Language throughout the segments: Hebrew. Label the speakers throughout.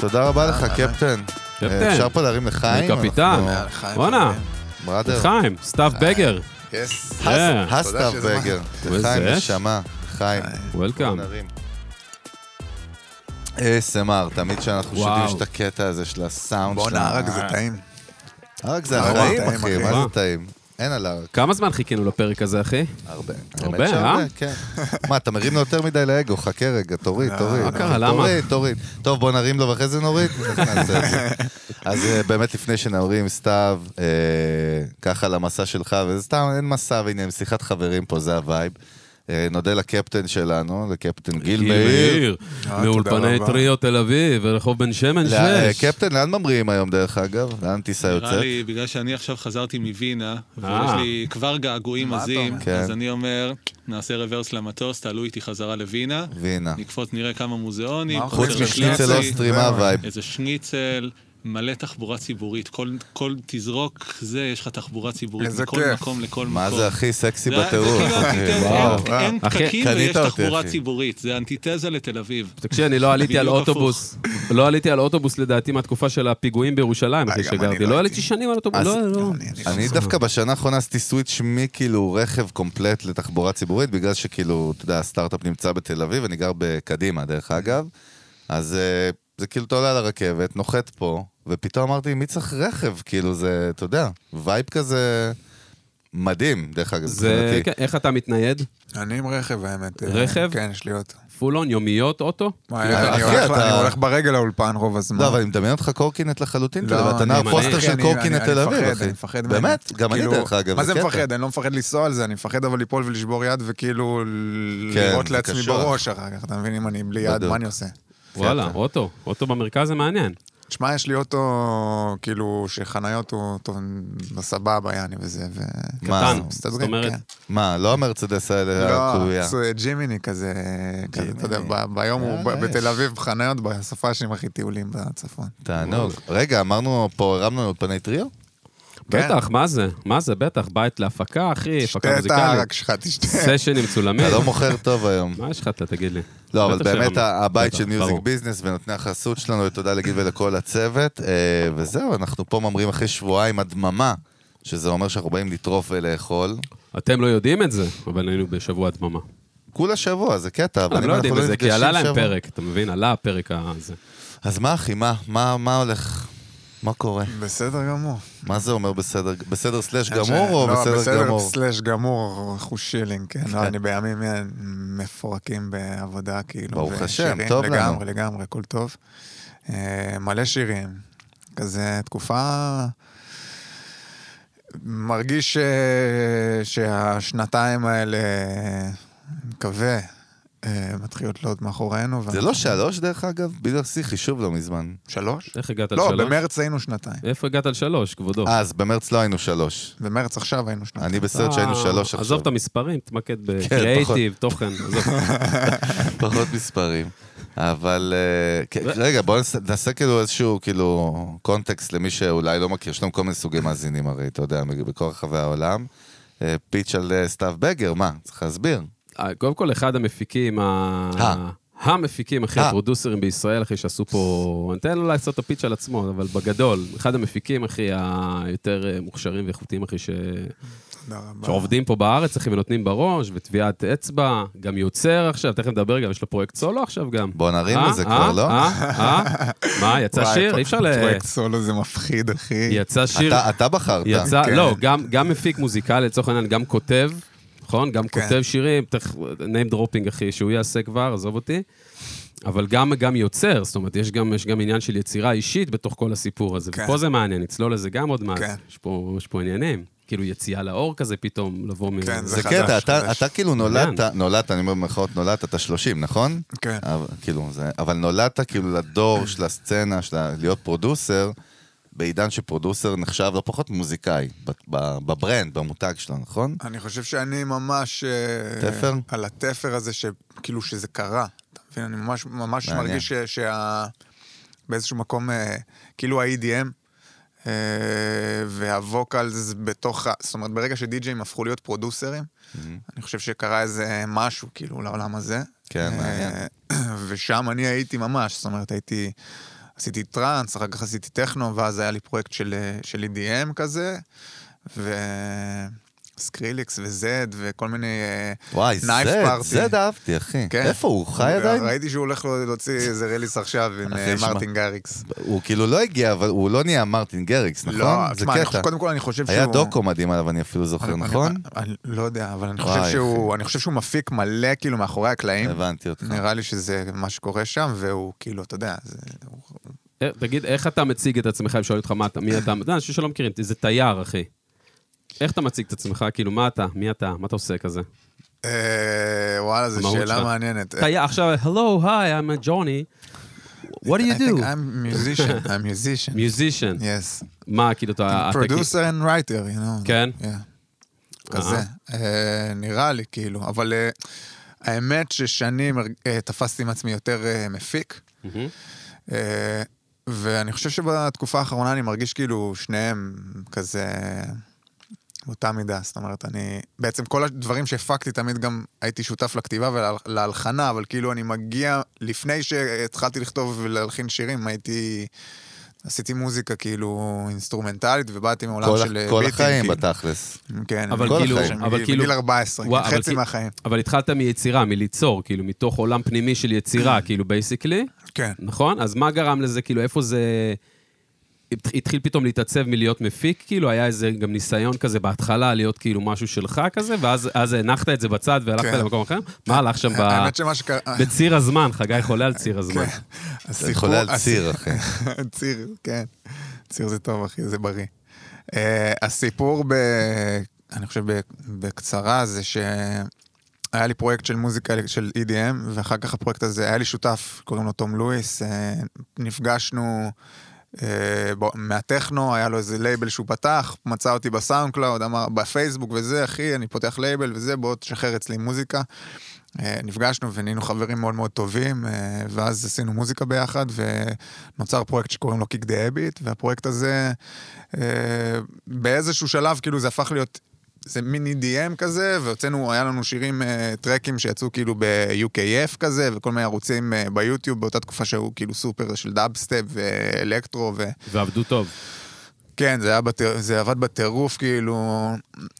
Speaker 1: תודה רבה לך, קפטן. אה,
Speaker 2: קפטן.
Speaker 1: אפשר פה להרים לחיים?
Speaker 2: לקפיטן.
Speaker 1: אנחנו-
Speaker 3: יאללה, חיים,
Speaker 2: בואנה,
Speaker 3: חברים. כן.
Speaker 1: בראדר.
Speaker 2: חיים, סתיו
Speaker 3: אה,
Speaker 2: בגר,
Speaker 3: Yes.
Speaker 1: הס-
Speaker 2: אה.
Speaker 1: הסתיו
Speaker 3: כן. תודה שזה
Speaker 1: בגר.
Speaker 2: וזה?
Speaker 1: לחיים, נשמה. לחיים.
Speaker 2: וולקאם.
Speaker 1: נרים. ASMR, תמיד כשאנחנו
Speaker 2: וואו.
Speaker 1: שותים יש את הקטע הזה של הסאונד שלנו.
Speaker 3: בואנה, רק זה טעים.
Speaker 1: ערק זה
Speaker 3: נורא
Speaker 1: החיים,
Speaker 3: טעים,
Speaker 1: אחי,
Speaker 3: אחי.
Speaker 1: מה
Speaker 2: מה?
Speaker 1: זה טעים? אין על ערק,
Speaker 2: כמה זמן חיכינו לפרק הזה, אחי?
Speaker 1: הרבה.
Speaker 2: הרבה,
Speaker 1: האמת שהרבה,
Speaker 2: אה?
Speaker 1: כן. מה, אתה מרים לו יותר מדי לאגו, חכה רגע,
Speaker 4: אה,
Speaker 1: תוריד, תוריד.
Speaker 2: מה קרה, למה?
Speaker 1: תוריד, תוריד. טוב, בוא נרים לו ואחרי זה נוריד. אז נעשה את זה. אז אה, באמת, לפני שנרים, סתיו, אה, ככה למסע שלך, וזה סתם, אין מסע ועניין, שיחת חברים פה, זה הווייב. אה, נודה לקפטן שלנו, לקפטן גיל מאיר.
Speaker 3: אה, תודה
Speaker 2: מאולפני
Speaker 3: רבה.
Speaker 2: טריו תל אביב, ורחוב בן שמן
Speaker 1: לא- אה,
Speaker 2: 6.
Speaker 1: קפטן, לאן ממריאים היום, דרך אגב? לאן טיסה
Speaker 4: נראה
Speaker 1: יוצאת?
Speaker 4: לי, בגלל שאני עכשיו חזרתי מווינה,
Speaker 2: אה.
Speaker 4: ויש לי כבר געגועים
Speaker 3: מה אתה
Speaker 4: עזים,
Speaker 1: אומר?
Speaker 4: אז
Speaker 1: כן.
Speaker 4: אני אומר, נעשה רוורס למטוס, תעלו איתי חזרה לווינה,
Speaker 1: וינה.
Speaker 4: נקפוץ נראה כמה מוזיאונים,
Speaker 3: מה אוכל?
Speaker 1: חוץ
Speaker 4: איזה
Speaker 1: משניצל
Speaker 4: שניצל,
Speaker 1: אוסטרי, מה הווייב?
Speaker 4: איזה שניצל. מלא תחבורה ציבורית, כל, כל תזרוק זה, יש לך תחבורה ציבורית
Speaker 3: איזה
Speaker 4: מכל
Speaker 3: כיף.
Speaker 4: מקום לכל מקום.
Speaker 1: מה זה הכי סקסי
Speaker 4: זה-
Speaker 1: בטירוף?
Speaker 4: זה כאילו
Speaker 1: אחי.
Speaker 4: אנטיתזה,
Speaker 1: וואו.
Speaker 4: אין- אין
Speaker 2: אחי,
Speaker 4: פקקים
Speaker 1: קנית
Speaker 4: ויש
Speaker 1: אותי,
Speaker 4: תחבורה
Speaker 1: אחי.
Speaker 4: ציבורית, זה אנטיתזה לתל אביב.
Speaker 2: תקשיב, אני לא עליתי על
Speaker 4: בדיוק הפוך.
Speaker 2: אוטובוס, לא עליתי על אוטובוס לדעתי מהתקופה של הפיגועים בירושלים,
Speaker 3: אה,
Speaker 2: אחרי
Speaker 3: גם אני
Speaker 2: שגרתי.
Speaker 3: לא
Speaker 2: לא
Speaker 3: הייתי.
Speaker 2: עליתי שנים על אוטובוס,
Speaker 1: אז-
Speaker 2: לא, לא.
Speaker 3: אני- אני-
Speaker 1: אני דווקא בשנה האחרונה עשיתי סוויץ' מכאילו רכב קומפלט לתחבורה ציבורית, בגלל שכאילו, אתה יודע, הסטארט-אפ נמצא בתל אביב, אני גר בקדימה, דרך אגב. אז אה, זה כאילו, אתה עולה על הרכבת, נוחת פה, ופתאום אמרתי, מי צריך רכב? כאילו, זה, אתה יודע, וייב כזה מדהים, דרך אגב,
Speaker 2: זה,
Speaker 1: מבחינתי.
Speaker 2: כן, איך אתה מתנייד?
Speaker 3: אני עם רכב, האמת. אה,
Speaker 2: רכב?
Speaker 3: כן, יש לי אוטו.
Speaker 2: פול און, יומיות, אוטו?
Speaker 3: מה,
Speaker 1: אה, אחי,
Speaker 3: אני הולך-
Speaker 1: אתה-
Speaker 3: אני הולך ברגל לאולפן רוב הזמן.
Speaker 1: לא, אבל אני מדמיין אותך קורקינט לחלוטין, תל
Speaker 3: לא,
Speaker 1: אביב. אתה
Speaker 3: אני
Speaker 1: נער
Speaker 2: מלא.
Speaker 1: פוסטר
Speaker 3: אחי,
Speaker 1: של
Speaker 3: אני-
Speaker 1: קורקינט
Speaker 3: אני-
Speaker 1: תל אביב,
Speaker 3: אני
Speaker 1: אחי.
Speaker 3: מפחד, אני מפחד ממנו.
Speaker 1: באמת, גם אני
Speaker 3: כאילו,
Speaker 1: דרך אגב,
Speaker 3: מה זה
Speaker 1: קטע.
Speaker 3: מפחד? אני לא מפחד לנסוע על זה, אני מפחד אבל ליפול ולשבור יד וכאילו
Speaker 1: כן,
Speaker 3: לראות
Speaker 1: זה
Speaker 3: לעצמי
Speaker 1: קשוח.
Speaker 3: בראש אחר כך, אתה מבין? אם אני בלי יד,
Speaker 1: בדיוק.
Speaker 3: מה אני עושה?
Speaker 2: וואלה, אוטו. אוטו במרכז זה מעניין.
Speaker 3: תשמע, יש לי אוטו, כאילו, שחניות הוא טוב, בסבבה, יעני וזה, ו...
Speaker 1: מה?
Speaker 2: קטן.
Speaker 3: מסתדרים,
Speaker 2: זאת אומרת,
Speaker 3: כן.
Speaker 1: מה, לא המרצדס האלה,
Speaker 3: לא,
Speaker 1: הקרויה.
Speaker 3: זה ג'ימיני כזה, כזה, אתה יודע, ב- ביום הוא
Speaker 1: יאללה,
Speaker 3: ב- בתל
Speaker 1: יש.
Speaker 3: אביב בחניות, בספאשים הכי טיולים בצפון.
Speaker 1: תענוג. רגע, אמרנו פה, הרמנו אולפני טריו?
Speaker 3: כן.
Speaker 2: בטח, מה זה? מה זה, בטח, בית להפקה, אחי, הפקה
Speaker 3: תשתה את
Speaker 2: מוזיקלית.
Speaker 3: הערק שלך, תשתה.
Speaker 2: סשנים מצולמים.
Speaker 1: אתה לא מוכר טוב היום.
Speaker 2: מה יש לך, אתה תגיד לי?
Speaker 1: לא, אבל
Speaker 2: בטח שלא.
Speaker 1: באמת ה- הבית
Speaker 2: בטח,
Speaker 1: של מיוזיק
Speaker 2: ברור.
Speaker 1: ביזנס ונותני החסות שלנו, ותודה לגיל ולכל הצוות. אה, וזהו, אנחנו פה ממרים אחרי שבועיים הדממה, שזה אומר שאנחנו באים לטרוף ולאכול.
Speaker 2: אתם לא יודעים את זה, אבל היינו בשבוע הדממה.
Speaker 1: כולה שבוע, זה קטע, אבל
Speaker 2: הם
Speaker 1: אם
Speaker 2: לא יודעים
Speaker 1: אנחנו
Speaker 2: את
Speaker 1: לא
Speaker 2: זה, כי עלה
Speaker 1: נפגשים
Speaker 2: להם
Speaker 1: שבוע...
Speaker 2: פרק, אתה מבין? עלה הפרק הזה.
Speaker 1: אז מה אחי, מה- מה מה הולך? מה קורה?
Speaker 3: בסדר גמור.
Speaker 1: מה זה אומר בסדר? בסדר סלאש גמור או
Speaker 3: לא,
Speaker 1: בסדר גמור?
Speaker 3: סלאש גמור, אנחנו שילינג, כן. לא, אני בימים מפורקים בעבודה, כאילו.
Speaker 1: ברוך השם,
Speaker 3: ושירים,
Speaker 1: טוב לנו.
Speaker 3: לגמרי, לגמרי, הכל טוב. אה, מלא שירים. כזה תקופה... מרגיש ש... שהשנתיים האלה, אני מקווה, אה, מתחילות להיות מאחורינו.
Speaker 1: זה לא שלוש דרך אגב? בדיוק עשיתי חישוב לא מזמן.
Speaker 3: שלוש?
Speaker 2: איך הגעת
Speaker 3: לא,
Speaker 2: לשלוש?
Speaker 3: במרץ היינו שנתיים.
Speaker 2: איפה הגעת לשלוש, כבודו?
Speaker 1: אה, אז במרץ לא היינו שלוש.
Speaker 3: במרץ עכשיו היינו שנתיים.
Speaker 1: אני בסרט שהיינו
Speaker 2: אה,
Speaker 1: שלוש
Speaker 2: עזוב
Speaker 1: עכשיו. כן,
Speaker 2: את המספרים, תתמקד
Speaker 1: פחות.
Speaker 2: בקריאייטיב, תוכן. עזוב.
Speaker 1: פחות מספרים. אבל אה, כן, רגע, בואו נס- נעשה כאילו איזשהו כאילו קונטקסט למי שאולי לא מכיר, יש לנו כל מיני סוגי מאזינים הרי, אתה יודע, מג- בכל רחבי העולם. אה, פיץ' על אה, סתיו בגר, מה? צריך להסביר.
Speaker 2: אה, קודם כל, אחד המפיקים, ה-
Speaker 1: ה.
Speaker 2: המפיקים, אחי,
Speaker 1: ה.
Speaker 2: הפרודוסרים בישראל, אחי, שעשו פה... אני אתן לו לעשות את הפיץ' על עצמו, אבל בגדול, אחד המפיקים, אחי, היותר אה, מוכשרים ואיכותיים, אחי, ש...
Speaker 3: תודה רבה.
Speaker 2: שעובדים פה בארץ, אחי, ונותנים בראש, וטביעת אצבע, גם יוצר עכשיו, תכף נדבר גם, יש לו פרויקט סולו עכשיו גם.
Speaker 1: בוא נרים
Speaker 2: אה,
Speaker 1: לזה
Speaker 2: אה,
Speaker 1: כבר, לא?
Speaker 2: אה, אה, מה, יצא
Speaker 3: וואי,
Speaker 2: שיר?
Speaker 3: פ-
Speaker 2: אי אפשר ל...
Speaker 3: פרויקט סולו זה מפחיד, אחי.
Speaker 2: יצא שיר,
Speaker 1: אתה- אתה בחרת.
Speaker 2: יצא,
Speaker 3: כן.
Speaker 2: לא, גם- גם מפיק מוזיקלי, לצורך העניין, גם כותב, נכון? גם
Speaker 3: כן.
Speaker 2: כותב שירים, תכף, name dropping, אחי, שהוא יעשה כבר, עזוב אותי. אבל גם, גם יוצר, זאת אומרת, יש גם, יש גם עניין של יצירה אישית בתוך כל הסיפור הזה.
Speaker 3: כן.
Speaker 2: ופה זה מעניין, נצלול לזה גם עוד מעט.
Speaker 3: כן.
Speaker 2: יש פה, יש פה עניינים. כאילו יציאה לאור כזה פתאום, לבוא מ...
Speaker 3: כן,
Speaker 1: זה
Speaker 3: זה
Speaker 1: קטע,
Speaker 3: חדש,
Speaker 1: אתה,
Speaker 3: חדש.
Speaker 1: אתה כאילו נולדת, נולדת, אני אומר במרכאות נולדת, אתה 30, נכון?
Speaker 3: כן.
Speaker 1: אבל, כאילו, זה, אבל נולדת כאילו לדור של הסצנה, של ה- להיות פרודוסר, בעידן שפרודוסר נחשב לא פחות מוזיקאי, ב, ב, בברנד, במותג שלו, נכון?
Speaker 3: אני חושב שאני ממש... אה,
Speaker 1: תפר?
Speaker 3: על התפר הזה, שכאילו שזה קרה. אתה מבין? אני ממש, ממש
Speaker 1: מעניין.
Speaker 3: מרגיש ש- שה... באיזשהו מקום, אה, כאילו ה-EDM אה, והווקלס בתוך ה... זאת אומרת, ברגע שדי-ג'אים הפכו להיות פרודוסרים, אני חושב שקרה איזה משהו, כאילו, לעולם הזה.
Speaker 1: Mm-hmm. כן, מעניין.
Speaker 3: אה, ושם אני הייתי ממש, זאת אומרת, הייתי... עשיתי טראנס, אחר כך עשיתי טכנו, ואז היה לי פרויקט של, אה, של EDM כזה, וסקריליקס וזד וכל מיני... אה,
Speaker 1: וואי,
Speaker 3: Knife
Speaker 1: זה,
Speaker 3: Party.
Speaker 1: זה אהבתי, אחי.
Speaker 3: כן.
Speaker 1: איפה הוא? חי עדיין?
Speaker 3: ראיתי שהוא הולך להוציא איזה רליס עכשיו עם
Speaker 1: אחי,
Speaker 3: אה,
Speaker 1: שמע.
Speaker 3: מרטין גריקס.
Speaker 1: הוא כאילו לא הגיע, אבל הוא לא נהיה מרטין גריקס, נכון?
Speaker 3: לא,
Speaker 1: זה
Speaker 3: תשמע, אני-
Speaker 1: קטע.
Speaker 3: קודם כל אני חושב שהוא...
Speaker 1: היה דוקו מדהים עליו, אני אפילו זוכר,
Speaker 3: אני-
Speaker 1: נכון?
Speaker 3: אני- אני לא יודע, אבל אני
Speaker 1: וואי,
Speaker 3: חושב
Speaker 1: אחי.
Speaker 3: שהוא- אני חושב שהוא מפיק מלא כאילו מאחורי הקלעים.
Speaker 1: הבנתי אותך.
Speaker 3: נראה לי שזה מה שקורה שם, והוא כאילו, אתה יודע, זה... הוא-
Speaker 2: אה, תגיד, איך אתה מציג את עצמך, אם שואלים אותך מה אתה, מי אתה, אתה יודע, אנשים שלא מכירים, זה תייר, אחי. איך אתה מציג את עצמך, כאילו, מה אתה, מי אתה, מה אתה עושה כזה?
Speaker 3: אה, וואלה, זו
Speaker 2: המהות
Speaker 3: שאלה
Speaker 2: שלך.
Speaker 3: מעניינת.
Speaker 2: תייר, עכשיו, hello, hi, I'm a Johnny. What do
Speaker 3: I
Speaker 2: you
Speaker 3: think
Speaker 2: do?
Speaker 3: I'm musician, I'm musician.
Speaker 2: musician.
Speaker 3: Yes.
Speaker 2: מה, כאילו, אתה... אתה כאילו-
Speaker 3: Producer and writer, you know.
Speaker 2: כן?
Speaker 3: Yeah. כזה. אה, נראה לי, כאילו. אבל אה, האמת ששנים הר- אה, תפסתי עם עצמי יותר אה, מפיק.
Speaker 2: מהמם.
Speaker 3: אה, ואני חושב שבתקופה האחרונה אני מרגיש כאילו שניהם כזה באותה מידה. זאת אומרת, אני... בעצם כל הדברים שהפקתי תמיד גם הייתי שותף לכתיבה ולהלחנה, אבל כאילו אני מגיע, לפני שהתחלתי לכתוב ולהלחין שירים, הייתי... עשיתי מוזיקה כאילו אינסטרומנטלית, ובאתי מעולם
Speaker 1: כל-
Speaker 3: של אה,
Speaker 1: כל
Speaker 3: ביטים,
Speaker 1: החיים
Speaker 3: כאילו.
Speaker 1: בתכלס.
Speaker 3: כן,
Speaker 2: אבל
Speaker 3: כל
Speaker 1: כאילו-
Speaker 3: החיים,
Speaker 2: אבל
Speaker 3: מגיל-
Speaker 2: כאילו-
Speaker 3: בגיל 14,
Speaker 2: וואו, אבל
Speaker 3: חצי
Speaker 2: כאילו-
Speaker 3: מהחיים.
Speaker 2: אבל התחלת מיצירה, מליצור, כאילו, מתוך עולם פנימי של יצירה, כאילו, בייסיקלי,
Speaker 3: כן.
Speaker 2: נכון? אז מה גרם לזה, כאילו, איפה זה... הת- התחיל פתאום להתעצב מלהיות מפיק, כאילו, היה איזה גם ניסיון כזה בהתחלה להיות כאילו משהו שלך כזה, ואז אז הנחת את זה בצד והלכת
Speaker 3: כן.
Speaker 2: למקום אחר? מה הלך שם ב...
Speaker 3: האמת שמה שקרה... כן.
Speaker 2: בציר הזמן, חגי חולה על ציר הזמן.
Speaker 1: אתה חולה על ציר, אחי.
Speaker 3: ציר, כן. ציר זה טוב, אחי, זה בריא. Uh, הסיפור, ב... אני חושב ב... בקצרה, זה שהיה לי פרויקט של מוזיקה של EDM, ואחר כך הפרויקט הזה, היה לי שותף, קוראים לו תום לואיס, uh, נפגשנו uh, ב... מהטכנו, היה לו איזה לייבל שהוא פתח, מצא אותי בסאונד קלאוד, אמר, בפייסבוק וזה, אחי, אני פותח לייבל וזה, בוא תשחרר אצלי מוזיקה. אה, נפגשנו ונהיינו חברים מאוד מאוד טובים, אה, ואז עשינו מוזיקה ביחד, ונוצר פרויקט שקוראים לו קיק דה הביט, והפרויקט הזה אה, באיזשהו שלב, כאילו זה הפך להיות, זה מין EDM כזה, והוצאנו, היה לנו שירים, אה, טרקים שיצאו כאילו ב-UKF כזה, וכל מיני ערוצים אה, ביוטיוב, באותה תקופה שהיו כאילו סופר של דאבסטפ ואלקטרו, ו...
Speaker 2: ועבדו טוב.
Speaker 3: כן, זה, היה בטיר... זה עבד בטירוף, כאילו,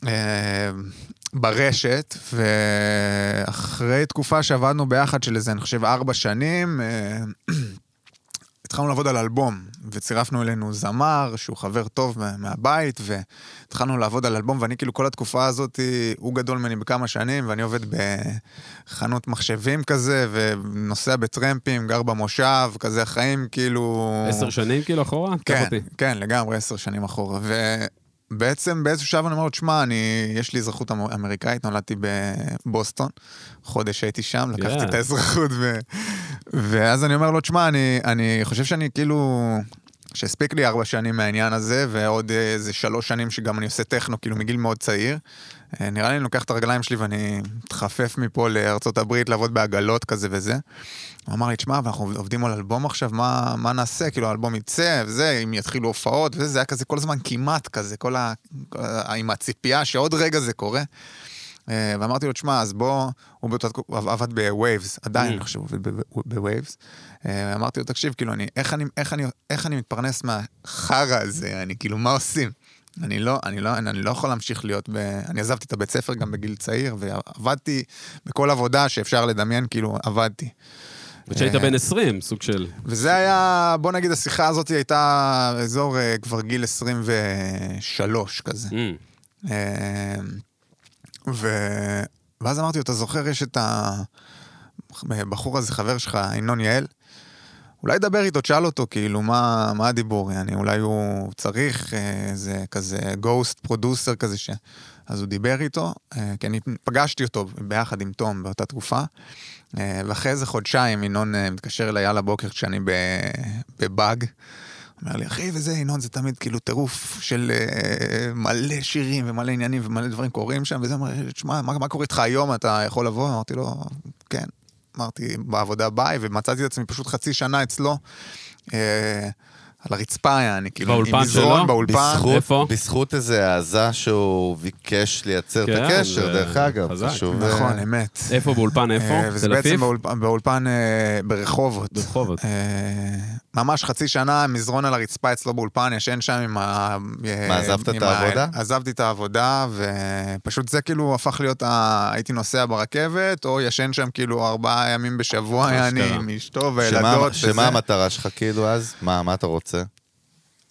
Speaker 3: אה, ברשת, ואחרי תקופה שעבדנו ביחד של איזה, אני חושב, ארבע שנים, אה, התחלנו לעבוד על אלבום, וצירפנו אלינו זמר, שהוא חבר טוב מה- מהבית, והתחלנו לעבוד על אלבום, ואני כאילו כל התקופה הזאת, הוא גדול ממני בכמה שנים, ואני עובד בחנות מחשבים כזה, ונוסע בטרמפים, גר במושב, כזה חיים, כאילו...
Speaker 2: עשר שנים כאילו אחורה? קח
Speaker 3: כן,
Speaker 2: אותי.
Speaker 3: כן, לגמרי עשר שנים אחורה. ובעצם באיזשהו שלב אני אומר לו, תשמע, אני, יש לי אזרחות אמ- אמריקאית, נולדתי בבוסטון, חודש הייתי שם, לקחתי
Speaker 2: יאה.
Speaker 3: את האזרחות, ו... ואז אני אומר לו, תשמע, אני, אני חושב שאני כאילו... שהספיק לי ארבע שנים מהעניין הזה, ועוד אה, איזה שלוש שנים שגם אני עושה טכנו, כאילו מגיל מאוד צעיר. אה, נראה לי אני לוקח את הרגליים שלי ואני מתחפף מפה לארצות הברית לעבוד בעגלות כזה וזה. הוא אמר לי, תשמע, אבל אנחנו עובדים על אלבום עכשיו, מה, מה נעשה? כאילו, האלבום יצא, וזה, אם יתחילו הופעות, וזה, זה היה כזה כל הזמן כמעט כזה, כל ה... כל ה- עם הציפייה שעוד רגע זה קורה. אה, ואמרתי לו, תשמע, אז בוא, הוא באותה תקופה, הוא עבד בווייבס, עדיין,
Speaker 2: Mm.
Speaker 3: אני חושב, הוא עובד ב- בווייבס. אה, אמרתי לו, תקשיב, כאילו, אני, איך, אני, איך, אני, איך אני מתפרנס מהחרא הזה? אני, כאילו, מה עושים? אני לא, אני לא, אני לא יכול להמשיך להיות ב... אני עזבתי את הבית ספר גם בגיל צעיר, ועבדתי בכל עבודה שאפשר לדמיין, כאילו, עבדתי. אה.
Speaker 2: וכשהיית בן 20, סוג של...
Speaker 3: וזה היה, בוא נגיד, השיחה הזאת הייתה אזור אה, כבר גיל 23 כזה.
Speaker 2: אמ,
Speaker 3: אה, ו... ואז אמרתי לו, אתה זוכר, יש את הבחור הזה, חבר שלך, ינון יעל? אולי דבר איתו, תשאל אותו, כאילו, מה, מה הדיבור? יעני, אולי הוא צריך אה, איזה כזה גוסט פרודוסר כזה ש... אז הוא דיבר איתו, אה, כי אני פגשתי אותו ביחד עם תום באותה תקופה, אה, ואחרי איזה חודשיים ינון אה, מתקשר אליי על הבוקר כשאני ב- בבאג. אומר לי, אחי, וזה, ינון, זה תמיד כאילו טירוף של אה, מלא שירים ומלא עניינים ומלא דברים קורים שם, וזה אומר, לי, תשמע, מה, מה קורה איתך היום, אתה יכול לבוא? אמרתי לו, כן. אמרתי, בעבודה ביי, ומצאתי את עצמי פשוט חצי שנה אצלו, אה, על הרצפה, אני כאילו,
Speaker 2: באולפן
Speaker 3: עם מזרון
Speaker 2: שלו?
Speaker 3: באולפן.
Speaker 1: בזכות-
Speaker 2: איפה?
Speaker 1: בזכות איזה העזה שהוא ביקש לייצר את
Speaker 2: כן,
Speaker 1: הקשר,
Speaker 2: זה
Speaker 1: דרך אגב.
Speaker 2: חזק.
Speaker 1: חשוב,
Speaker 3: נכון,
Speaker 1: אה,
Speaker 3: אמת.
Speaker 2: איפה באולפן,
Speaker 3: אה,
Speaker 2: איפה?
Speaker 3: וזה
Speaker 2: תל אביב?
Speaker 3: בעצם באולפ- באולפן אה, ברחובות.
Speaker 2: ברחובות.
Speaker 3: אה, ממש חצי שנה, מזרון על הרצפה אצלו באולפן, ישן שם עם ה... אה,
Speaker 1: מה, עזבת
Speaker 3: עם
Speaker 1: את
Speaker 3: ה-
Speaker 1: העבודה?
Speaker 3: עזבתי את העבודה, ופשוט זה כאילו הפך להיות ה... הייתי נוסע ברכבת, או ישן שם כאילו ארבעה ימים בשבוע,
Speaker 2: אשכרה.
Speaker 3: יעני, עם אשתו
Speaker 1: שמה-
Speaker 3: וילדות.
Speaker 1: שמה
Speaker 3: אה, וזה.
Speaker 1: המטרה שלך כאילו אז? מה, מה אתה רוצה?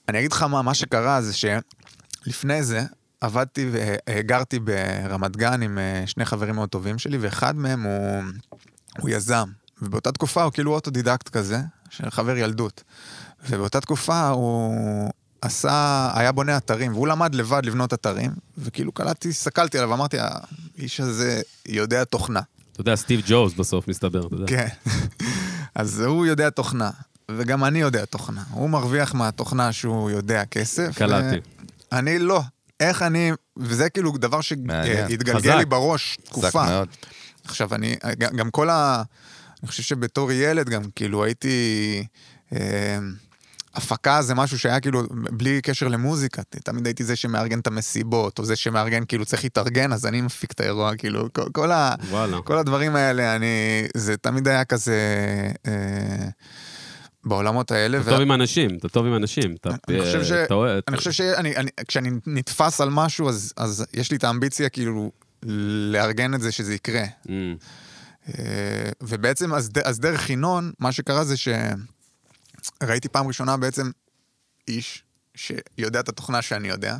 Speaker 3: אני אגיד לך מה, מה שקרה זה שלפני זה עבדתי וגרתי ברמת גן עם אה, שני חברים מאוד טובים שלי, ואחד מהם הוא, הוא יזם. ובאותה תקופה הוא כאילו אוטודידקט כזה, של חבר ילדות. ובאותה תקופה הוא עשה, היה בונה אתרים, והוא למד לבד לבנות אתרים, וכאילו קלטתי, הסתכלתי עליו, אמרתי, האיש הזה יודע תוכנה.
Speaker 2: אתה יודע, סטיב ג'ובס בסוף מסתבר, אתה יודע.
Speaker 3: כן. אז הוא יודע תוכנה, וגם אני יודע תוכנה. הוא מרוויח מהתוכנה שהוא יודע כסף.
Speaker 2: קלטתי.
Speaker 3: ו- אני לא. איך אני... וזה כאילו דבר
Speaker 1: מעניין.
Speaker 3: שהתגלגל
Speaker 2: חזק.
Speaker 3: לי בראש
Speaker 1: חזק
Speaker 3: תקופה.
Speaker 1: מאוד.
Speaker 3: עכשיו, אני... גם- גם כל ה... אני חושב שבתור ילד גם, כאילו, הייתי... אה, הפקה זה משהו שהיה כאילו בלי קשר למוזיקה, תמיד הייתי זה שמארגן את המסיבות, או זה שמארגן, כאילו צריך להתארגן, אז אני מפיק את האירוע, כאילו, כל, כל ה...
Speaker 2: וואלה.
Speaker 3: כל הדברים האלה, אני... זה תמיד היה כזה... אה, בעולמות האלה.
Speaker 2: אתה טוב עם אנשים, אתה טוב עם אנשים. אתה- אה,
Speaker 3: אני חושב ש-
Speaker 2: אתה אוהב-
Speaker 3: אני חושב שאני, אני, כשאני נתפס על משהו, אז, אז יש לי את האמביציה כאילו לארגן את זה שזה יקרה.
Speaker 2: אמ,
Speaker 3: אה, ובעצם, אז, ד- אז דרך ינון, מה שקרה זה שראיתי פעם ראשונה בעצם איש שיודע את התוכנה שאני יודע,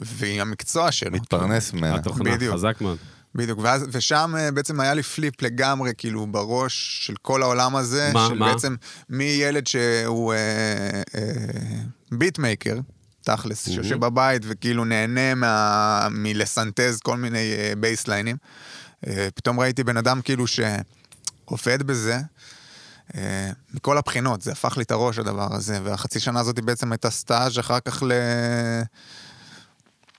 Speaker 3: ועם המקצוע שלו.
Speaker 1: מתפרנס ממנה.
Speaker 2: התוכנה,
Speaker 3: אה, בדיוק.
Speaker 2: חזק מאוד.
Speaker 3: בדיוק, ואז, ושם אה, בעצם היה לי פליפ לגמרי, כאילו, בראש של כל העולם הזה.
Speaker 2: מה,
Speaker 3: של
Speaker 2: מה?
Speaker 3: בעצם מילד שהוא אה, אה, ביטמייקר, תכלס,
Speaker 2: Mm-hmm.
Speaker 3: שיושב בבית וכאילו נהנה מה, מלסנטז כל מיני אה, בייסליינים. אה, פתאום ראיתי בן אדם כאילו שעובד בזה. אה, מכל הבחינות, זה הפך לי את הראש הדבר הזה, והחצי שנה הזאת בעצם הייתה סטאז' אחר כך ל...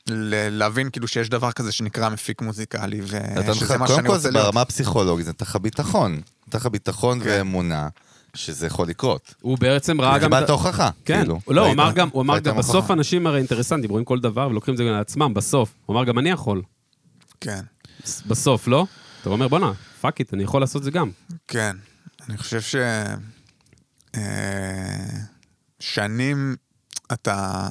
Speaker 3: ל- להבין כאילו שיש דבר כזה שנקרא מפיק מוזיקלי,
Speaker 1: נתן
Speaker 3: ושזה
Speaker 1: לך,
Speaker 3: אה, מה שאני
Speaker 1: קודם כל
Speaker 3: רוצה
Speaker 1: זה
Speaker 3: להיות.
Speaker 1: ברמה הפסיכולוגית, נתן לך ביטחון. נתן לך ביטחון
Speaker 3: כן.
Speaker 1: ואמונה שזה יכול לקרות.
Speaker 2: הוא בעצם ראה אה, גם... את
Speaker 1: קיבלת
Speaker 2: ה-
Speaker 1: הוכחה,
Speaker 2: כן,
Speaker 1: כאילו.
Speaker 2: לא, הוא
Speaker 1: ראית?
Speaker 2: אמר גם, הוא אמר
Speaker 1: ראית
Speaker 2: גם, בסוף
Speaker 1: הוכחה.
Speaker 2: אנשים הרי אינטרסנטים, רואים כל דבר ולוקחים את זה גם לעצמם, בסוף. הוא אמר, גם אני יכול.
Speaker 3: כן,
Speaker 2: ס- בסוף, לא? אתה אומר, בואנה, פאק איט, אני יכול לעשות את זה גם.
Speaker 3: כן. אני חושב ש... אה, שנים אתה...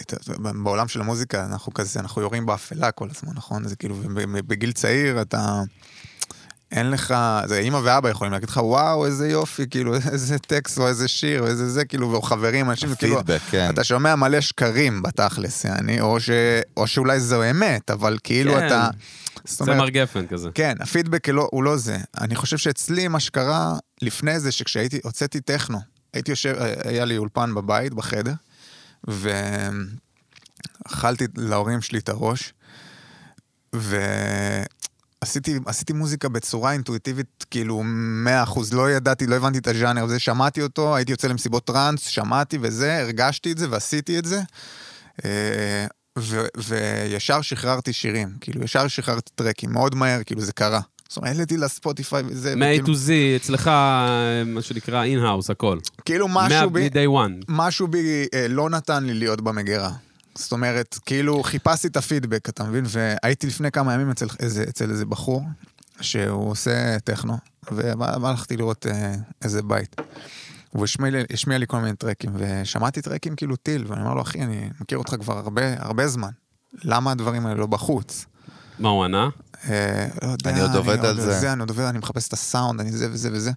Speaker 3: אתה- בעולם של המוזיקה אנחנו כזה, אנחנו יורים באפלה כל הזמן, נכון? זה כאילו, בגיל צעיר אתה... אין לך, זה אימא ואבא יכולים להגיד לך, וואו, איזה יופי, כאילו, איזה טקסט, או איזה שיר, או איזה זה, כאילו, או חברים, אנשים, זה כאילו,
Speaker 1: פידבק, כן.
Speaker 3: אתה שומע מלא שקרים בתכלס, יעני, או, ש... או שאולי זו אמת, אבל כאילו
Speaker 2: כן.
Speaker 3: אתה... זאת
Speaker 2: צמר גפן כזה.
Speaker 3: כן, הפידבק לא, הוא לא זה. אני חושב שאצלי מה שקרה לפני זה, שכשהייתי, הוצאתי טכנו, הייתי יושב, אה, היה לי אולפן בבית, בחדר, ואכלתי להורים שלי את הראש, ועשיתי עשיתי מוזיקה בצורה אינטואיטיבית, כאילו 100%, לא ידעתי, לא הבנתי את הז'אנר הזה, שמעתי אותו, הייתי יוצא למסיבות טראנס, שמעתי וזה, הרגשתי את זה ועשיתי את זה. אה, ו- וישר שחררתי שירים, כאילו, ישר שחררתי טרקים, מאוד מהר, כאילו, זה קרה. זאת אומרת, העליתי לספוטיפיי וזה,
Speaker 1: כאילו-
Speaker 2: מ-A to
Speaker 3: וכאילו,
Speaker 2: Z, אצלך, מה שנקרא, אין-האוס, הכל.
Speaker 3: כאילו משהו
Speaker 2: מה-
Speaker 3: בי,
Speaker 2: מ-day one.
Speaker 3: משהו בי אה, לא נתן לי להיות במגירה. זאת אומרת, כאילו, חיפשתי את הפידבק, אתה מבין? והייתי לפני כמה ימים אצל איזה, אצל איזה בחור, שהוא עושה טכנו, והלכתי לראות אה, איזה בית. הוא השמיע לי, השמיע לי כל מיני טרקים, ושמעתי טרקים כאילו טיל, ואני אומר לו, אחי, אני מכיר אותך כבר הרבה, הרבה זמן. למה הדברים האלה לא בחוץ?
Speaker 2: מה הוא ענה?
Speaker 3: אה, לא יודע,
Speaker 1: אני עוד עובד על זה.
Speaker 3: אני עוד עובד, אני מחפש את הסאונד, אני זה וזה וזה.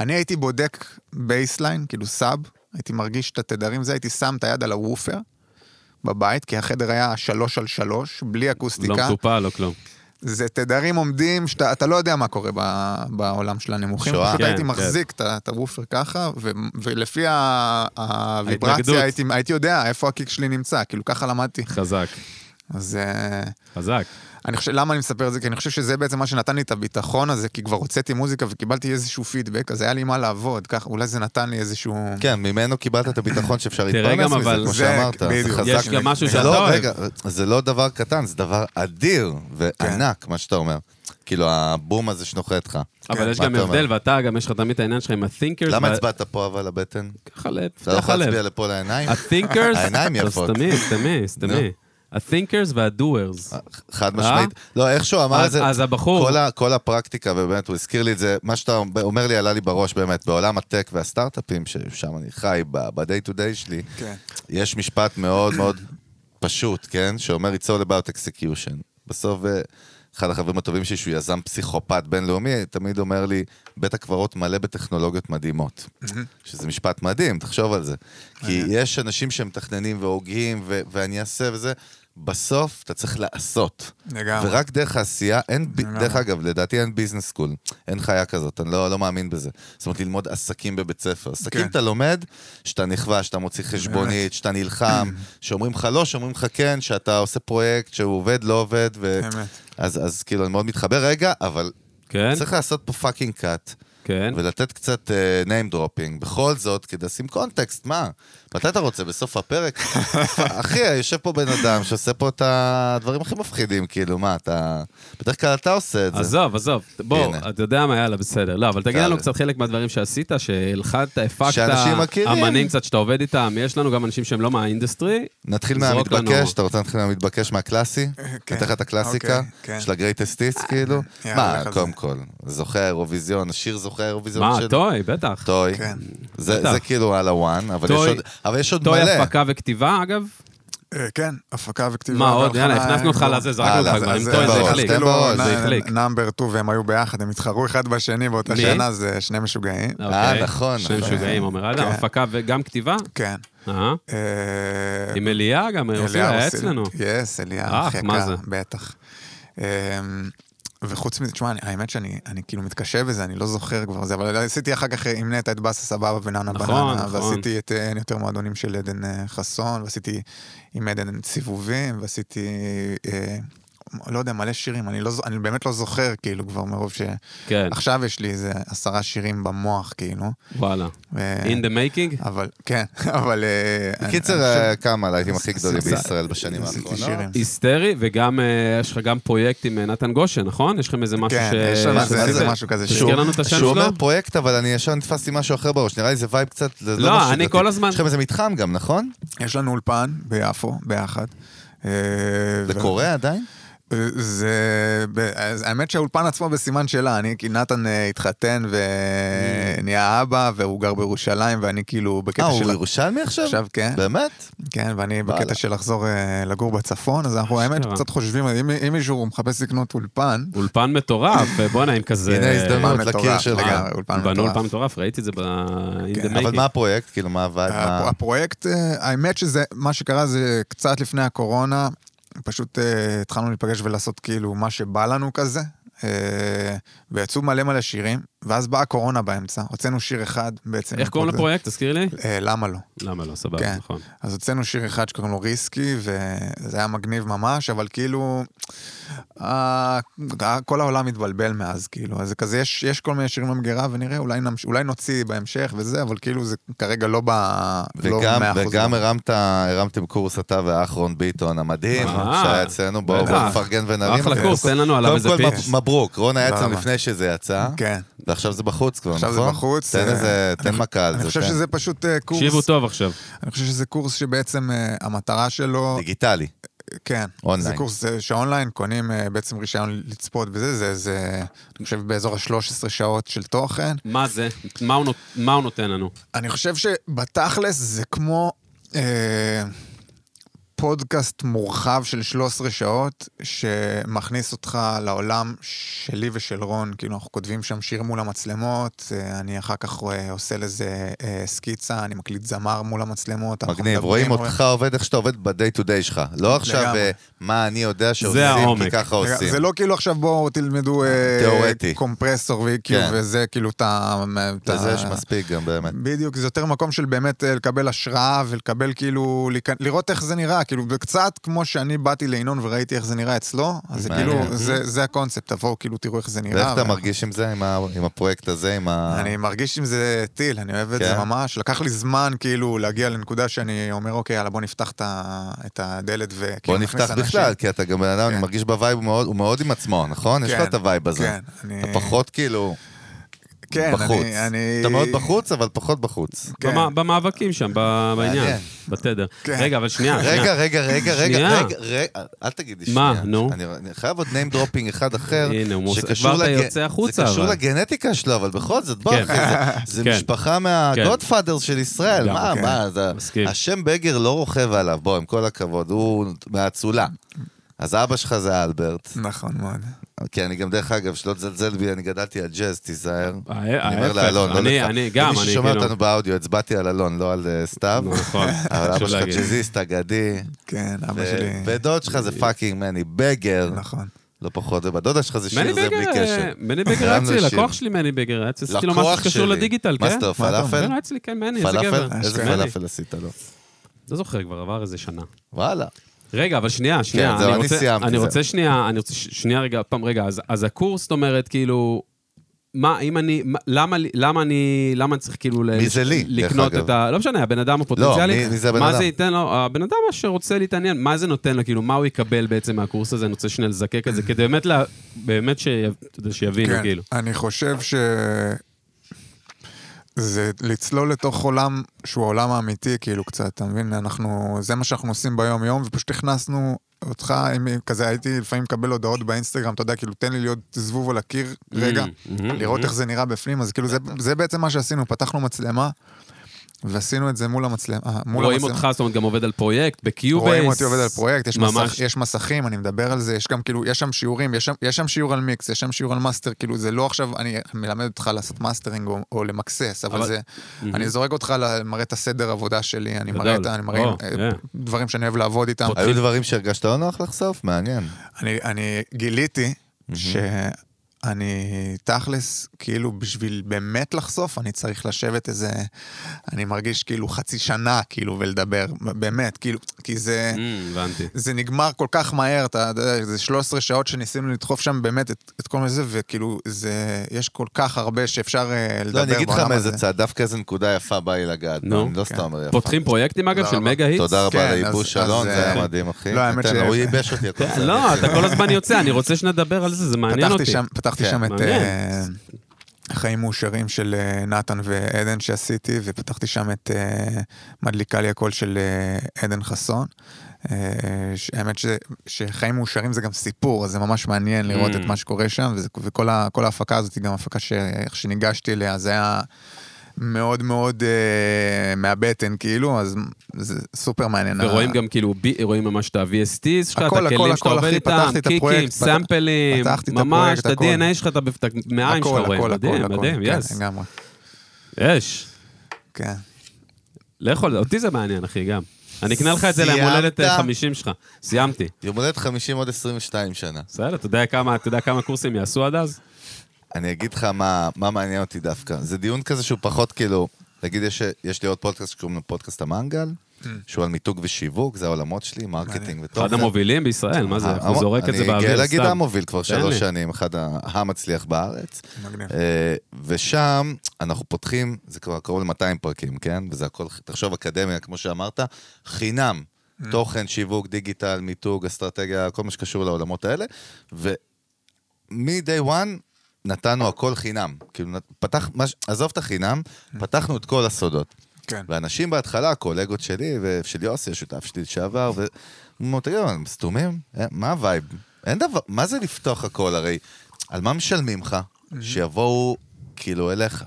Speaker 3: אני הייתי בודק בייסליין, כאילו סאב, הייתי מרגיש את התדרים, זה, הייתי שם את היד על הוופר בבית, כי החדר היה שלוש על שלוש, בלי
Speaker 2: לא
Speaker 3: אקוסטיקה.
Speaker 2: מטופל, לא כלום.
Speaker 3: זה תדרים עומדים, שאתה אתה לא יודע מה קורה ב, בעולם של הנמוכים.
Speaker 1: שואה.
Speaker 3: פשוט
Speaker 2: כן,
Speaker 3: הייתי
Speaker 2: כן.
Speaker 3: מחזיק את ה- את הוופר ככה, ו, ולפי ה-
Speaker 2: ההתנגדות.
Speaker 3: הוויברציה הייתי, הייתי יודע איפה הקיק שלי נמצא, כאילו ככה למדתי.
Speaker 2: חזק,
Speaker 3: אז... אה,
Speaker 2: חזק.
Speaker 1: כן,
Speaker 3: אני חושב, למה אני מספר את זה? כי אני חושב שזה בעצם מה שנתן לי את הביטחון הזה, כי כבר הוצאתי מוזיקה וקיבלתי איזשהו פידבק, אז היה לי מה לעבוד, כך, אולי זה נתן לי איזשהו...
Speaker 1: כן, ממנו קיבלת את הביטחון שאפשר
Speaker 2: תראה
Speaker 1: להתפרנס
Speaker 2: גם,
Speaker 1: מזה,
Speaker 2: אבל
Speaker 1: כמו
Speaker 3: זה-
Speaker 1: שאמרת, זה
Speaker 3: בדיוק.
Speaker 1: חזק.
Speaker 2: יש גם משהו
Speaker 1: זה
Speaker 2: שאתה
Speaker 1: לא-
Speaker 2: אוהב.
Speaker 1: רגע, זה לא דבר קטן, זה דבר אדיר וענק,
Speaker 3: כן.
Speaker 1: מה שאתה אומר. כאילו, הבום הזה שנוחת לך. כן.
Speaker 2: אבל יש
Speaker 1: מה
Speaker 2: גם
Speaker 1: אתה אומר?
Speaker 2: הבדל, ואתה, גם יש לך תמיד את העניין שלך עם ה-thinkers.
Speaker 1: למה
Speaker 2: וה-
Speaker 1: הצבעת פה אבל לבטן?
Speaker 2: ככה לב,
Speaker 1: אתה לא
Speaker 2: פתח
Speaker 1: יכול
Speaker 2: הלב.
Speaker 1: להצביע לפה לעיניים?
Speaker 2: ה-thinkers,
Speaker 1: העיניים
Speaker 2: לא,
Speaker 1: יפות.
Speaker 2: סתמי, סתמי, סתמי. ה-thinkers וה-doers.
Speaker 1: אה, חד משמעית. לא, איכשהו אמר את
Speaker 2: אה? אז,
Speaker 1: זה,
Speaker 2: אז הבחור,
Speaker 1: כל, ה, כל הפרקטיקה, ובאמת, הוא הזכיר לי את זה, מה שאתה אומר לי עלה לי בראש באמת, בעולם הטק והסטארט-אפים, ששם אני חי, ב-day to day שלי,
Speaker 3: כן.
Speaker 1: יש משפט מאוד מאוד פשוט, כן? שאומר It's all about execution. בסוף, אה, אחד החברים הטובים שלי, שהוא יזם פסיכופת בינלאומי, תמיד אומר לי, בית הקברות מלא בטכנולוגיות מדהימות.
Speaker 3: Mm-hmm.
Speaker 1: שזה משפט מדהים, תחשוב על זה. כי יש אנשים שמתכננים והוגים, ו- ואני אעשה וזה, בסוף אתה צריך לעשות.
Speaker 3: לגמרי.
Speaker 1: ורק דרך העשייה, אין, ב-
Speaker 3: לגמרי.
Speaker 1: דרך אגב, לדעתי אין ביזנס סקול, אין חיה כזאת, אני לא, לא מאמין בזה. זאת אומרת, ללמוד עסקים בבית ספר. עסקים
Speaker 3: כן.
Speaker 1: אתה לומד, שאתה נכווה, שאתה מוציא חשבונית, שאתה נלחם, שאומרים לך לא, שאומרים לך כן, שאתה עושה פרויקט, שהוא עובד, לא עובד, ו...
Speaker 3: אמת.
Speaker 1: אז, אז כאילו, אני מאוד מתחבר רגע, אבל
Speaker 2: כן,
Speaker 1: צריך לעשות פה פאקינג קאט.
Speaker 2: כן.
Speaker 1: ולתת קצת uh, name dropping, בכל זאת, כדי לשים קונטקסט, מה? מתי אתה רוצה? בסוף הפרק? אחי, יושב פה בן אדם שעושה פה את הדברים הכי מפחידים, כאילו, מה, אתה... בדרך כלל אתה עושה את זה.
Speaker 2: עזוב, עזוב, בוא,
Speaker 1: הנה.
Speaker 2: אתה יודע מה, יאללה, בסדר. לא, אבל תגיד
Speaker 1: יאללה.
Speaker 2: לנו קצת חלק מהדברים שעשית, שהלחדת, הפקת,
Speaker 1: שאנשים מכירים.
Speaker 2: אמנים קצת שאתה עובד איתם, יש לנו גם אנשים שהם לא מהאינדסטרי.
Speaker 1: נתחיל
Speaker 2: זרוק
Speaker 1: מהמתבקש,
Speaker 2: לנו.
Speaker 1: אתה רוצה להתחיל מהמתבקש מהקלאסי?
Speaker 3: כן.
Speaker 1: נתן לך את הקלאסיקה
Speaker 3: אוקיי, כן. אה,
Speaker 1: של הגרייטסט איסט, כאילו?
Speaker 3: יאללה,
Speaker 1: מה,
Speaker 3: לך על
Speaker 1: קודם
Speaker 3: זה.
Speaker 1: כל, זוכה האירוויזיון, השיר זוכה האירוויזיון
Speaker 2: מה,
Speaker 1: של...
Speaker 2: טוי, בטח.
Speaker 1: טוי.
Speaker 3: כן.
Speaker 1: זה
Speaker 2: בטח.
Speaker 1: זה כאילו על הוואן, אבל יש
Speaker 2: טוי-
Speaker 1: עוד- אבל יש עוד מלא.
Speaker 2: טוי הפקה וכתיבה, אגב.
Speaker 3: אה, כן, הפקה וכתיבה.
Speaker 2: מה עוד?
Speaker 3: והלחנה,
Speaker 2: יאללה, הכנסנו אותך
Speaker 3: אה,
Speaker 2: לזה, זרקנו
Speaker 1: הלאה, אז-
Speaker 2: אותך כבר, עם
Speaker 1: אז
Speaker 2: טוי
Speaker 1: תן
Speaker 2: זה
Speaker 1: בראש,
Speaker 2: החליק.
Speaker 1: תן בראש,
Speaker 2: זה החליק.
Speaker 3: נאמבר 2 והם היו ביחד, הם התחרו אחד בשני באותה
Speaker 2: מי?
Speaker 3: שנה, זה שני משוגעים.
Speaker 1: אה,
Speaker 2: אוקיי.
Speaker 1: נכון.
Speaker 2: שני
Speaker 1: נכון.
Speaker 2: משוגעים, אומר אדם,
Speaker 3: כן.
Speaker 2: הפקה וגם כתיבה?
Speaker 3: כן.
Speaker 2: אה,
Speaker 3: אה,
Speaker 2: עם אליה גם, עושים,
Speaker 3: אליה
Speaker 2: היה
Speaker 3: עושים- כן.
Speaker 2: אצלנו.
Speaker 3: יס, אליה,
Speaker 2: אח,
Speaker 3: אחי
Speaker 2: אה, מה
Speaker 3: יקר,
Speaker 2: זה?
Speaker 3: בטח. אמ, וחוץ מזה, תשמע, אני- האמת שאני אני כאילו מתקשה בזה, אני לא זוכר כבר זה, אבל עשיתי אחר כך אה, עם נטע את באסה סבבה ונאנה
Speaker 2: נכון,
Speaker 3: בננה,
Speaker 2: נכון.
Speaker 3: ועשיתי את אה, אין יותר מועדונים של עדן אה, חסון, ועשיתי עם עדן סיבובים, ועשיתי, אה, לא יודע, מלא שירים, אני, לא, ז- אני באמת לא זוכר כאילו כבר מרוב ש...
Speaker 2: כן,
Speaker 3: עכשיו יש לי איזה עשרה שירים במוח כאילו.
Speaker 2: וואלה.
Speaker 3: אה,
Speaker 2: In the making?
Speaker 3: אבל, כן, אבל... אה, אני-
Speaker 1: בקיצר,
Speaker 3: אני חושב-
Speaker 1: אה, כמה הלהיטים הכי גדולים
Speaker 3: עשיתי-
Speaker 1: בישראל בשנים
Speaker 3: עשיתי
Speaker 1: האחרונות.
Speaker 3: שירים.
Speaker 2: היסטרי, וגם אה, יש לך גם פרויקט עם אה, נתן גושן, נכון? יש לכם איזה משהו
Speaker 3: כן,
Speaker 2: ש...
Speaker 3: יש לנו
Speaker 1: איזה-
Speaker 2: שעשיתם?
Speaker 1: איזה
Speaker 3: משהו כזה
Speaker 2: תזכיר
Speaker 3: שהוא-
Speaker 2: לנו את השם
Speaker 1: שהוא אומר
Speaker 2: שלו?
Speaker 1: פרויקט, אבל אני ישר נתפסתי משהו אחר בראש, נראה לי זה וייב קצת... זה
Speaker 2: לא,
Speaker 1: משהו
Speaker 2: אני
Speaker 1: דתי.
Speaker 2: כל הזמן-
Speaker 1: יש לכם איזה מתחם גם, נכון?
Speaker 3: יש לנו אולפן ביפו, ביחד. אה,
Speaker 1: זה
Speaker 3: ו-
Speaker 1: קורה עדיין?
Speaker 3: אה, זה... ב- אז האמת שהאולפן עצמו בסימן שאלה, אני כי נתן אה, התחתן ונהיה אבא, והוא גר בירושלים, ואני כאילו
Speaker 1: אה,
Speaker 3: בקטע
Speaker 1: הוא
Speaker 3: של...
Speaker 1: ירושלמי עכשיו?
Speaker 3: עכשיו כן,
Speaker 1: באמת?
Speaker 3: כן, ואני
Speaker 1: וואלה.
Speaker 3: בקטע של לחזור אה, לגור בצפון, אז אנחנו האמת
Speaker 2: אשכרה.
Speaker 3: קצת חושבים, אם אם מישהו מחפש לקנות אולפן,
Speaker 2: אולפן מטורף, אה, בואנה, אם כזה...
Speaker 1: הנה הזדמנות.
Speaker 3: אולפן
Speaker 1: לקיר
Speaker 3: מטורף,
Speaker 1: שלך.
Speaker 3: לגמרי, אולפן
Speaker 2: בנו
Speaker 3: מטורף.
Speaker 2: אולפן מטורף, ראיתי את זה ב... In the
Speaker 3: כן,
Speaker 1: אבל
Speaker 2: making.
Speaker 1: מה הפרויקט? כאילו, מה הווייב?
Speaker 3: הפ-
Speaker 1: מה-
Speaker 3: הפרויקט, אה, האמת שזה, מה שקרה זה קצת לפני הקורונה, פשוט אה, התחלנו להיפגש ולעשות כאילו מה שבא לנו כזה, אה, ויצאו מלא מלא שירים, ואז באה הקורונה באמצע, הוצאנו שיר אחד בעצם.
Speaker 2: איך קוראים לפרויקט? תזכיר לי.
Speaker 3: אה, למה לא?
Speaker 2: למה לא, סבבה,
Speaker 3: כן.
Speaker 2: נכון.
Speaker 3: אז הוצאנו שיר אחד שקוראים לו ריסקי, וזה היה מגניב ממש, אבל כאילו, אה, כל העולם התבלבל מאז, כאילו, אז זה כזה, יש, יש כל מיני שירים במגירה, ונראה, אולי, נמש, אולי נוציא בהמשך וזה, אבל כאילו זה כרגע לא ב...
Speaker 1: וגם,
Speaker 3: לא 100%.
Speaker 1: וגם הרמת, הרמתם קורס אתה ואחרון ביטון המדהים,
Speaker 2: אה,
Speaker 1: שהיה אצלנו, בואו
Speaker 2: בטח.
Speaker 1: בואו נפרגן ונרים.
Speaker 2: אחלה קורס, תן לנו עליו
Speaker 1: קודם
Speaker 2: איזה
Speaker 1: כל,
Speaker 2: פיץ'.
Speaker 1: מב- מברוק, רון היה אצלנו
Speaker 3: תודה
Speaker 1: לפני שזה יצא,
Speaker 3: כן.
Speaker 1: ועכשיו זה בחוץ כבר, נכון?
Speaker 3: עכשיו זה בחוץ,
Speaker 1: תן
Speaker 3: אה,
Speaker 1: איזה, תן מכה על זה.
Speaker 3: אני חושב
Speaker 1: כן.
Speaker 3: שזה פשוט אה, קורס,
Speaker 2: תקשיבו טוב עכשיו.
Speaker 3: אני חושב שזה קורס שבעצם אה, המטרה שלו,
Speaker 1: דיגיטלי.
Speaker 3: כן,
Speaker 1: אונליין.
Speaker 3: זה קורס אה, שאונליין קונים אה, בעצם רישיון לצפות בזה, זה, זה, אני חושב באזור ה-13 שעות של תוכן.
Speaker 2: מה זה? מה הוא נות- מה הוא נותן לנו?
Speaker 1: כן.
Speaker 3: אני חושב שבתכלס זה כמו אה, פודקאסט מורחב של 13 שעות, שמכניס אותך לעולם שלי ושל רון. כאילו, אנחנו כותבים שם שיר מול המצלמות, אה, אני אחר כך אה, עושה לזה אה, סקיצה, אני מקליט זמר מול המצלמות. אנחנו
Speaker 1: מגניב,
Speaker 3: מדברים,
Speaker 1: רואים אותך עובד איך שאתה עובד ב-day to day שלך. לא עכשיו
Speaker 3: לגמרי.
Speaker 1: אה, מה אני יודע שעושים,
Speaker 2: העומק.
Speaker 1: כי ככה
Speaker 3: רגע,
Speaker 1: עושים.
Speaker 3: זה לא כאילו עכשיו בואו תלמדו אה,
Speaker 1: תיאורטי.
Speaker 3: קומפרסור ו-EQ
Speaker 1: כן.
Speaker 3: וזה כאילו את ה... את ה-
Speaker 1: לזה יש מספיק גם באמת.
Speaker 3: בדיוק, זה יותר מקום של באמת אה, לקבל השראה ולקבל כאילו, להיכנ- לראות איך זה נראה, כאילו, וקצת כמו שאני באתי לינון וראיתי איך זה נראה אצלו, אז זה
Speaker 1: מעניין.
Speaker 3: כאילו, זה- זה הקונספט, תבואו כאילו תראו איך זה נראה.
Speaker 1: ואיך אתה
Speaker 3: ו-
Speaker 1: מרגיש עם זה, עם ה- עם הפרויקט הזה, עם ה...
Speaker 3: אני מרגיש עם זה טיל, אני אוהב את
Speaker 1: כן?
Speaker 3: זה ממש. לקח לי זמן כאילו להגיע לנקודה שאני אומר, אוקיי, יאללה, בוא נפתח את ה- את הדלת
Speaker 1: בוא
Speaker 3: וכאילו
Speaker 1: נפתח
Speaker 3: נכניס
Speaker 1: בכלל,
Speaker 3: אנשים.
Speaker 1: כי אתה גם בן אדם, אני
Speaker 3: כן.
Speaker 1: מרגיש בווייב, הוא מאוד- הוא מאוד עם עצמו, נכון? יש
Speaker 3: כן,
Speaker 1: לך את הווייב הזה.
Speaker 3: כן, אני...
Speaker 1: אתה פחות כאילו...
Speaker 3: כן,
Speaker 1: בחוץ.
Speaker 3: אני... אני...
Speaker 1: אתה מאוד בחוץ, אבל פחות בחוץ.
Speaker 3: כן.
Speaker 2: במ- במאבקים שם, ב- בעניין,
Speaker 1: מעניין.
Speaker 2: בתדר.
Speaker 3: כן.
Speaker 2: רגע, אבל שנייה,
Speaker 1: רגע, רגע,
Speaker 2: שנייה.
Speaker 1: רגע,
Speaker 2: שנייה.
Speaker 1: רגע, רגע, רגע, אל תגיד לי
Speaker 2: מה,
Speaker 1: שנייה.
Speaker 2: נו?
Speaker 1: אני- אני חייב עוד name dropping אחד אחר,
Speaker 2: הנה, הוא מוס-
Speaker 1: שקשור
Speaker 2: כבר אתה
Speaker 1: לג-
Speaker 2: יוצא החוצה,
Speaker 1: זה קשור
Speaker 2: אבל.
Speaker 1: לגנטיקה שלו, אבל בכל זאת, בוא,
Speaker 2: כן.
Speaker 1: אחי, זה- זה
Speaker 2: כן.
Speaker 1: משפחה מהגודפאדרס של ישראל,
Speaker 2: גם,
Speaker 1: מה,
Speaker 3: כן.
Speaker 1: מה, זה-
Speaker 2: מסכים.
Speaker 1: השם בגר לא רוכב עליו, בוא, עם כל הכבוד, הוא מהאצולה. אז אבא שלך זה אלברט,
Speaker 3: נכון מאוד.
Speaker 1: כי אני גם, דרך אגב, שלא תזלזל בי, אני גדלתי על ג'אז, תיזהר.
Speaker 2: ההפך,
Speaker 1: אני אומר לאלון, לא
Speaker 2: אה, אני,
Speaker 1: לך.
Speaker 2: אני גם,
Speaker 1: מי
Speaker 2: אני
Speaker 1: ששומע
Speaker 2: כאילו...
Speaker 1: אותנו באודיו, הצבעתי על אלון, לא על אה, סתיו.
Speaker 2: נכון,
Speaker 1: אבל אבא
Speaker 2: חשוב
Speaker 1: שלך
Speaker 2: להגיד.
Speaker 1: ג'אזיסט אגדי.
Speaker 3: כן, אבא
Speaker 1: ו-
Speaker 3: שלי...
Speaker 1: ודוד שלך
Speaker 2: אה,
Speaker 1: זה פאקינג מני בגר,
Speaker 3: נכון.
Speaker 1: לא פחות, ובדודה שלך זה
Speaker 2: מני
Speaker 1: שיר, זה בלי
Speaker 2: בגר,
Speaker 1: קשר.
Speaker 2: אה, מני בגר היה
Speaker 1: הרמנו
Speaker 2: אצלי,
Speaker 1: שיר.
Speaker 2: לקוח שלי מני בגר, היה אצלי לו משהו
Speaker 1: לקוח
Speaker 2: שקשור
Speaker 1: שלי.
Speaker 2: לדיגיטל, כן?
Speaker 1: מה עשית לו,
Speaker 3: מה אתה אומר?
Speaker 1: פלאפל?
Speaker 2: כן, היה אצלי, כן, מני, איזה גבר.
Speaker 1: פלאפל? איזה
Speaker 2: מני.
Speaker 1: פלאפל עשית לו?
Speaker 2: לא זוכר, כבר עבר איזה שנה.
Speaker 1: וואלה.
Speaker 2: רגע, אבל שנייה, שנייה.
Speaker 1: כן, זהו, אני
Speaker 2: רוצה-
Speaker 1: סיימתי,
Speaker 2: אני
Speaker 1: זהו.
Speaker 2: רוצה שנייה, אני רוצה ש- שנייה רגע, פעם רגע, אז- אז הקורס, זאת אומרת, כאילו, מה, אם אני, מה- למה לי- למה אני, למה אני צריך כאילו... ל-
Speaker 1: מי זה לי, דרך
Speaker 2: לקנות
Speaker 1: אגב.
Speaker 2: את ה... לא משנה, הבן אדם הפוטנציאלי.
Speaker 1: מי- מי זה הבן
Speaker 2: מה
Speaker 1: אדם?
Speaker 2: זה ייתן לו, הבן אדם שרוצה להתעניין, מה זה נותן לו, כאילו, מה הוא יקבל בעצם מהקורס הזה, אני רוצה שנייה לזקק את זה, כדי באמת, לה- באמת ש- אתה יודע, שיבינו,
Speaker 3: כן,
Speaker 2: כאילו.
Speaker 3: אני חושב ש... זה לצלול לתוך עולם שהוא העולם האמיתי, כאילו קצת, אתה מבין? אנחנו, זה מה שאנחנו עושים ביום-יום, ופשוט הכנסנו אותך, אם כזה הייתי לפעמים מקבל הודעות באינסטגרם, אתה יודע, כאילו, תן לי להיות זבוב על הקיר רגע,
Speaker 2: Mm, mm,
Speaker 3: לראות
Speaker 2: mm.
Speaker 3: איך זה נראה בפנים, אז כאילו, זה- זה בעצם מה שעשינו, פתחנו מצלמה, ועשינו את זה מול המצלמה. אה, מול
Speaker 2: רואים
Speaker 3: המצלמה.
Speaker 2: אותך, זאת אומרת, גם עובד על פרויקט, בקיובייס.
Speaker 3: רואים אותי עובד על פרויקט, יש,
Speaker 2: ממש.
Speaker 3: מסך, יש מסכים, אני מדבר על זה, יש גם כאילו, יש שם שיעורים, יש שם, יש שם שיעור על מיקס, יש שם שיעור על מאסטר, כאילו זה לא עכשיו, אני מלמד אותך לעשות מאסטרינג או, או למקסס, אבל,
Speaker 2: אבל-
Speaker 3: אבל זה, אני זורק אותך, ל- מראה את הסדר עבודה שלי, אני מראה את
Speaker 2: גדול.
Speaker 3: ה- אני מראה
Speaker 2: או,
Speaker 3: אה,
Speaker 2: כן.
Speaker 3: דברים שאני אוהב לעבוד איתם.
Speaker 2: פותח.
Speaker 1: היו דברים שהרגשת לא נוח לחשוף? מעניין.
Speaker 3: אני, אני גיליתי שאני תכלס, כאילו בשביל באמת לחשוף, אני צריך לשבת איזה, אני מרגיש כאילו חצי שנה, כאילו, ולדבר, באמת, כאילו, כי זה...
Speaker 2: Mm, הבנתי.
Speaker 3: זה נגמר כל כך מהר, אתה אתה יודע, זה 13 שעות שניסינו לדחוף שם באמת את, את כל זה, וכאילו, זה, יש כל כך הרבה שאפשר אה, לדבר
Speaker 1: לא, אני אגיד לך
Speaker 3: בעולם
Speaker 1: מאיזה
Speaker 3: הזה.
Speaker 1: צד, דווקא איזה נקודה יפה בא לי לגעת.
Speaker 2: נו.
Speaker 1: אני לא
Speaker 3: כן.
Speaker 1: סתם אומר יפה.
Speaker 2: פותחים פרויקטים, אגב,
Speaker 3: תודה
Speaker 2: של
Speaker 3: רבה.
Speaker 2: מגה היטס.
Speaker 1: תודה
Speaker 3: כן,
Speaker 1: רבה לייבוש
Speaker 3: אז-
Speaker 1: אלון,
Speaker 3: אז,
Speaker 1: זה
Speaker 3: אה,
Speaker 1: היה מדהים, אחי.
Speaker 3: לא, האמת
Speaker 1: תן לו,
Speaker 3: ש-
Speaker 1: הוא ייבש אותי. הכל בסדר.
Speaker 2: לא, אתה כל הזמן יוצא, אני רוצה שנדבר על זה, זה מעניין
Speaker 3: פתחתי
Speaker 2: אותי.
Speaker 3: שם, פתחתי
Speaker 1: כן,
Speaker 3: שם את
Speaker 2: מעניין.
Speaker 3: אה, חיים מאושרים של אה, נתן ועדן שעשיתי, ופתחתי שם את אה, מדליקה לי הקול של אה, עדן חסון. אה, ש- האמת שזה- שחיים מאושרים זה גם סיפור, אז זה ממש מעניין לראות
Speaker 2: Mm.
Speaker 3: את מה שקורה שם, וזה- וכל ה- כל ההפקה הזאת היא גם הפקה שאיך שניגשתי אליה, זה היה מאוד מאוד אה, מהבטן כאילו, אז זה סופר מעניין.
Speaker 2: ורואים
Speaker 3: ה-
Speaker 2: גם כאילו, בי- רואים ממש את ה-VSTs שלך, את
Speaker 3: הכל,
Speaker 2: הכלים
Speaker 3: הכל,
Speaker 2: שאתה
Speaker 3: הכל,
Speaker 2: עובד
Speaker 3: אחי,
Speaker 2: איתם,
Speaker 3: פתחתי את
Speaker 2: קיקים,
Speaker 3: הפרויקט, פת-
Speaker 2: סמפלים,
Speaker 3: פתחתי את
Speaker 2: ממש,
Speaker 3: הפרויקט,
Speaker 2: את
Speaker 3: הכל.
Speaker 2: ה-DNA שלך, אתה בפת- מהעין שלך
Speaker 3: הכל,
Speaker 2: רואים,
Speaker 3: הכל,
Speaker 2: מדהים,
Speaker 3: הכל, הכל.
Speaker 2: מדהים,
Speaker 3: כן,
Speaker 2: יס.
Speaker 3: לגמרי,
Speaker 2: יש,
Speaker 3: כן.
Speaker 2: לכו על זה, אותי זה מעניין, אחי, גם. אני אקנה לך את זה ליום הולדת
Speaker 1: סיימת?
Speaker 2: 50 שלך, סיימתי.
Speaker 1: יום הולדת 50 עוד 22 שנה.
Speaker 2: בסדר, אתה יודע כמה- אתה יודע כמה קורסים יעשו עד אז?
Speaker 1: אני אגיד לך מה, מה מעניין אותי דווקא. זה דיון כזה שהוא פחות כאילו, נגיד יש, יש לי עוד פודקאסט שקוראים לו פודקאסט המנגל,
Speaker 3: Mm.
Speaker 1: שהוא על מיתוג ושיווק, זה העולמות שלי, מרקטינג ותוכן.
Speaker 2: אחד המובילים בישראל, מה
Speaker 3: אה,
Speaker 2: זה, איך הוא
Speaker 1: המ-
Speaker 2: זורק את זה
Speaker 1: אני
Speaker 2: באוויר,
Speaker 1: גאה
Speaker 2: סתם.
Speaker 1: להגיד המוביל כבר
Speaker 2: תן
Speaker 1: שלוש
Speaker 2: לי.
Speaker 1: שנים, אחד ה- המצליח בארץ.
Speaker 3: מגניב.
Speaker 1: אה, ושם אנחנו פותחים, זה כבר קרוב ל-200 פרקים, כן? וזה הכל, תחשוב, אקדמיה, כמו שאמרת, חינם. תוכן, שיווק, דיגיטל, מיתוג, אסטרטגיה, כל מה שקשור לעולמות האלה. ומ-day one נתנו הכל חינם. כאילו, נת- פתח, מה ש- עזוב את החינם, פתחנו את כל הסודות.
Speaker 3: כן.
Speaker 1: ואנשים בהתחלה, הקולגות שלי ושל יוסי, השותף שלי לשעבר, ו- אמרו, תגידו, הם סתומים? אה, מה הווייב? אין דבר, מה זה לפתוח הכל הרי? על מה משלמים לך? שיבואו כאילו אליך.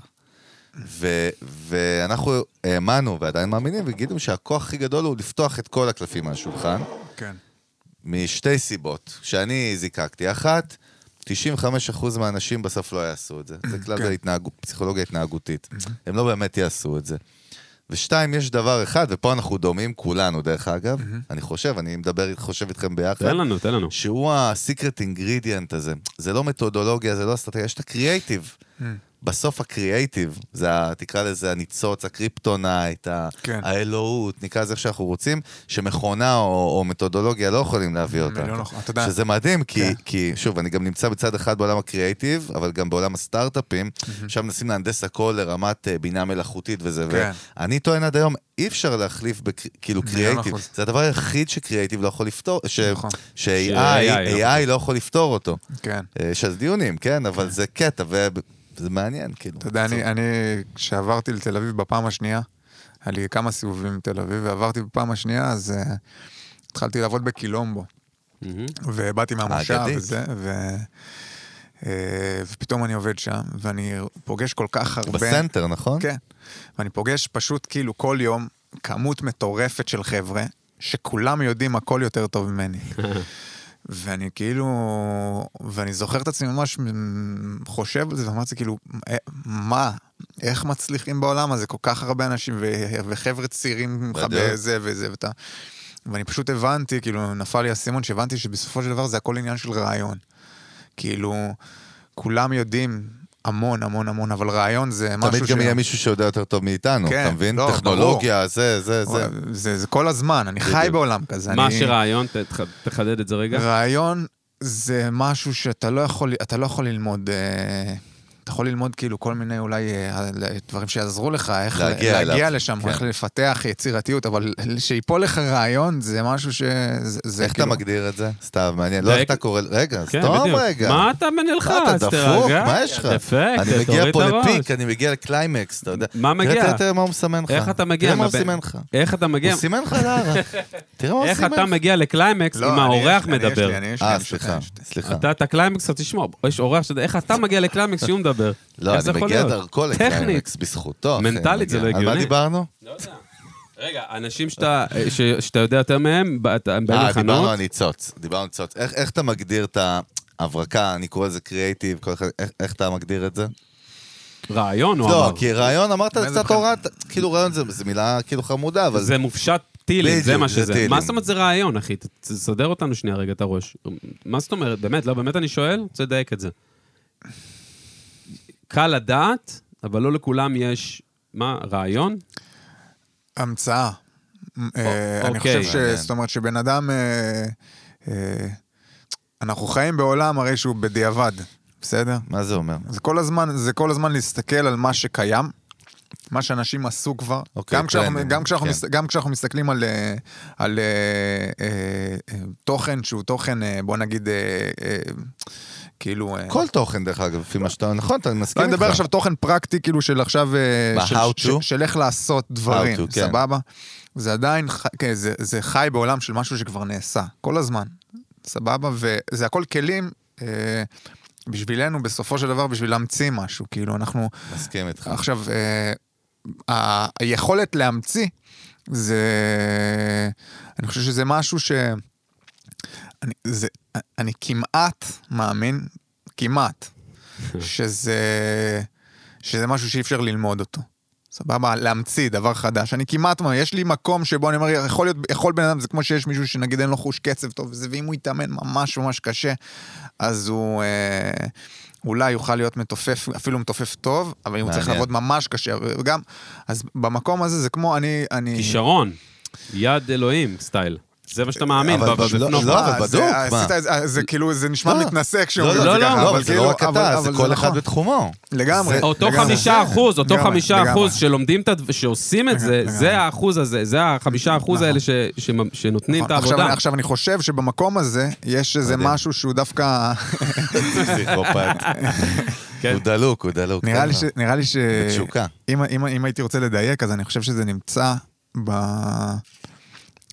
Speaker 1: ו- ואנחנו האמנו ועדיין מאמינים וגילינו שהכוח הכי גדול הוא לפתוח את כל הקלפים מהשולחן.
Speaker 3: כן.
Speaker 1: משתי סיבות שאני זיקקתי. אחת, 95% מהאנשים בסוף לא יעשו את זה. זה כלל
Speaker 3: כן.
Speaker 1: בהתנהגו- פסיכולוגיה התנהגותית. הם לא באמת יעשו את זה. ושתיים, יש דבר אחד, ופה אנחנו דומים כולנו, דרך אגב, אני חושב, אני מדבר, חושב איתכם ביחד,
Speaker 2: תן לנו, תן לנו.
Speaker 1: שהוא הסיקרט אינגרידיאנט הזה. זה לא מתודולוגיה, זה לא אסטרטגיה, יש את הקריאייטיב.
Speaker 3: Hmm.
Speaker 1: בסוף הקריאייטיב, זה, ה- תקרא לזה הניצוץ, הקריפטונייט, ה-
Speaker 3: כן.
Speaker 1: האלוהות, נקרא לזה איך שאנחנו רוצים, שמכונה או, או מתודולוגיה לא יכולים להביא אותה.
Speaker 3: מיליון אחוז, Hmm, נכון, אתה יודע.
Speaker 1: שזה מדהים, כי,
Speaker 3: כן.
Speaker 1: כי שוב, אני גם נמצא בצד אחד בעולם הקריאייטיב, אבל גם בעולם הסטארט-אפים,
Speaker 3: Hmm.
Speaker 1: שם מנסים להנדס הכל לרמת אה, בינה מלאכותית וזה,
Speaker 3: כן.
Speaker 1: ואני טוען עד היום, אי אפשר להחליף בק- כאילו
Speaker 3: מיליון
Speaker 1: קריאייטיב.
Speaker 3: אחוז.
Speaker 1: זה הדבר היחיד שקריאייטיב לא יכול לפתור, ש-
Speaker 3: נכון.
Speaker 1: ש-AI
Speaker 2: ש-AI אוקיי.
Speaker 1: AI לא יכול לפתור אותו.
Speaker 3: כן.
Speaker 2: כן.
Speaker 1: אה, יש על זה דיונים, כן? אבל זה קטע, ו- זה מעניין, כאילו.
Speaker 3: אתה יודע, אני, אני, כשעברתי לתל אביב בפעם השנייה, היה לי כמה סיבובים בתל אביב, ועברתי בפעם השנייה, אז אה, התחלתי לעבוד בקילומבו.
Speaker 2: מהמם.
Speaker 3: ובאתי מהמושב
Speaker 1: האגדית.
Speaker 3: וזה, ו... אה, ופתאום אני עובד שם, ואני פוגש כל כך הרבה...
Speaker 1: בסנטר, נכון?
Speaker 3: כן. ואני פוגש פשוט כאילו כל יום כמות מטורפת של חבר'ה, שכולם יודעים הכל יותר טוב ממני. ואני כאילו, ואני זוכר את עצמי ממש מ- חושב על זה, ואמרתי כאילו, אה, מה, איך מצליחים בעולם הזה? כל כך הרבה אנשים ו- וחבר'ה צעירים ממך
Speaker 1: בדיוק.
Speaker 3: בזה וזה ואתה... ואני פשוט הבנתי, כאילו, נפל לי האסימון, שהבנתי שבסופו של דבר זה הכל עניין של רעיון. כאילו, כולם יודעים המון המון המון, אבל רעיון זה משהו
Speaker 1: תמיד גם יהיה מישהו שיודע יותר טוב מאיתנו,
Speaker 3: כן,
Speaker 1: אתה מבין?
Speaker 3: לא,
Speaker 1: טכנולוגיה, זה, זה, זה.
Speaker 3: זה, זה, זה כל הזמן, אני חי
Speaker 1: בדיוק.
Speaker 3: בעולם כזה.
Speaker 2: מה
Speaker 3: אני...
Speaker 2: שרעיון, ת- תח- תחדד את זה רגע.
Speaker 3: רעיון זה משהו שאתה לא יכול, אתה לא יכול ללמוד, אה, אתה יכול ללמוד כאילו כל מיני אולי אה, דברים שיעזרו לך, איך
Speaker 1: להגיע
Speaker 3: להגיע
Speaker 1: אליו,
Speaker 3: לשם,
Speaker 1: כן.
Speaker 3: איך לפתח יצירתיות, אבל שיפול לך רעיון זה משהו ש... זה, זה
Speaker 1: איך אתה
Speaker 3: כאילו-
Speaker 1: מגדיר את זה? סתם, מעניין. לא,
Speaker 2: דייק-
Speaker 1: איך אתה קורא... רגע,
Speaker 2: כן,
Speaker 1: סתום
Speaker 2: בדיוק.
Speaker 1: רגע.
Speaker 2: מה אתה מנלחץ?
Speaker 1: מה, אתה דפוק?
Speaker 2: תירגע.
Speaker 1: מה יש לך?
Speaker 2: דפקט,
Speaker 1: אני מגיע
Speaker 2: תוריד
Speaker 1: פה
Speaker 2: את הראש.
Speaker 1: לפיק, אני מגיע לקליימקס, אתה יודע.
Speaker 2: מה מגיע?
Speaker 1: תראה, תראה, תראה מה הוא מסמן לך.
Speaker 2: איך אתה מגיע?
Speaker 1: תראה מה הוא
Speaker 2: לבן-
Speaker 1: סימן לך.
Speaker 2: איך אתה מגיע?
Speaker 1: הוא סימן לך לארה. תראה מה הוא
Speaker 2: איך אתה
Speaker 1: סימן לך.
Speaker 2: מגיע לקליימקס
Speaker 3: לא,
Speaker 2: אם
Speaker 3: אני-
Speaker 2: האורח
Speaker 3: אני- יש
Speaker 2: מדבר?
Speaker 3: לי, אני- יש לי,
Speaker 1: אה,
Speaker 3: אני שותק,
Speaker 1: סליחה,
Speaker 3: אני שותק.
Speaker 1: סליחה.
Speaker 2: אתה, את הקליימקס, אתה תשמע, יש אורח שאתה, איך אתה מגיע לקליימקס שהוא מדבר?
Speaker 1: לא,
Speaker 2: איך זה
Speaker 1: אני
Speaker 2: יכול
Speaker 1: מגיע
Speaker 2: להיות?
Speaker 1: דרכו
Speaker 2: טכנית.
Speaker 1: לקליימקס, בזכותו. אחי, אני
Speaker 2: מנטלית זה
Speaker 1: מגיע.
Speaker 2: לא
Speaker 1: על
Speaker 2: הגיוני.
Speaker 1: מה דיברנו?
Speaker 2: לא יודע. רגע, אנשים שאתה, אה, ש, שאתה יודע יותר מהם, ב- אתה- הם בין
Speaker 1: אה, דיברנו
Speaker 2: החנות,
Speaker 1: על ניצוץ. דיברנו על ניצוץ. איך איך אתה מגדיר את ההברקה, אני קורא לזה קריאייטיב, כל אחד- איך- איך אתה מגדיר את זה?
Speaker 2: רעיון, הוא
Speaker 1: לא,
Speaker 2: אמר.
Speaker 1: כי רעיון אמרת,
Speaker 3: מאיזה
Speaker 1: קצת
Speaker 3: בחינה?
Speaker 1: הורדת, כאילו רעיון זה זה מילה כאילו חמודה, אבל
Speaker 2: זה מופשט טילים, זה
Speaker 1: בדיוק,
Speaker 2: מה
Speaker 1: זה
Speaker 2: שזה.
Speaker 1: טילים.
Speaker 2: מה זאת אומרת זה רעיון, אחי? ת- תסדר אותנו שנייה רגע את הראש. מה זאת אומרת? באמת, לא, באמת אני שואל? רוצה לדייק את זה. קל לדעת, אבל לא לכולם יש, מה, רעיון?
Speaker 3: אה. המצאה. אה, אני
Speaker 2: אוקיי.
Speaker 3: חושב ש... זאת אומרת שבן אדם... אה, אה, אנחנו חיים בעולם הרי שהוא בדיעבד, בסדר?
Speaker 1: מה זה אומר?
Speaker 3: זה כל הזמן, זה כל הזמן להסתכל על מה שקיים, מה שאנשים עשו כבר.
Speaker 1: אוקיי,
Speaker 3: גם, כשאנחנו,
Speaker 1: טרנדים,
Speaker 3: גם, כשאנחנו
Speaker 1: כן.
Speaker 3: מס, גם כשאנחנו מסתכלים על, אה, על אה, אה, אה, תוכן שהוא תוכן, אה, בוא נגיד, אה, אה, כאילו... אה,
Speaker 1: כל תוכן, דרך אגב, לפי מה שאתה... נכון, אתה מסכים
Speaker 3: לא, אני
Speaker 1: איתך.
Speaker 3: מדבר עכשיו תוכן פרקטי, כאילו של עכשיו... אה,
Speaker 1: מה,
Speaker 3: של-
Speaker 1: how
Speaker 3: של-
Speaker 1: to?
Speaker 3: של איך לעשות דברים,
Speaker 1: How to, כן.
Speaker 3: סבבה? זה עדיין, ח- כן, זה- זה חי בעולם של משהו שכבר נעשה, כל הזמן, סבבה? וזה הכל כלים. אה, בשבילנו, בסופו של דבר, בשביל להמציא משהו, כאילו, אנחנו,
Speaker 1: מסכים איתך.
Speaker 3: עכשיו, אה, ה- היכולת להמציא, זה... אני חושב שזה משהו ש... אני, זה, אני כמעט מאמין, כמעט, שזה, שזה משהו שאי אפשר ללמוד אותו. סבבה? להמציא דבר חדש. אני כמעט, מה- יש לי מקום שבו אני אומר, יכול להיות, יכול בן אדם, זה כמו שיש מישהו שנגיד אין לו חוש קצב טוב וזה, ואם הוא יתאמן ממש ממש קשה, אז הוא אה, אולי יוכל להיות מתופף, אפילו מתופף טוב, אבל אם הוא צריך
Speaker 1: מעניין.
Speaker 3: לעבוד ממש קשה, וגם, אז במקום הזה זה כמו אני, אני...
Speaker 2: כישרון. יד אלוהים סטייל. זה מה שאתה מאמין,
Speaker 1: אבל
Speaker 2: ב- ב-
Speaker 1: לא-
Speaker 2: בפנופ.
Speaker 1: לא, אבל
Speaker 3: אה, זה-
Speaker 1: בדוק,
Speaker 3: אה,
Speaker 1: מה?
Speaker 3: עשית את זה, אה, זה כאילו, זה נשמע
Speaker 1: לא.
Speaker 3: מתנשא
Speaker 1: לא,
Speaker 3: כשאומרים את
Speaker 1: לא,
Speaker 3: זה
Speaker 1: לא,
Speaker 3: ככה,
Speaker 1: לא, אבל זה
Speaker 3: כאילו,
Speaker 1: לא רק
Speaker 3: אבל-
Speaker 1: אתה, זה
Speaker 3: אבל
Speaker 1: כל
Speaker 3: נכון.
Speaker 1: אחד בתחומו.
Speaker 3: לגמרי.
Speaker 1: זה-
Speaker 2: אותו
Speaker 3: לא, לגמרי.
Speaker 2: חמישה אחוז, אותו
Speaker 3: לגמרי,
Speaker 2: חמישה
Speaker 3: לגמרי.
Speaker 2: אחוז שלומדים את ה... שעושים את זה,
Speaker 3: לגמרי.
Speaker 2: זה האחוז הזה, זה החמישה אחוז
Speaker 3: נכון.
Speaker 2: האלה ש- שמ- שנותנים את
Speaker 3: נכון, עכשיו,
Speaker 2: העבודה.
Speaker 3: עכשיו אני חושב שבמקום הזה יש איזה
Speaker 1: מדהים.
Speaker 3: משהו שהוא דווקא...
Speaker 1: פסיכופת.
Speaker 2: כן.
Speaker 1: הוא דלוק, הוא דלוק. כן.
Speaker 3: נראה לי
Speaker 1: תן
Speaker 3: ש...
Speaker 1: לו.
Speaker 3: נראה לי ש...
Speaker 1: בתשוקה.
Speaker 3: אם, אם, אם הייתי רוצה לדייק, אז אני חושב שזה נמצא ב...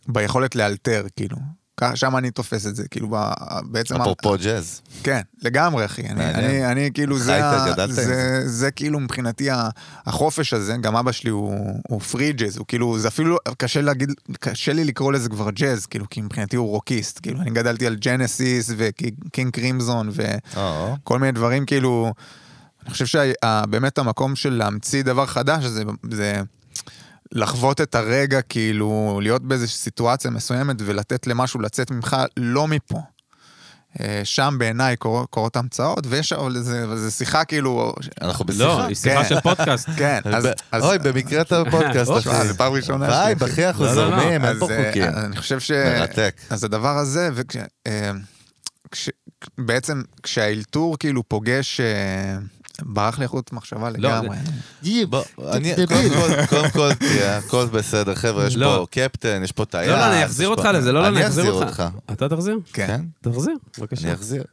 Speaker 3: ביכולת לאלתר, כאילו. כ- שם אני תופס את זה, כאילו, ב... בעצם... ה-
Speaker 1: אפרופו ג'אז.
Speaker 3: כן, לגמרי, אחי. אני,
Speaker 1: מעניין.
Speaker 3: אני, אני כאילו, זה,
Speaker 1: חיית,
Speaker 3: ה-
Speaker 1: גדלת עם
Speaker 3: זה,
Speaker 1: זה.
Speaker 3: זה. זה כאילו מבחינתי ה- החופש הזה, גם אבא שלי הוא, הוא פרי ג'אז, הוא כאילו, זה אפילו קשה להגיד, קשה לי לקרוא לזה כבר ג'אז, כאילו, כי מבחינתי הוא רוקיסט, כאילו, אני גדלתי על ג'נסיס וקינג קרימזון ו...
Speaker 1: או,
Speaker 3: כל מיני דברים, כאילו, אני חושב שבאמת המקום של להמציא דבר חדש זה, זה לחוות את הרגע, כאילו, להיות באיזושהי סיטואציה מסוימת ולתת למשהו לצאת ממך לא מפה. אה, שם בעיניי קור, קורות המצאות, ויש, אבל זה, אבל זה שיחה כאילו...
Speaker 1: אנחנו
Speaker 2: לא,
Speaker 1: בשיחה.
Speaker 2: היא שיחה
Speaker 3: כן.
Speaker 2: של פודקאסט.
Speaker 3: כן, אז...
Speaker 1: ב-
Speaker 3: אז
Speaker 1: אוי, במקרה אתה בפודקאסט,
Speaker 2: אוקיי.
Speaker 1: אחי.
Speaker 3: זה פעם ראשונה
Speaker 1: ביי,
Speaker 3: שלי.
Speaker 1: בחי, אנחנו
Speaker 2: לא, לא, לא.
Speaker 1: זורמים, אין
Speaker 3: אז,
Speaker 1: פה
Speaker 3: אה,
Speaker 1: חוקים.
Speaker 3: אז אני חושב ש...
Speaker 1: מרתק.
Speaker 3: אז הדבר הזה, וכש... אה, כש... בעצם כשהאלתור כאילו פוגש... אה, ברח לי חוט
Speaker 2: לא,
Speaker 3: מחשבה לגמרי.
Speaker 1: בוא, אני- קודם כל- קודם כל, תהיה, הכל בסדר, חבר'ה, יש
Speaker 2: לא.
Speaker 1: פה קפטן, יש פה טייס.
Speaker 2: לא, לא,
Speaker 3: אה,
Speaker 2: אני אחזיר
Speaker 1: יש
Speaker 2: אותך
Speaker 1: פה-
Speaker 2: לזה, לא, לא,
Speaker 1: אני
Speaker 2: אני אחזיר אותך.
Speaker 1: אותך.
Speaker 2: אתה תחזיר?
Speaker 3: כן,
Speaker 2: תחזיר, בבקשה.
Speaker 1: אני אחזיר.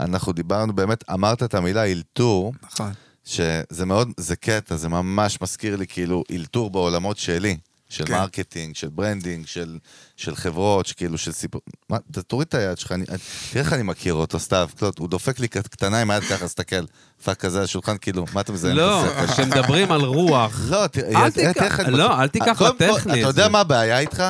Speaker 1: אנחנו דיברנו באמת, אמרת את המילה אלתור,
Speaker 3: נכון.
Speaker 1: שזה מאוד, זה קטע, זה ממש מזכיר לי כאילו אלתור בעולמות שלי, של
Speaker 3: כן.
Speaker 1: כן. מרקטינג, של ברנדינג, של, של חברות, שכאילו של סיפור... מה, ת- תוריד את היד שלך, אני, תראה איך אני מכיר אותו, סתיו, כאילו, הוא דופק לי קט- קטנה עם היד ככה, הסתכל, פאק כזה על השולחן, כאילו, מה אתה מזהה?
Speaker 2: לא,
Speaker 1: את זה?
Speaker 2: כשמדברים על רוח,
Speaker 1: לא, תראה,
Speaker 2: אל
Speaker 1: תראה- תראה
Speaker 2: תיקח-
Speaker 1: איך אני
Speaker 2: לא,
Speaker 1: מכיר. אה,
Speaker 2: אל תיקח
Speaker 1: קודם כל,
Speaker 2: לטכני
Speaker 1: אתה
Speaker 2: את
Speaker 1: יודע
Speaker 2: זה.
Speaker 1: מה הבעיה איתך?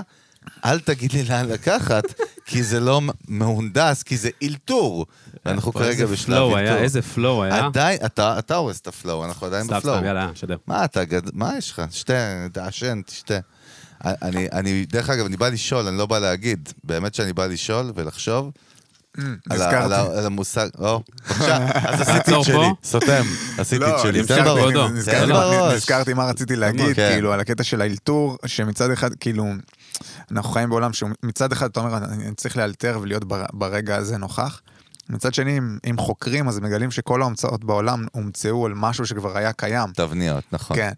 Speaker 1: אל תגיד לי לאן לקחת, כי זה לא מהונדס, כי זה אלתור. ואנחנו כרגע
Speaker 2: אה, איזה
Speaker 1: בשלב
Speaker 2: flow היה,
Speaker 1: אלתור.
Speaker 2: איזה פלואו היה.
Speaker 1: עדיין, אתה, אתה הורס את הפלואו, אנחנו עדיין
Speaker 2: סתם,
Speaker 1: בפלואו.
Speaker 2: סתם, יאללה, אה, שדר.
Speaker 1: מה אתה, גד... מה יש לך? שתה, תעשן, תשתה. אני, אני, דרך אגב, אני בא לשאול, אני לא בא להגיד. באמת שאני בא לשאול ולחשוב על, ה, על,
Speaker 3: Mm, נזכרתי.
Speaker 1: ה, על המושג, או, בבקשה, אז עשיתי
Speaker 2: נעצור
Speaker 1: את שלי,
Speaker 2: פה?
Speaker 1: סותם, עשיתי את
Speaker 3: לא,
Speaker 1: שלי,
Speaker 3: נזכרתי-
Speaker 1: תן בראש,
Speaker 2: כבודו.
Speaker 1: תן
Speaker 3: נזכרתי-
Speaker 1: בראש.
Speaker 3: נזכרתי מה רציתי להגיד,
Speaker 1: כן.
Speaker 3: כאילו, על הקטע של האלתור, שמצד אחד, כאילו, אנחנו חיים בעולם שמצד אחד אתה אומר, אני אני צריך לאלתר ולהיות בר- ברגע הזה נוכח. מצד שני, אם- אם חוקרים, אז מגלים שכל ההמצאות בעולם הומצאו על משהו שכבר היה קיים.
Speaker 1: תבניות, נכון.
Speaker 3: כן.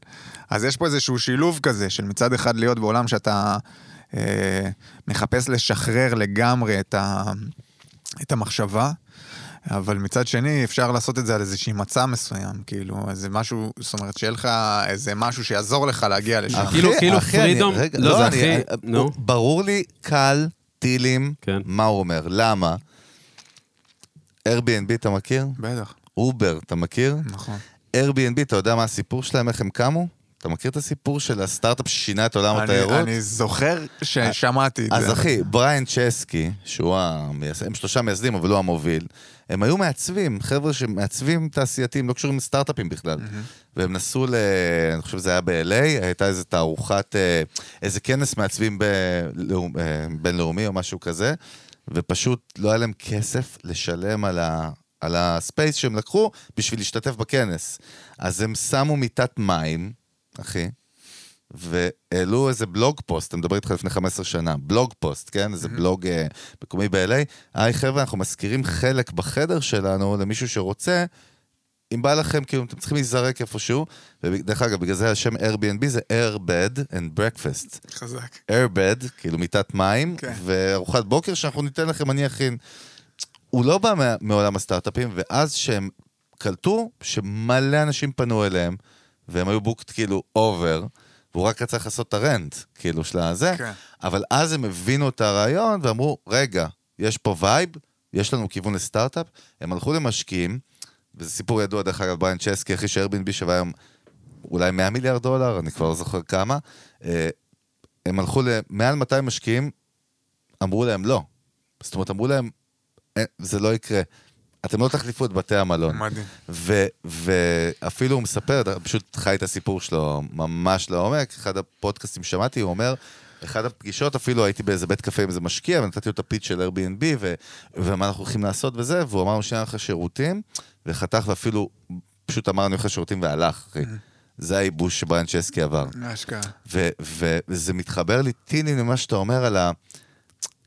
Speaker 3: אז יש פה איזשהו שילוב כזה, של מצד אחד להיות בעולם שאתה אה, מחפש לשחרר לגמרי את, ה, את המחשבה, אבל מצד שני אפשר לעשות את זה על איזשהי מצע מסוים, כאילו, איזה משהו, זאת אומרת שיהיה לך איזה משהו שיעזור לך להגיע לשם.
Speaker 1: אחי,
Speaker 2: כאילו- כאילו
Speaker 1: אחי, אני-
Speaker 2: freedom-
Speaker 1: רגע,
Speaker 2: לא, זה
Speaker 1: אני-
Speaker 2: הכי-
Speaker 1: אני-
Speaker 2: נו.
Speaker 1: הוא- ברור לי קל, טילים,
Speaker 2: כן.
Speaker 1: מה הוא אומר, למה? Airbnb אתה מכיר?
Speaker 3: בטח,
Speaker 1: אובר אתה מכיר?
Speaker 3: נכון.
Speaker 1: Airbnb, אתה יודע מה הסיפור שלהם, איך הם קמו? אתה מכיר את הסיפור של הסטארט-אפ ששינה את עולם התיירות?
Speaker 3: אני, אני זוכר ששמעתי את זה.
Speaker 1: אז אחי, בריין צ'סקי, שהוא המייסד, הם שלושה מייסדים, אבל הוא המוביל, הם היו מעצבים, חבר'ה שמעצבים תעשייתיים, לא קשורים לסטארט-אפים בכלל. והם נסעו ל... אני חושב שזה היה ב-LA, הייתה איזו תערוכת, אה, איזה כנס מעצבים בלאומ- אה, בינלאומי או משהו כזה, ופשוט לא היה להם כסף לשלם על ה... על הספייס שהם לקחו בשביל להשתתף בכנס. אז הם שמו מיטת מים, אחי, והעלו איזה בלוג פוסט, אני מדבר איתך לפני 15 שנה, בלוג פוסט, כן? איזה בלוג אה, מקומי ב-LA. היי חבר'ה, אנחנו משכירים חלק בחדר שלנו למישהו שרוצה, אם בא לכם, כאילו, אתם צריכים להיזרק איפשהו. ודרך אגב, בגלל זה השם Airbnb זה Air Bed and Breakfast.
Speaker 3: חזק.
Speaker 1: Airbed, כאילו מיטת מים,
Speaker 3: כן.
Speaker 1: כן. וארוחת בוקר שאנחנו ניתן לכם, אני אכין. הוא לא בא מה- מעולם הסטארט-אפים, ואז שהם קלטו שמלא אנשים פנו אליהם, והם היו בוקט כאילו אובר, והוא רק רצה לעשות את הרנט, כאילו, של הזה.
Speaker 3: כן.
Speaker 1: אבל אז הם הבינו את הרעיון ואמרו, רגע, יש פה וייב, יש לנו כיוון לסטארט-אפ. הם הלכו למשקיעים, וזה סיפור ידוע, דרך אגב, בריין צ'סקי, אחי שאיירבינבי שווה היום אולי 100 מיליארד דולר, אני כבר לא זוכר כמה. אה, הם הלכו למעל 200 משקיעים, אמרו להם לא. זאת אומרת, אמרו להם, "אה, זה לא יקרה. אתם לא תחליפו את בתי המלון.
Speaker 3: מדהים.
Speaker 1: ו- ואפילו הוא מספר, אתה פשוט חי את הסיפור שלו ממש לעומק, אחד הפודקאסטים שמעתי, הוא אומר, אחד הפגישות, אפילו הייתי באיזה בית קפה עם איזה משקיע, ונתתי לו את הפיץ של Airbnb, ו- ומה אנחנו הולכים לעשות וזה, והוא אמר, שנייה לך שירותים, וחתך ואפילו, פשוט אמר, אני הולך לשירותים והלך, אחי. זה הייבוש שבריין צ'סקי עבר.
Speaker 3: אשכרה.
Speaker 1: ו- ו- וזה מתחבר לי טיני למה שאתה אומר על ה...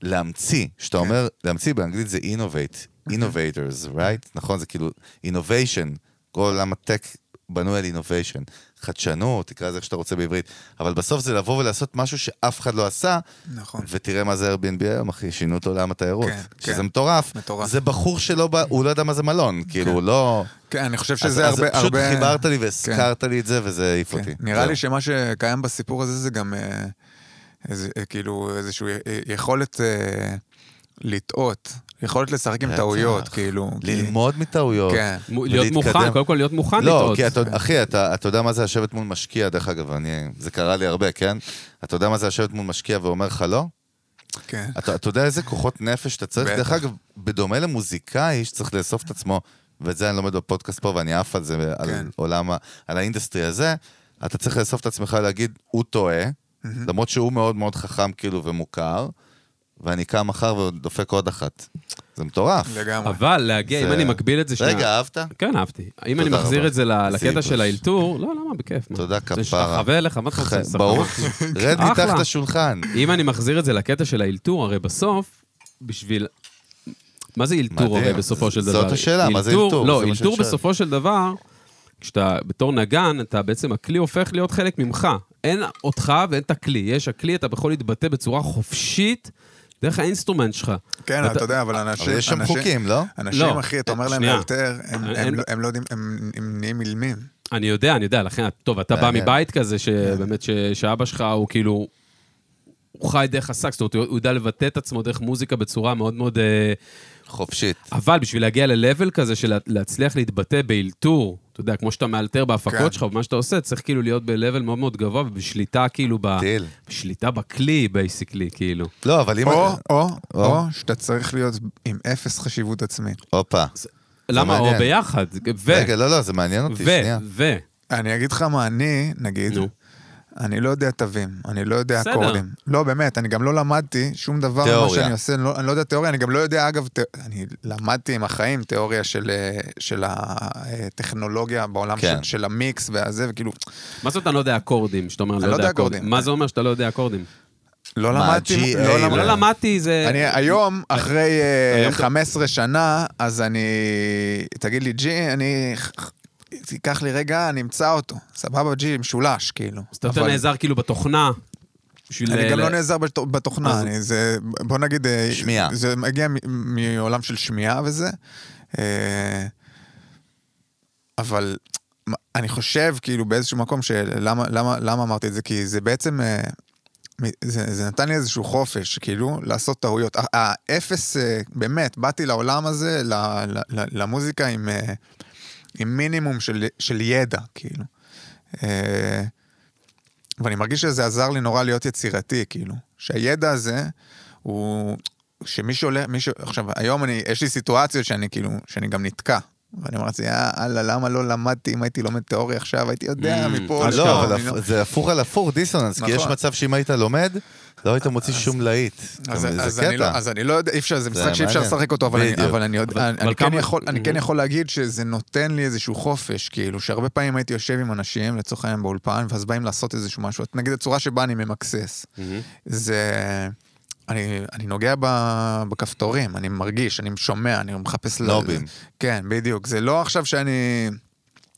Speaker 1: להמציא, שאתה
Speaker 3: כן.
Speaker 1: אומר, להמציא באנגלית זה innovate,
Speaker 3: אוקיי.
Speaker 1: innovators, right? נכון, זה כאילו innovation, כל עולם הטק בנוי על innovation, חדשנות, תקרא לזה איך שאתה רוצה בעברית, אבל בסוף זה לבוא ולעשות משהו שאף אחד לא עשה,
Speaker 3: נכון.
Speaker 1: ותראה מה זה Airbnb היום, אחי, שינו את עולם התיירות,
Speaker 3: כן,
Speaker 1: שזה
Speaker 3: כן.
Speaker 1: מטורף.
Speaker 3: מטורף.
Speaker 1: זה בחור שלא, בא, הוא לא יודע מה זה מלון, כאילו, הוא לא...
Speaker 3: כן, אני חושב
Speaker 1: אז-
Speaker 3: שזה
Speaker 1: אז
Speaker 3: הרבה...
Speaker 1: פשוט
Speaker 3: הרבה-
Speaker 1: חיברת לי והזכרת לי את זה, וזה העיף אותי.
Speaker 3: כן. נראה
Speaker 1: זהו.
Speaker 3: לי שמה שקיים בסיפור הזה זה גם אה, איזה, אה, כאילו איזושהי יכולת אה, לטעות, יכולת לשחק עם
Speaker 1: בטח.
Speaker 3: טעויות, כאילו.
Speaker 1: ללמוד מטעויות.
Speaker 3: כן.
Speaker 2: מ- להיות מוכן,
Speaker 1: ולהתקדם.
Speaker 2: קודם כל להיות מוכן
Speaker 1: לא,
Speaker 2: לטעות.
Speaker 1: כי אתה, אחי, אתה, אתה יודע מה זה לשבת מול משקיע, דרך אגב, אני, זה קרה לי הרבה, כן? אתה יודע מה זה לשבת מול משקיע ואומר לך לא?
Speaker 3: כי- כן.
Speaker 1: אתה, אתה יודע איזה כוחות נפש אתה צריך?
Speaker 3: בטח.
Speaker 1: דרך אגב, בדומה למוזיקאי שצריך לאסוף את עצמו, ואת זה אני לומד בפודקאסט פה ואני עף על זה, על
Speaker 3: כן.
Speaker 1: עולם, ה- על האינדסטרי הזה, אתה צריך לאסוף את עצמך להגיד, הוא טועה, למרות שהוא מאוד מאוד חכם כאילו ומוכר, ואני קם מחר ודופק עוד אחת. זה מטורף.
Speaker 3: לגמרי.
Speaker 2: אבל להגיע, אם
Speaker 1: זה-
Speaker 2: אני מגביל את זה שנייה...
Speaker 1: רגע, אהבת?
Speaker 2: כן, אהבתי. אם אני
Speaker 1: תודה
Speaker 2: מחזיר
Speaker 1: רבה.
Speaker 2: את זה ל-
Speaker 1: איזה
Speaker 2: לקטע
Speaker 1: ייבוש.
Speaker 2: של האלתור, לא, למה, בכיף. מה.
Speaker 1: תודה,
Speaker 2: זה
Speaker 1: כפרה. כן,
Speaker 2: שחווה אליך, מה אתה רוצה? לשחק?
Speaker 1: ברור, רד
Speaker 2: אחלה.
Speaker 1: מתחת לשולחן.
Speaker 2: אם אני מחזיר את זה לקטע של האלתור, הרי בסוף, בשביל... מה זה אלתור
Speaker 1: מדהים.
Speaker 2: הרי בסופו של
Speaker 1: זאת
Speaker 2: דבר?
Speaker 1: השאלה, מה זה אלתור?
Speaker 2: לא,
Speaker 1: זה מה שאני
Speaker 2: אלתור
Speaker 1: שואל.
Speaker 2: בסופו של דבר, כשאתה בתור נגן, אתה בעצם, הכלי הופך להיות חלק ממך. אין אותך ואין את הכלי. יש הכלי, אתה יכול להתבטא בצורה חופשית דרך האינסטרומנט שלך.
Speaker 3: כן,
Speaker 2: ואתה-
Speaker 3: אתה יודע, אבל אנשים...
Speaker 1: אבל יש שם
Speaker 3: אנשים-
Speaker 1: חוקים, לא?
Speaker 3: אנשים,
Speaker 2: לא,
Speaker 3: אחי, אתה אומר להם
Speaker 2: שנייה.
Speaker 3: לאלתר, הם-
Speaker 2: אין-
Speaker 3: הם לא- הם לא יודעים, הם הם נהיים אילמים.
Speaker 2: אני יודע, אני יודע, לכן, טוב, אתה בא
Speaker 1: מעניין.
Speaker 2: מבית כזה, שבאמת, ש- שאבא שלך הוא כאילו, הוא חי דרך הסקס, זאת אומרת, הוא הוא יודע לבטא את עצמו דרך מוזיקה בצורה מאוד מאוד... אה,
Speaker 1: חופשית.
Speaker 2: אבל בשביל להגיע ל-level כזה של לה- להצליח להתבטא באלתור, אתה יודע, כמו שאתה מאלתר
Speaker 3: כן.
Speaker 2: בהפקות שלך, במה שאתה עושה, צריך כאילו להיות ב-level מאוד מאוד גבוה ובשליטה כאילו, ב-
Speaker 1: טיל.
Speaker 2: בשליטה בכלי, בייסיקלי, כאילו.
Speaker 1: לא, אבל אם...
Speaker 3: או, או,
Speaker 1: או.
Speaker 3: או, שאתה צריך להיות עם אפס חשיבות עצמית.
Speaker 1: הופה.
Speaker 2: למה? או
Speaker 1: מעניין.
Speaker 2: ביחד. ו...
Speaker 1: רגע, לא, לא, זה מעניין אותי,
Speaker 2: ו...
Speaker 1: שנייה.
Speaker 2: ו...
Speaker 3: אני אגיד לך מה אני, נגיד,
Speaker 2: נו.
Speaker 3: אני לא יודע תווים, אני לא יודע
Speaker 2: בסדר.
Speaker 3: אקורדים. לא, באמת, אני גם לא למדתי שום דבר ממה
Speaker 1: תיאוריה.
Speaker 3: שאני עושה, אני לא- אני לא יודע תיאוריה, אני גם לא יודע, אגב, ת- אני למדתי עם החיים תיאוריה של, אה, של הטכנולוגיה בעולם
Speaker 1: כן.
Speaker 3: של, של המיקס והזה, וכאילו,
Speaker 2: מה זאת אני לא יודע אקורדים, שאתה אומר אני לא יודע אקורדים? מה זה אומר שאתה לא יודע אקורדים?
Speaker 3: לא
Speaker 1: מה,
Speaker 3: למדתי,
Speaker 1: GA,
Speaker 3: לא
Speaker 1: לא
Speaker 3: למדתי.
Speaker 2: לא למדתי, זה...
Speaker 3: אני היום, אחרי אה,
Speaker 2: היום-
Speaker 3: 15 שנה, אז אני... תגיד לי, ג'י, אני... תיקח לי רגע, אני אמצא אותו. סבבה, ג'י, משולש, כאילו.
Speaker 2: אז אתה יותר
Speaker 3: אבל-
Speaker 2: נעזר כאילו בתוכנה. בשביל אה,
Speaker 3: אני
Speaker 2: ל-
Speaker 3: גם
Speaker 2: ל-
Speaker 3: לא נעזר בת- בתוכנה,
Speaker 2: אז-
Speaker 3: אני- זה, בוא נגיד, אה,
Speaker 1: שמיעה.
Speaker 3: זה מגיע מ- מעולם של שמיעה וזה, אה, אבל מה- אני חושב, כאילו, באיזשהו מקום, שלמה למה- למה אמרתי את זה? כי זה בעצם, אה, מ- זה זה נתן לי איזשהו חופש, כאילו, לעשות טעויות. ה- האפס, אה, באמת, באתי לעולם הזה, ל- ל- ל- למוזיקה עם... אה, עם מינימום של, של ידע, כאילו. אה, ואני מרגיש שזה עזר לי נורא להיות יצירתי, כאילו. שהידע הזה הוא... שמישהו עולה, מישהו... עכשיו, היום אני, יש לי סיטואציות שאני כאילו, שאני גם נתקע. ואני אומר לעצמי, "אה, אללה, למה לא למדתי? אם הייתי לומד תיאוריה עכשיו, הייתי יודע
Speaker 2: Mm,
Speaker 3: מפה לשם.
Speaker 1: לא, אבל
Speaker 3: אני לא-
Speaker 1: הפ- זה הפוך על הפוך, דיסוננס, כי
Speaker 3: נכון.
Speaker 1: יש מצב שאם היית לומד, לא היית מוציא שום להיט.
Speaker 3: אז-
Speaker 1: גם
Speaker 3: אז
Speaker 1: זה
Speaker 3: אני לא-
Speaker 1: קטע.
Speaker 3: אז אני לא יודע, אי אפשר, זה משחק שאי אפשר
Speaker 1: מעניין.
Speaker 3: לשחק אותו, אבל אני-
Speaker 1: בדיוק.
Speaker 3: אבל אני יודע- אני-
Speaker 2: אבל
Speaker 3: אני כן
Speaker 2: כמה-
Speaker 3: יכול- אני כן
Speaker 2: Mhm.
Speaker 3: יכול להגיד שזה נותן לי איזשהו חופש, כאילו, שהרבה פעמים הייתי יושב עם אנשים, לצורך העניין באולפן, ואז באים לעשות איזשהו משהו, נגיד הצורה שבה אני ממקסס.
Speaker 1: Mm-hmm.
Speaker 2: מהמם.
Speaker 3: זה... אני, אני נוגע ב, בכפתורים, אני מרגיש, אני שומע, אני מחפש... ל-
Speaker 1: נובים.
Speaker 3: כן, בדיוק. זה לא עכשיו שאני...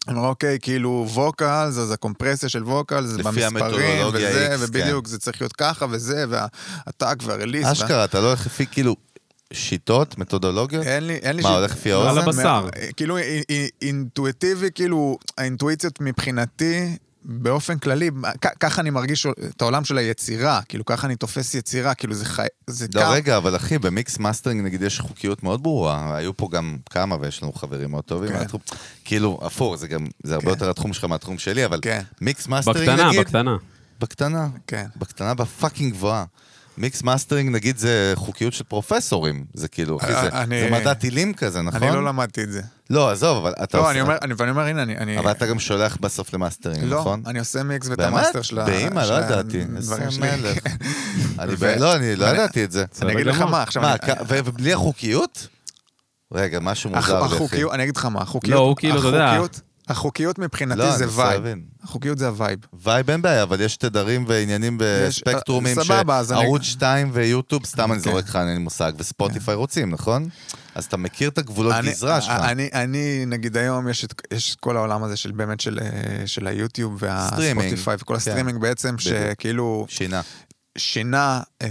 Speaker 3: אני אומר, אוקיי, כאילו ווקלס, אז הקומפרסיה של ווקלס,
Speaker 1: לפי
Speaker 3: במספרים,
Speaker 1: המתודולוגיה
Speaker 3: וזה,
Speaker 1: X,
Speaker 3: ובדיוק, זה צריך להיות ככה, וזה, והטאג והרליס. וה-
Speaker 1: אשכרה, אתה לא הולך לפי כאילו שיטות, מתודולוגיות?
Speaker 3: אין לי, אין לי...
Speaker 1: מה,
Speaker 3: ש-
Speaker 1: הולך לפי האוזן?
Speaker 2: על הבשר.
Speaker 3: מה- כאילו, אי- אי- אינטואיטיבי, כאילו, האינטואיציות מבחינתי, באופן כללי, כ- ככה אני מרגיש את העולם של היצירה, כאילו, ככה אני תופס יצירה, כאילו, זה חי... זה
Speaker 1: לא,
Speaker 3: כמה-
Speaker 1: רגע, אבל אחי, במיקס מאסטרינג נגיד יש חוקיות מאוד ברורה, היו פה גם כמה ויש לנו חברים מאוד טובים.
Speaker 3: כן.
Speaker 1: מהתחום- כאילו, אפור, זה גם, זה הרבה
Speaker 3: כן.
Speaker 1: יותר התחום שלך מהתחום שלי, אבל
Speaker 3: כן.
Speaker 1: מיקס מאסטרינג
Speaker 2: בקטנה,
Speaker 1: נגיד...
Speaker 2: בקטנה.
Speaker 1: בקטנה.
Speaker 3: כן.
Speaker 1: בקטנה, בפאקינג גבוהה. מיקס מאסטרינג נגיד זה חוקיות של פרופסורים, זה כאילו, אחי, זה-
Speaker 3: אה, אני-
Speaker 1: זה מדע טילים כזה, נכון?
Speaker 3: אני לא למדתי את זה.
Speaker 1: לא, עזוב, אבל אתה
Speaker 3: לא, אני
Speaker 1: עושה...
Speaker 3: אומר, אני- ואני אומר, הנה, אני... אני-
Speaker 1: אבל אתה גם שולח בסוף למאסטרינג,
Speaker 3: לא,
Speaker 1: נכון?
Speaker 3: אני עושה מיקס ואת
Speaker 1: באמת?
Speaker 3: המאסטר של ה...
Speaker 1: באמא,
Speaker 3: של
Speaker 1: לא
Speaker 3: הדברים
Speaker 1: ידעתי. איזה
Speaker 3: שלי.
Speaker 1: מלך. אני
Speaker 3: ו-
Speaker 1: ב- לא, אני לא
Speaker 3: אני-
Speaker 1: ידעתי את זה.
Speaker 3: אני
Speaker 2: לא
Speaker 3: אגיד לך מה, אה, עכשיו...
Speaker 1: מה,
Speaker 3: אני-
Speaker 1: כ- ו- ובלי החוקיות? רגע, משהו
Speaker 3: הח-
Speaker 1: מוזר לי, אחי.
Speaker 3: החוקיות, אני אגיד לך מה, החוקיות...
Speaker 2: לא, הוא כאילו, אתה יודע.
Speaker 3: החוקיות- החוקיות מבחינתי
Speaker 1: לא,
Speaker 3: זה
Speaker 1: אני מנסה
Speaker 3: וייב.
Speaker 1: להבין.
Speaker 3: החוקיות זה הווייב.
Speaker 1: וייב אין בעיה, אבל יש תדרים ועניינים
Speaker 3: יש,
Speaker 1: בספקטרומים,
Speaker 3: אה, סבבה, אז אני-
Speaker 1: שערוץ 2 ויוטיוב, סתם אני
Speaker 3: כן.
Speaker 1: זורק לך, אין לי מושג, וספוטיפיי רוצים, נכון? אז אתה מכיר את הגבולות
Speaker 3: אה. אני- אה,
Speaker 1: גזרה שלך.
Speaker 3: אני, אני, נגיד היום, יש את, יש את כל העולם הזה של באמת של, אה, של היוטיוב
Speaker 1: סטרימינג.
Speaker 3: והספוטיפיי וכל
Speaker 1: כן.
Speaker 3: הסטרימינג בעצם, שכאילו
Speaker 1: שינה.
Speaker 3: שינה אה,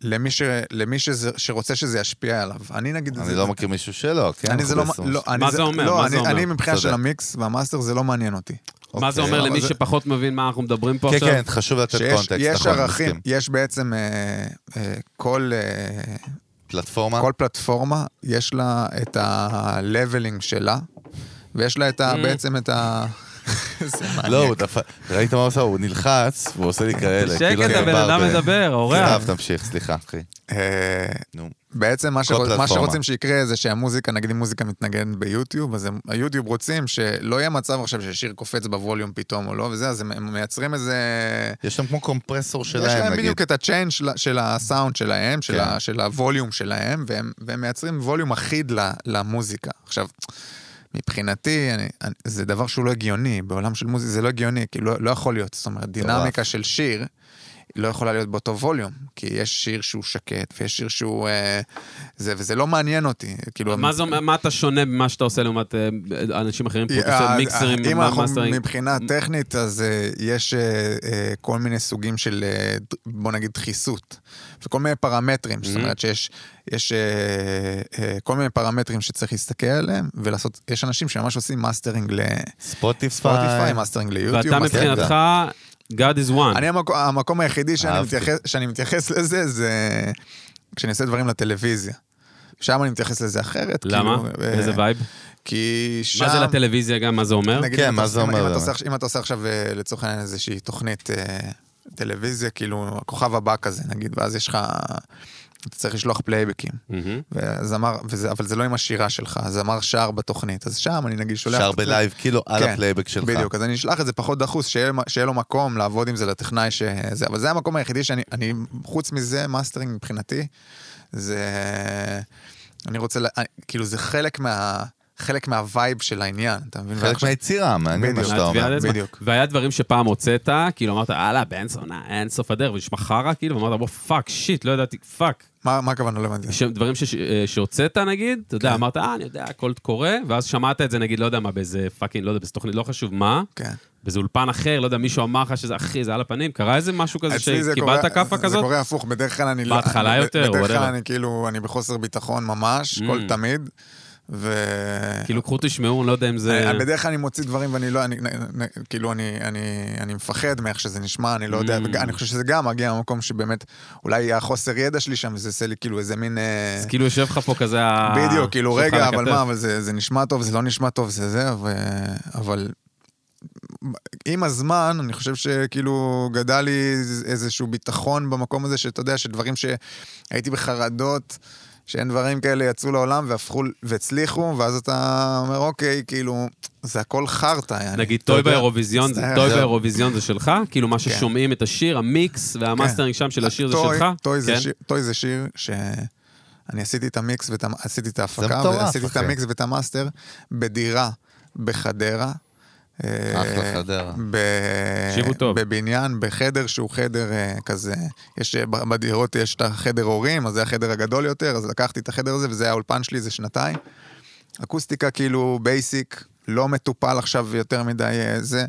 Speaker 3: למי, ש, למי שזה, שרוצה שזה ישפיע עליו. אני נגיד...
Speaker 1: אני לא מכיר מישהו שלא, כן?
Speaker 3: אני זה לא,
Speaker 1: אנחנו
Speaker 3: לא,
Speaker 1: ב-
Speaker 3: אני
Speaker 2: מה זה אומר?
Speaker 3: לא,
Speaker 2: מה
Speaker 3: אני,
Speaker 2: זה אומר?
Speaker 3: אני מבחינה של
Speaker 1: צודק.
Speaker 3: המיקס והמאסטר זה לא מעניין אותי.
Speaker 1: אוקיי.
Speaker 2: מה זה אומר
Speaker 3: אבל
Speaker 2: למי
Speaker 3: זה-
Speaker 2: שפחות מבין מה אנחנו מדברים פה
Speaker 1: כן,
Speaker 2: עכשיו?
Speaker 1: כן, חשוב לתת
Speaker 3: שיש
Speaker 1: קונטקסט,
Speaker 3: יש
Speaker 1: נכון,
Speaker 3: ערכים,
Speaker 1: מסכים.
Speaker 3: יש בעצם אה, אה, כל אה,
Speaker 1: פלטפורמה?
Speaker 3: כל פלטפורמה, יש לה את ה-leveling שלה, ויש לה את ה... בעצם את ה... זה
Speaker 1: Mm. לא,
Speaker 3: מעניין.
Speaker 1: הוא דפק, ראית מה הוא עושה? הוא נלחץ, והוא עושה לי כאלה. כאילו
Speaker 2: שקט,
Speaker 1: אני
Speaker 2: הבן
Speaker 1: בר
Speaker 2: אדם
Speaker 1: ב-
Speaker 2: מדבר,
Speaker 1: סתיו,
Speaker 2: אורח.
Speaker 1: תמשיך, סליחה, אחי.
Speaker 3: אה,
Speaker 1: נו.
Speaker 3: בעצם מה,
Speaker 1: כל
Speaker 3: שרוצ... מה
Speaker 1: פלטפורמה.
Speaker 3: שרוצים שיקרה זה שהמוזיקה, נגיד אם מוזיקה מתנגנת ביוטיוב, אז הם, היוטיוב רוצים שלא יהיה מצב עכשיו ששיר קופץ בווליום פתאום או לא וזה, אז הם, הם מייצרים איזה...
Speaker 1: יש שם כמו קומפרסור
Speaker 3: יש
Speaker 1: שלהם,
Speaker 3: להם
Speaker 1: נגיד.
Speaker 3: בדיוק את ה-change של- של הסאונד שלהם, של,
Speaker 1: כן.
Speaker 3: ה, של הווליום שלהם, והם, והם מייצרים ווליום אחיד ל, למוזיקה. עכשיו, מבחינתי, אני, אני, זה דבר שהוא לא הגיוני, בעולם של מוזיקה זה לא הגיוני, כי לא, לא יכול להיות. זאת אומרת, דינמיקה של שיר לא יכולה להיות באותו ווליום, כי יש שיר שהוא שקט, ויש שיר שהוא... אה, זה, וזה לא מעניין אותי. כאילו,
Speaker 2: מה זה אומר- מה אתה שונה ממה שאתה עושה לעומת אה, אנשים אחרים, פרופסור
Speaker 3: אה,
Speaker 2: מיקסרים,
Speaker 3: אם
Speaker 2: מה-
Speaker 3: אנחנו
Speaker 2: מאסטרים?
Speaker 3: מבחינה טכנית, אז אה, יש אה, אה, כל מיני סוגים של, אה, ד- בוא נגיד, דחיסות. וכל מיני פרמטרים, זאת
Speaker 2: Mhm.
Speaker 3: אומרת שיש יש, אה, אה, כל מיני פרמטרים שצריך להסתכל עליהם, ולעשות, יש אנשים שממש עושים מאסטרינג
Speaker 1: ספוטיפיי.
Speaker 3: לספוטיפיי, מאסטרינג ליוטיוב.
Speaker 2: ואתה
Speaker 3: מאסטרינג ל-
Speaker 2: מבחינתך, God is one.
Speaker 3: כן, אני המקום, המקום היחידי שאני
Speaker 1: אהבתי.
Speaker 3: מתייחס, שאני מתייחס לזה זה כשאני עושה דברים לטלוויזיה. שם אני מתייחס לזה אחרת.
Speaker 2: למה?
Speaker 3: כאילו, אה,
Speaker 2: איזה וייב?
Speaker 3: כי שם...
Speaker 2: מה זה לטלוויזיה גם, מה זה אומר?
Speaker 3: נגיד,
Speaker 1: כן,
Speaker 3: אם
Speaker 1: מה
Speaker 3: אתה-
Speaker 1: זה
Speaker 3: אם-
Speaker 1: אומר,
Speaker 3: אם אתה
Speaker 1: אבל?
Speaker 3: עושה עכשיו- אם אתה עושה עכשיו אה, לצורך העניין איזושהי תוכנית אה, טלוויזיה, כאילו הכוכב הבא כזה נגיד, ואז יש לך... אתה צריך לשלוח פלייבקים,
Speaker 2: מהמם.
Speaker 3: והזמר, וזה, אבל זה לא עם השירה שלך, הזמר שר בתוכנית, אז שם אני נגיד שולח...
Speaker 1: שר
Speaker 3: את זה.
Speaker 1: בלייב, כאילו, על
Speaker 3: כן,
Speaker 1: הפלייבק שלך.
Speaker 3: בדיוק, אז אני אשלח את זה פחות דחוס, שיהיה, שיהיה לו מקום לעבוד עם זה לטכנאי שזה, אבל זה המקום היחידי שאני, אני, חוץ מזה, מאסטרינג מבחינתי, זה, אני רוצה, לה, אני, כאילו זה חלק מה, חלק מהווייב של העניין, אתה מבין?
Speaker 1: חלק
Speaker 3: ועכשיו-
Speaker 1: מהיצירה, מעניין מה
Speaker 3: בדיוק.
Speaker 1: שאתה
Speaker 2: מהתביעה
Speaker 1: אומר.
Speaker 2: לעצמה.
Speaker 3: בדיוק.
Speaker 2: והיה דברים שפעם הוצאת, כאילו אמרת, הלאה, בן זונה, אין סוף הדרך, ונשמע חרא, כאילו, ואמרת, בוא, פאק, שיט, לא ידעתי, פאק.
Speaker 3: מה, מה הכוונה לא הבנתי?
Speaker 2: ש- דברים שש- אה, שהוצאת, נגיד, אתה
Speaker 3: כן.
Speaker 2: יודע, אמרת, אה, אני יודע, הכל קורה, ואז שמעת את זה, נגיד, לא יודע מה, באיזה פאקינג, לא יודע, באיזה תוכנית, לא חשוב מה,
Speaker 3: כן.
Speaker 2: באיזה אולפן אחר, לא יודע, מישהו אמר לך שזה, אחי, זה על הפנים, קרה איזה משהו כזה
Speaker 3: אצלי זה קורה-
Speaker 2: שקיבלת כאפה
Speaker 3: זה
Speaker 2: כזאת?
Speaker 3: קורה הפוך, בדרך כלל אני... לא-
Speaker 2: בהתחלה
Speaker 3: ב-
Speaker 2: יותר,
Speaker 3: בדרך כלל
Speaker 2: whatever.
Speaker 3: אני כאילו, אני בחוסר ביטחון ממש,
Speaker 2: Mm.
Speaker 3: כל תמיד, ו...
Speaker 2: כאילו, קחו תשמעו, אני לא יודע אם זה...
Speaker 3: אה, אני- בדרך כלל אני מוציא דברים ואני לא, אני, נ- נ- כאילו אני, אני, אני מפחד מאיך שזה נשמע, אני לא יודע,
Speaker 2: Mm.
Speaker 3: וג- אני חושב שזה גם מגיע ממקום שבאמת, אולי החוסר ידע שלי שם, זה עושה לי כאילו איזה מין... אה,
Speaker 2: אז כאילו, יושב לך פה כזה ה...
Speaker 3: בדיוק, כאילו
Speaker 2: שולחן
Speaker 3: רגע, אבל
Speaker 2: הכתף.
Speaker 3: מה, אבל זה, זה נשמע טוב, זה לא נשמע טוב, זה זה, ו... אבל... עם הזמן, אני חושב שכאילו גדל לי איזשהו ביטחון במקום הזה, שאתה יודע, שדברים שהייתי בחרדות, שאין דברים כאלה יצאו לעולם והפכו, והצליחו, ואז אתה אומר, אוקיי, כאילו, זה הכל חרטא, יעני.
Speaker 2: נגיד
Speaker 3: אתה
Speaker 2: טוי
Speaker 3: יודע,
Speaker 2: באירוויזיון, זה-
Speaker 3: מצטער,
Speaker 2: טוי
Speaker 3: זהו.
Speaker 2: באירוויזיון זה שלך? כאילו מה ששומעים את השיר, המיקס והמאסטרינג שם של השיר זה
Speaker 3: אה, טוי-
Speaker 2: שלך?
Speaker 3: טוי זה
Speaker 2: כן?
Speaker 3: שיר- טוי זה שיר ש... אני עשיתי את המיקס ואת המ- עשיתי את ההפקה,
Speaker 1: מטורף,
Speaker 3: ועשיתי את
Speaker 1: אחי.
Speaker 3: המיקס ואת המאסטר בדירה בחדרה. אה,
Speaker 1: אחלה חדרה.
Speaker 3: ב...
Speaker 2: תקשיבו טוב.
Speaker 3: בבניין, בחדר שהוא חדר אה, כזה, יש, אה, ב- בדירות יש את החדר הורים, אז זה החדר הגדול יותר, אז לקחתי את החדר הזה, וזה היה האולפן שלי איזה שנתיים. אקוסטיקה כאילו בייסיק, לא מטופל עכשיו יותר מדי אה, זה.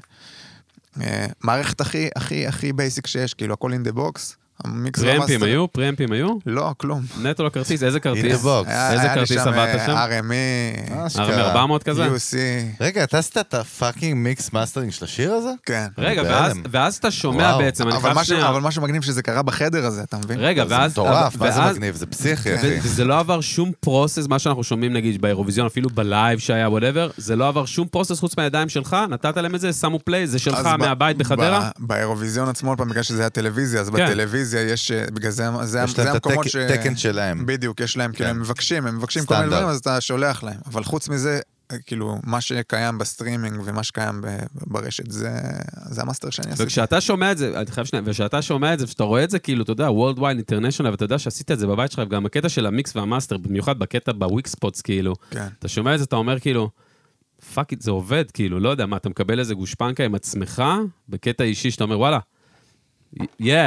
Speaker 3: אה, מערכת הכי, הכי, הכי בייסיק שיש, כאילו הכל אין דה בוקס. המיקס
Speaker 2: פרמפים
Speaker 3: והמאסטר-
Speaker 2: היו? פרמפים היו?
Speaker 3: לא, כלום.
Speaker 2: נטו לכרטיס, איזה
Speaker 1: In the
Speaker 2: כרטיס?
Speaker 1: box.
Speaker 3: היה-
Speaker 2: איזה
Speaker 3: היה לי
Speaker 2: כרטיס
Speaker 3: שם,
Speaker 2: עבדת
Speaker 3: אה,
Speaker 2: שם?
Speaker 3: RME,
Speaker 1: אשכרה.
Speaker 2: הרמי 400 כזה?
Speaker 3: UC,
Speaker 1: רגע, אתה עשית את הפאקינג מיקס מאסטרינג של השיר הזה?
Speaker 3: כן.
Speaker 2: רגע,
Speaker 1: בהלם.
Speaker 2: ואז- ואז אתה שומע
Speaker 1: וואו.
Speaker 2: בעצם, אני
Speaker 3: אבל
Speaker 2: חייב
Speaker 3: מה ש-
Speaker 2: שנייה.
Speaker 3: אבל מה שמגניב שזה קרה בחדר הזה, אתה מבין?
Speaker 2: רגע,
Speaker 1: זה
Speaker 2: ואז...
Speaker 1: מטורף, מה
Speaker 2: ואז-
Speaker 1: זה מגניב, זה
Speaker 3: כן,
Speaker 1: פסיכי, אחי.
Speaker 2: ו- וזה לא עבר שום פרוסס, מה שאנחנו שומעים נגיד באירוויזיון, אפילו בלייב שהיה, וואטאבר, זה לא עבר שום פרוסס חוץ מהידיים שלך, נתת להם את זה, שמו פליי, זה שלך
Speaker 3: אז ב-
Speaker 2: מהבית בחדרה?
Speaker 3: ב- באירוויזיון עצמו, עוד פעם, בגלל שזה היה טלוויזיה, אז
Speaker 2: כן.
Speaker 3: בטלוויזיה יש, אה, בגלל זה, זה
Speaker 1: יש
Speaker 3: זה
Speaker 1: להם את
Speaker 3: המקומות
Speaker 1: התק-
Speaker 3: ש...
Speaker 1: תקן שלהם.
Speaker 3: בדיוק, יש להם, כאילו,
Speaker 1: כן.
Speaker 3: הם מבקשים, הם מבקשים כל מיני
Speaker 1: סטנדרט.
Speaker 3: דברים, אז אתה שולח להם. אבל חוץ מזה, אה, כאילו, מה שקיים בסטרימינג ומה שקיים ב- ברשת, זה זה המאסטר שאני עשיתי.
Speaker 2: וכשאתה שומע את זה, אני חייב שנייה, וכשאתה שומע את זה, וכשאתה רואה את זה, כאילו, אתה יודע, World Wide International, ואתה יודע שעשית את זה בבית שלך, וגם הקטע של המיקס והמאסטר, במיוחד בקטע בוויק ספוטס, כאילו,
Speaker 3: כן.
Speaker 2: אתה שומע את זה, אתה אומר, כאילו, פאק איט, זה עובד, כאילו, לא יודע, מה, אתה מקבל איזה גושפנקה עם עצמך, בקטע אישי, שאתה אומר, וואלה, יא,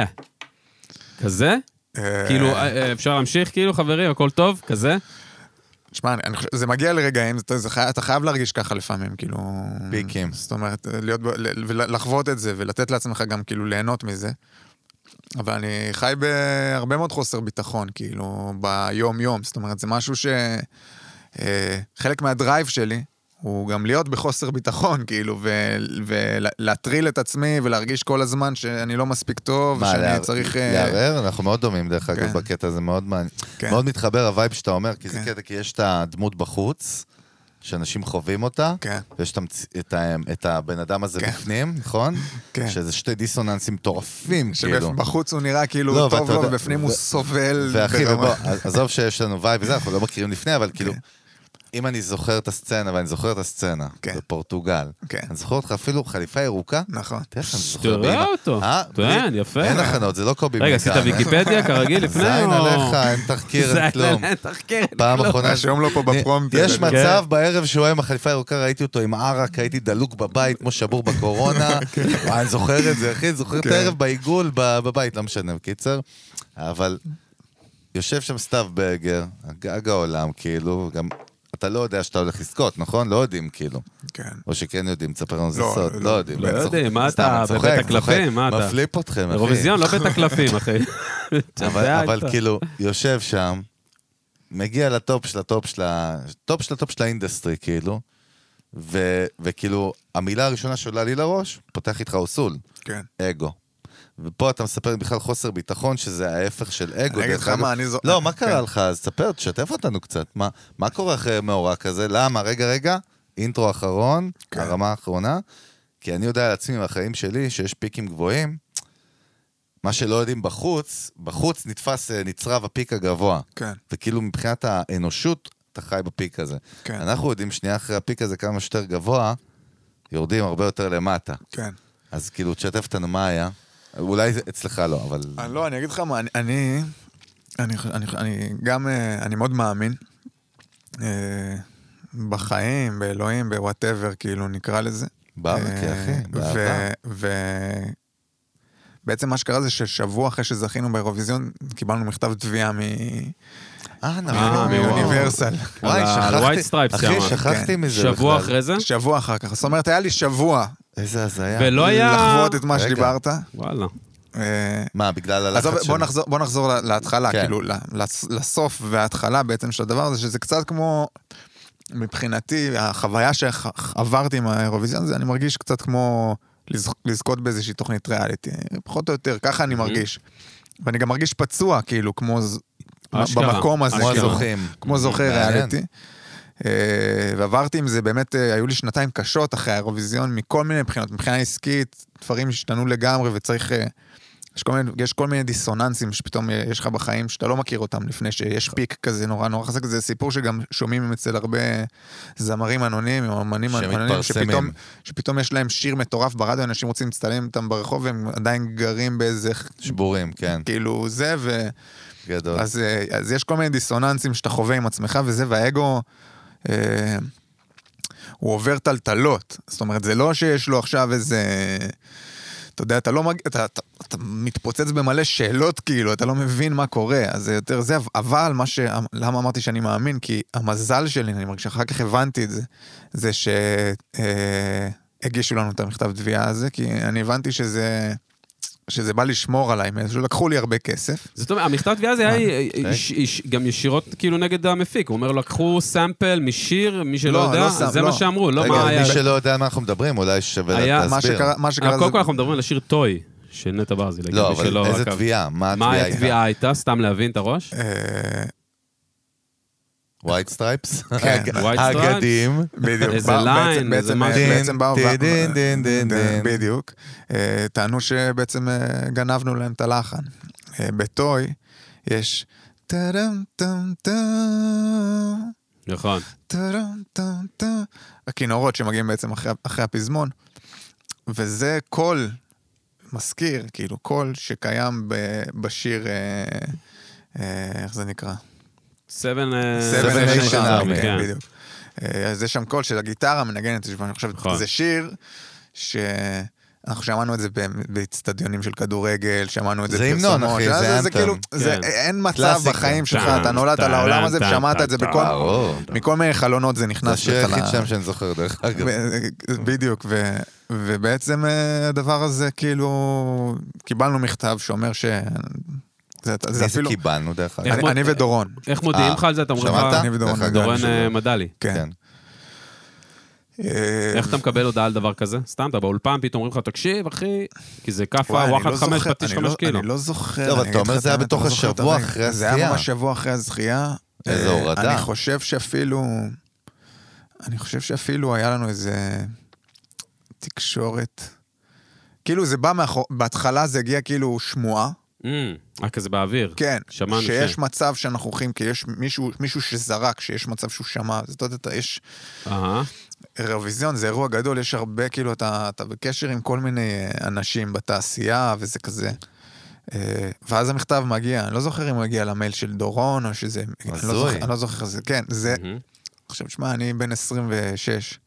Speaker 2: כזה?
Speaker 3: אה,
Speaker 1: כן.
Speaker 2: כאילו, אה, אה, אפשר להמשיך, כאילו, חברים, הכל טוב, כזה?
Speaker 3: תשמע, אני- אני חושב- זה מגיע לרגעים, אתה, זה חי, אתה חייב להרגיש ככה לפעמים, כאילו...
Speaker 1: פיקים.
Speaker 3: זאת אומרת, להיות, ב- ל- ולחוות את זה, ולתת לעצמך גם כאילו ליהנות מזה. אבל אני חי בהרבה מאוד חוסר ביטחון, כאילו, ביום-יום. זאת אומרת, זה משהו ש... אה, חלק מהדרייב שלי הוא גם להיות בחוסר ביטחון, כאילו, ולהטריל את עצמי ולהרגיש כל הזמן שאני לא מספיק טוב,
Speaker 1: מה,
Speaker 3: שאני
Speaker 1: לער-
Speaker 3: צריך... אה,
Speaker 1: לערער? אנחנו מאוד דומים, דרך אגב,
Speaker 3: כן.
Speaker 1: בקטע הזה, מאוד מעניין.
Speaker 3: כן.
Speaker 1: מאוד מתחבר הווייב שאתה אומר, כי זה
Speaker 3: כן.
Speaker 1: קטע, כי יש את הדמות בחוץ, שאנשים חווים אותה,
Speaker 3: כן.
Speaker 1: ויש את המצ- את ה- את הבן אדם הזה
Speaker 3: כן.
Speaker 1: בפנים, נכון?
Speaker 3: כן.
Speaker 1: שזה שתי דיסוננסים מטורפים, כאילו.
Speaker 3: שבחוץ הוא נראה כאילו
Speaker 1: לא,
Speaker 3: טוב
Speaker 1: ואתה
Speaker 3: לו,
Speaker 1: יודע-
Speaker 3: ובפנים
Speaker 1: ו-
Speaker 3: הוא סובל.
Speaker 1: ואחי,
Speaker 3: ברמה-
Speaker 1: ובוא, עזוב שיש לנו וייב וזה, אנחנו לא מכירים לפני, אבל כאילו, אם אני זוכר את הסצנה, ואני זוכר את הסצנה,
Speaker 3: כן.
Speaker 1: בפורטוגל,
Speaker 3: כן.
Speaker 1: אני זוכר אותך אפילו חליפה ירוקה,
Speaker 3: נכון.
Speaker 1: תראה איך אני זוכר,
Speaker 2: תראה
Speaker 1: באמא.
Speaker 2: אותו.
Speaker 1: אה,
Speaker 2: כן,
Speaker 1: בלי-
Speaker 2: יפה.
Speaker 1: אין הכנות, זה לא קובי
Speaker 2: רגע, עשית
Speaker 1: מיקאנה.
Speaker 2: ויקיפדיה כרגיל לפני?
Speaker 1: זין
Speaker 2: או-
Speaker 1: עליך, אין תחקיר, אין
Speaker 2: זין
Speaker 1: כלום.
Speaker 2: עליך, תחקיר.
Speaker 1: פעם אחרונה...
Speaker 3: אה, שהיום לא פה בפרומפטר.
Speaker 1: יש
Speaker 3: כן.
Speaker 1: מצב בערב שהוא היה עם החליפה הירוקה, ראיתי אותו עם ערק, הייתי דלוק בבית, כמו שבור בקורונה. וואי, אני זוכר את זה, אחי, זוכר את
Speaker 3: כן.
Speaker 1: הערב בעיגול ב- בבית, לא משנה, בקיצר. אבל יושב שם סתיו ברגר, גג העולם, כאילו, גם... אתה לא יודע שאתה הולך לזכות, נכון? לא יודעים, כאילו.
Speaker 3: כן.
Speaker 1: או שכן יודעים, תספר לנו זה
Speaker 3: לא,
Speaker 1: סוד.
Speaker 3: לא,
Speaker 1: לא יודעים.
Speaker 2: לא
Speaker 1: אני
Speaker 2: יודעים,
Speaker 1: צוחק.
Speaker 2: מה
Speaker 1: סתם,
Speaker 2: אתה,
Speaker 1: אני צוחק,
Speaker 2: בבית הקלפים,
Speaker 1: צוחק.
Speaker 2: מה אתה?
Speaker 1: מפליפ אתכם, אחי.
Speaker 2: אירוויזיון לא בית הקלפים, אחי. אתה
Speaker 1: אבל,
Speaker 2: יודע,
Speaker 1: אבל
Speaker 2: אתה-
Speaker 1: כאילו, יושב שם, מגיע לטופ של הטופ של ה... טופ של הטופ של האינדסטרי, כאילו, ו, וכאילו, המילה הראשונה שעולה לי לראש, פותח איתך אוסול,
Speaker 3: כן.
Speaker 1: אגו. ופה אתה מספר בכלל חוסר ביטחון, שזה ההפך של אגו.
Speaker 3: אני אגיד
Speaker 1: דרך
Speaker 3: לך
Speaker 1: אגב.
Speaker 3: מה, אני זו-
Speaker 1: לא, מה קרה
Speaker 3: כן.
Speaker 1: לך? אז תספר, תשתף אותנו קצת. מה, מה קורה אחרי מאורע כזה? למה? רגע, רגע, אינטרו אחרון,
Speaker 3: כן.
Speaker 1: הרמה האחרונה. כי אני יודע על עצמי מהחיים שלי שיש פיקים גבוהים. מה שלא יודעים בחוץ, בחוץ נתפס, אה, נצרב הפיק הגבוה.
Speaker 3: כן.
Speaker 1: וכאילו מבחינת האנושות, אתה חי בפיק הזה.
Speaker 3: כן.
Speaker 1: אנחנו יודעים שנייה אחרי הפיק הזה כמה שיותר גבוה, יורדים הרבה יותר למטה.
Speaker 3: כן.
Speaker 1: אז כאילו, תשתף אותנו מה היה. אולי זה- אצלך לא, אבל...
Speaker 3: אה, לא, אני אגיד לך מה, אני- אני... אני, ח- אני, ח- אני גם, אה, אני מאוד מאמין אה, בחיים, באלוהים, בוואטאבר, כאילו נקרא לזה.
Speaker 1: בארץ,
Speaker 3: אה,
Speaker 1: אוקיי, אחי, באהבה.
Speaker 3: ו- ו- בעצם מה שקרה זה ששבוע אחרי שזכינו באירוויזיון, קיבלנו מכתב תביעה מ-
Speaker 1: אה,
Speaker 2: אה,
Speaker 1: נכון.
Speaker 3: לא, מאוניברסל.
Speaker 1: וואי,
Speaker 2: על ה- על ה-White
Speaker 1: שכחתי.
Speaker 2: Stripes
Speaker 1: אחי,
Speaker 2: גם.
Speaker 1: שכחתי מזה בכלל.
Speaker 2: שבוע אחרי זה?
Speaker 3: שבוע אחר כך. זאת אומרת, היה לי שבוע
Speaker 1: איזה הזיה.
Speaker 2: ולא לא היה...
Speaker 3: לחוות את מה
Speaker 1: רגע.
Speaker 3: שדיברת.
Speaker 2: וואלה.
Speaker 3: אה,
Speaker 1: מה, בגלל הלחץ
Speaker 3: עזוב,
Speaker 1: שלו?
Speaker 3: בוא נחזור, בוא נחזור ל- להתחלה,
Speaker 1: כן.
Speaker 3: כאילו, ל- לס- לסוף וההתחלה בעצם של הדבר הזה, שזה קצת כמו, מבחינתי, החוויה שעברתי עם האירוויזיון הזה, אני מרגיש קצת כמו לזכ- לזכות באיזושהי תוכנית ריאליטי, פחות או יותר, ככה אני מרגיש. ואני גם מרגיש פצוע, כאילו, כמו ז-
Speaker 2: אשכרה.
Speaker 3: במקום הזה,
Speaker 1: כמו
Speaker 3: כאילו.
Speaker 1: הזוכים.
Speaker 3: כמו זוכה
Speaker 1: מעניין.
Speaker 3: ריאליטי. אה, ועברתי עם זה, באמת, אה, היו לי שנתיים קשות אחרי האירוויזיון, מכל מיני בחינות, מבחינה עסקית, דברים השתנו לגמרי, וצריך... אה, יש כל, מיני, יש כל מיני דיסוננסים שפתאום אה, יש לך בחיים שאתה לא מכיר אותם לפני שיש פיק כזה נורא נורא חזק, זה סיפור שגם שומעים אצל הרבה זמרים אנונימיים, או אמנים אנונימיים,
Speaker 1: שמתפרסמים.
Speaker 3: שפתאום, שפתאום יש להם שיר מטורף ברדיו, אנשים רוצים להצטלם איתם ברחוב, והם עדיין גרים באיזה,
Speaker 1: שבורים, כן,
Speaker 3: כאילו, זה, ו...
Speaker 1: גדול.
Speaker 3: אז, אה, אז יש כל מיני דיסוננסים שאתה חווה עם עצמך וזה, והאגו, אה, הוא עובר טלטלות. זאת אומרת, זה לא שיש לו עכשיו איזה... אתה יודע, אתה לא מג... אתה, אתה, אתה מתפוצץ במלא שאלות, כאילו, אתה לא מבין מה קורה, אז זה יותר זה, אבל מה ש... למה אמרתי שאני מאמין? כי המזל שלי, אני מרגיש שאחר כך הבנתי את זה, זה שהגישו לנו את המכתב תביעה הזה, כי אני הבנתי שזה... שזה בא לשמור עליי, מאיזשהו- לקחו לי הרבה כסף.
Speaker 2: זאת אומרת, המכתב תביעה הזה היה אה,
Speaker 1: אוקיי.
Speaker 2: יש- יש- גם ישירות כאילו נגד המפיק. הוא אומר, לקחו סאמפל משיר, מי שלא
Speaker 3: לא,
Speaker 2: יודע,
Speaker 3: לא סאמפ-
Speaker 2: זה
Speaker 3: לא.
Speaker 2: מה שאמרו, לא
Speaker 1: רגע,
Speaker 2: מה היה.
Speaker 1: מי שלא יודע על מה אנחנו מדברים, אולי שווה
Speaker 2: היה-
Speaker 1: להסביר.
Speaker 3: מה שקרה, מה שקרה
Speaker 2: אה, קודם כל אנחנו מדברים על השיר טוי, של נטע ברזיל. להגיד
Speaker 1: לא,
Speaker 2: מי שלא
Speaker 1: אבל איזה
Speaker 2: עקב.
Speaker 1: תביעה? מה
Speaker 2: מה
Speaker 1: התביעה הייתה?
Speaker 2: התביעה הייתה? סתם להבין את הראש?
Speaker 3: אה,
Speaker 1: ווייט סטרייפס?
Speaker 3: כן.
Speaker 2: White Stripes?
Speaker 1: הגדים.
Speaker 3: בדיוק.
Speaker 2: איזה
Speaker 3: בא-
Speaker 2: ליין,
Speaker 3: בעצם-
Speaker 2: איזה
Speaker 3: בעצם-
Speaker 2: משהו.
Speaker 3: בעצם באו...
Speaker 1: דין,
Speaker 3: ו-
Speaker 1: דין, דין, דין, דין.
Speaker 3: בדיוק. אה, טענו שבעצם אה, גנבנו להם את הלחן. אה, בטוי יש... טרם טם טם,
Speaker 2: נכון.
Speaker 3: טרם טם טם, הכינורות שמגיעים בעצם אחרי- אחרי הפזמון. וזה קול מזכיר, כאילו קול שקיים ב- בשיר, אה, אה, איך זה נקרא?
Speaker 2: 7
Speaker 3: Seven Nation Army,
Speaker 1: אה, Army,
Speaker 3: כן, בדיוק. אה, אז יש שם קול של הגיטרה מנגנת, יש שם- עכשיו
Speaker 2: נכון.
Speaker 3: זה שיר שאנחנו שמענו את זה ב- באצטדיונים של כדורגל, שמענו את זה
Speaker 1: זה המנון,
Speaker 3: בפרסומות,
Speaker 1: אחי,
Speaker 3: זה-
Speaker 1: זה
Speaker 3: זה
Speaker 1: anthem.
Speaker 3: כאילו, זה-
Speaker 2: כן.
Speaker 3: אין מצב
Speaker 1: קלאסיקה.
Speaker 3: בחיים שלך, אתה נולדת לעולם הזה ושמעת את זה בכל,
Speaker 1: ברור.
Speaker 3: מכל מיני חלונות זה
Speaker 1: זה
Speaker 3: נכנס
Speaker 1: השיר
Speaker 3: לך.
Speaker 1: היחיד
Speaker 3: ל-
Speaker 1: שם שאני זוכר, דרך אגב.
Speaker 3: ו- אה, בדיוק, ו, ובעצם אה, הדבר הזה כאילו, קיבלנו מכתב שאומר ש... זה, זה
Speaker 1: איזה
Speaker 3: אפילו,
Speaker 1: קיבלנו, דרך אגב.
Speaker 2: איך
Speaker 3: אני,
Speaker 2: מוד-
Speaker 3: אני ודורון,
Speaker 2: איך מודיעים
Speaker 1: אה,
Speaker 2: לך על זה? אתה אומר
Speaker 1: שמעת?
Speaker 2: לך,
Speaker 3: אני ודורון
Speaker 1: דרך אגב,
Speaker 2: דורון
Speaker 1: שזה-
Speaker 2: אה, מדלי.
Speaker 3: כן. אה,
Speaker 2: איך אתה מקבל הודעה על דבר כזה? סתם, אתה באולפן, פתאום אומרים לך, תקשיב, אחי, כי זה כאפה,
Speaker 3: וואי, אני
Speaker 2: וואחד
Speaker 3: לא
Speaker 2: חמש,
Speaker 3: זוכר-
Speaker 2: פטיש
Speaker 3: אני
Speaker 2: חמש
Speaker 3: לא-
Speaker 2: קילו.
Speaker 3: אני לא זוכר.
Speaker 1: לא, אבל
Speaker 3: אני
Speaker 1: אתה
Speaker 3: אגיד
Speaker 1: אומר
Speaker 3: לך את
Speaker 1: זה היה
Speaker 3: האמת,
Speaker 1: בתוך
Speaker 3: אני לא זוכר את
Speaker 1: השבוע
Speaker 3: הרגע.
Speaker 1: אחרי
Speaker 3: זה
Speaker 1: הזכייה.
Speaker 3: היה ממש שבוע אחרי הזכייה.
Speaker 1: איזה
Speaker 3: אה,
Speaker 1: הורדה.
Speaker 3: אני חושב שאפילו... אני חושב שאפילו היה לנו איזה תקשורת. כאילו זה בא מאחור... בהתחלה זה הגיע כאילו שמועה.
Speaker 2: אה, כזה באוויר.
Speaker 3: כן,
Speaker 2: שמענו
Speaker 3: שיש
Speaker 2: ש...
Speaker 3: מצב שאנחנו הולכים, כי יש מישהו, מישהו שזרק, שיש מצב שהוא שמע, זאת אומרת, יש
Speaker 2: אהה.
Speaker 3: אירוויזיון, זה אירוע גדול, יש הרבה, כאילו, אתה, אתה בקשר עם כל מיני אה, אנשים בתעשייה, וזה כזה. אה, ואז המכתב מגיע, אני לא זוכר אם הוא הגיע למייל של דורון, או שזה... אני לא
Speaker 1: הזוי.
Speaker 3: זוכר- אני לא זוכר איך זה, כן, זה...
Speaker 2: מהמם.
Speaker 3: עכשיו, שמע, אני בן 26,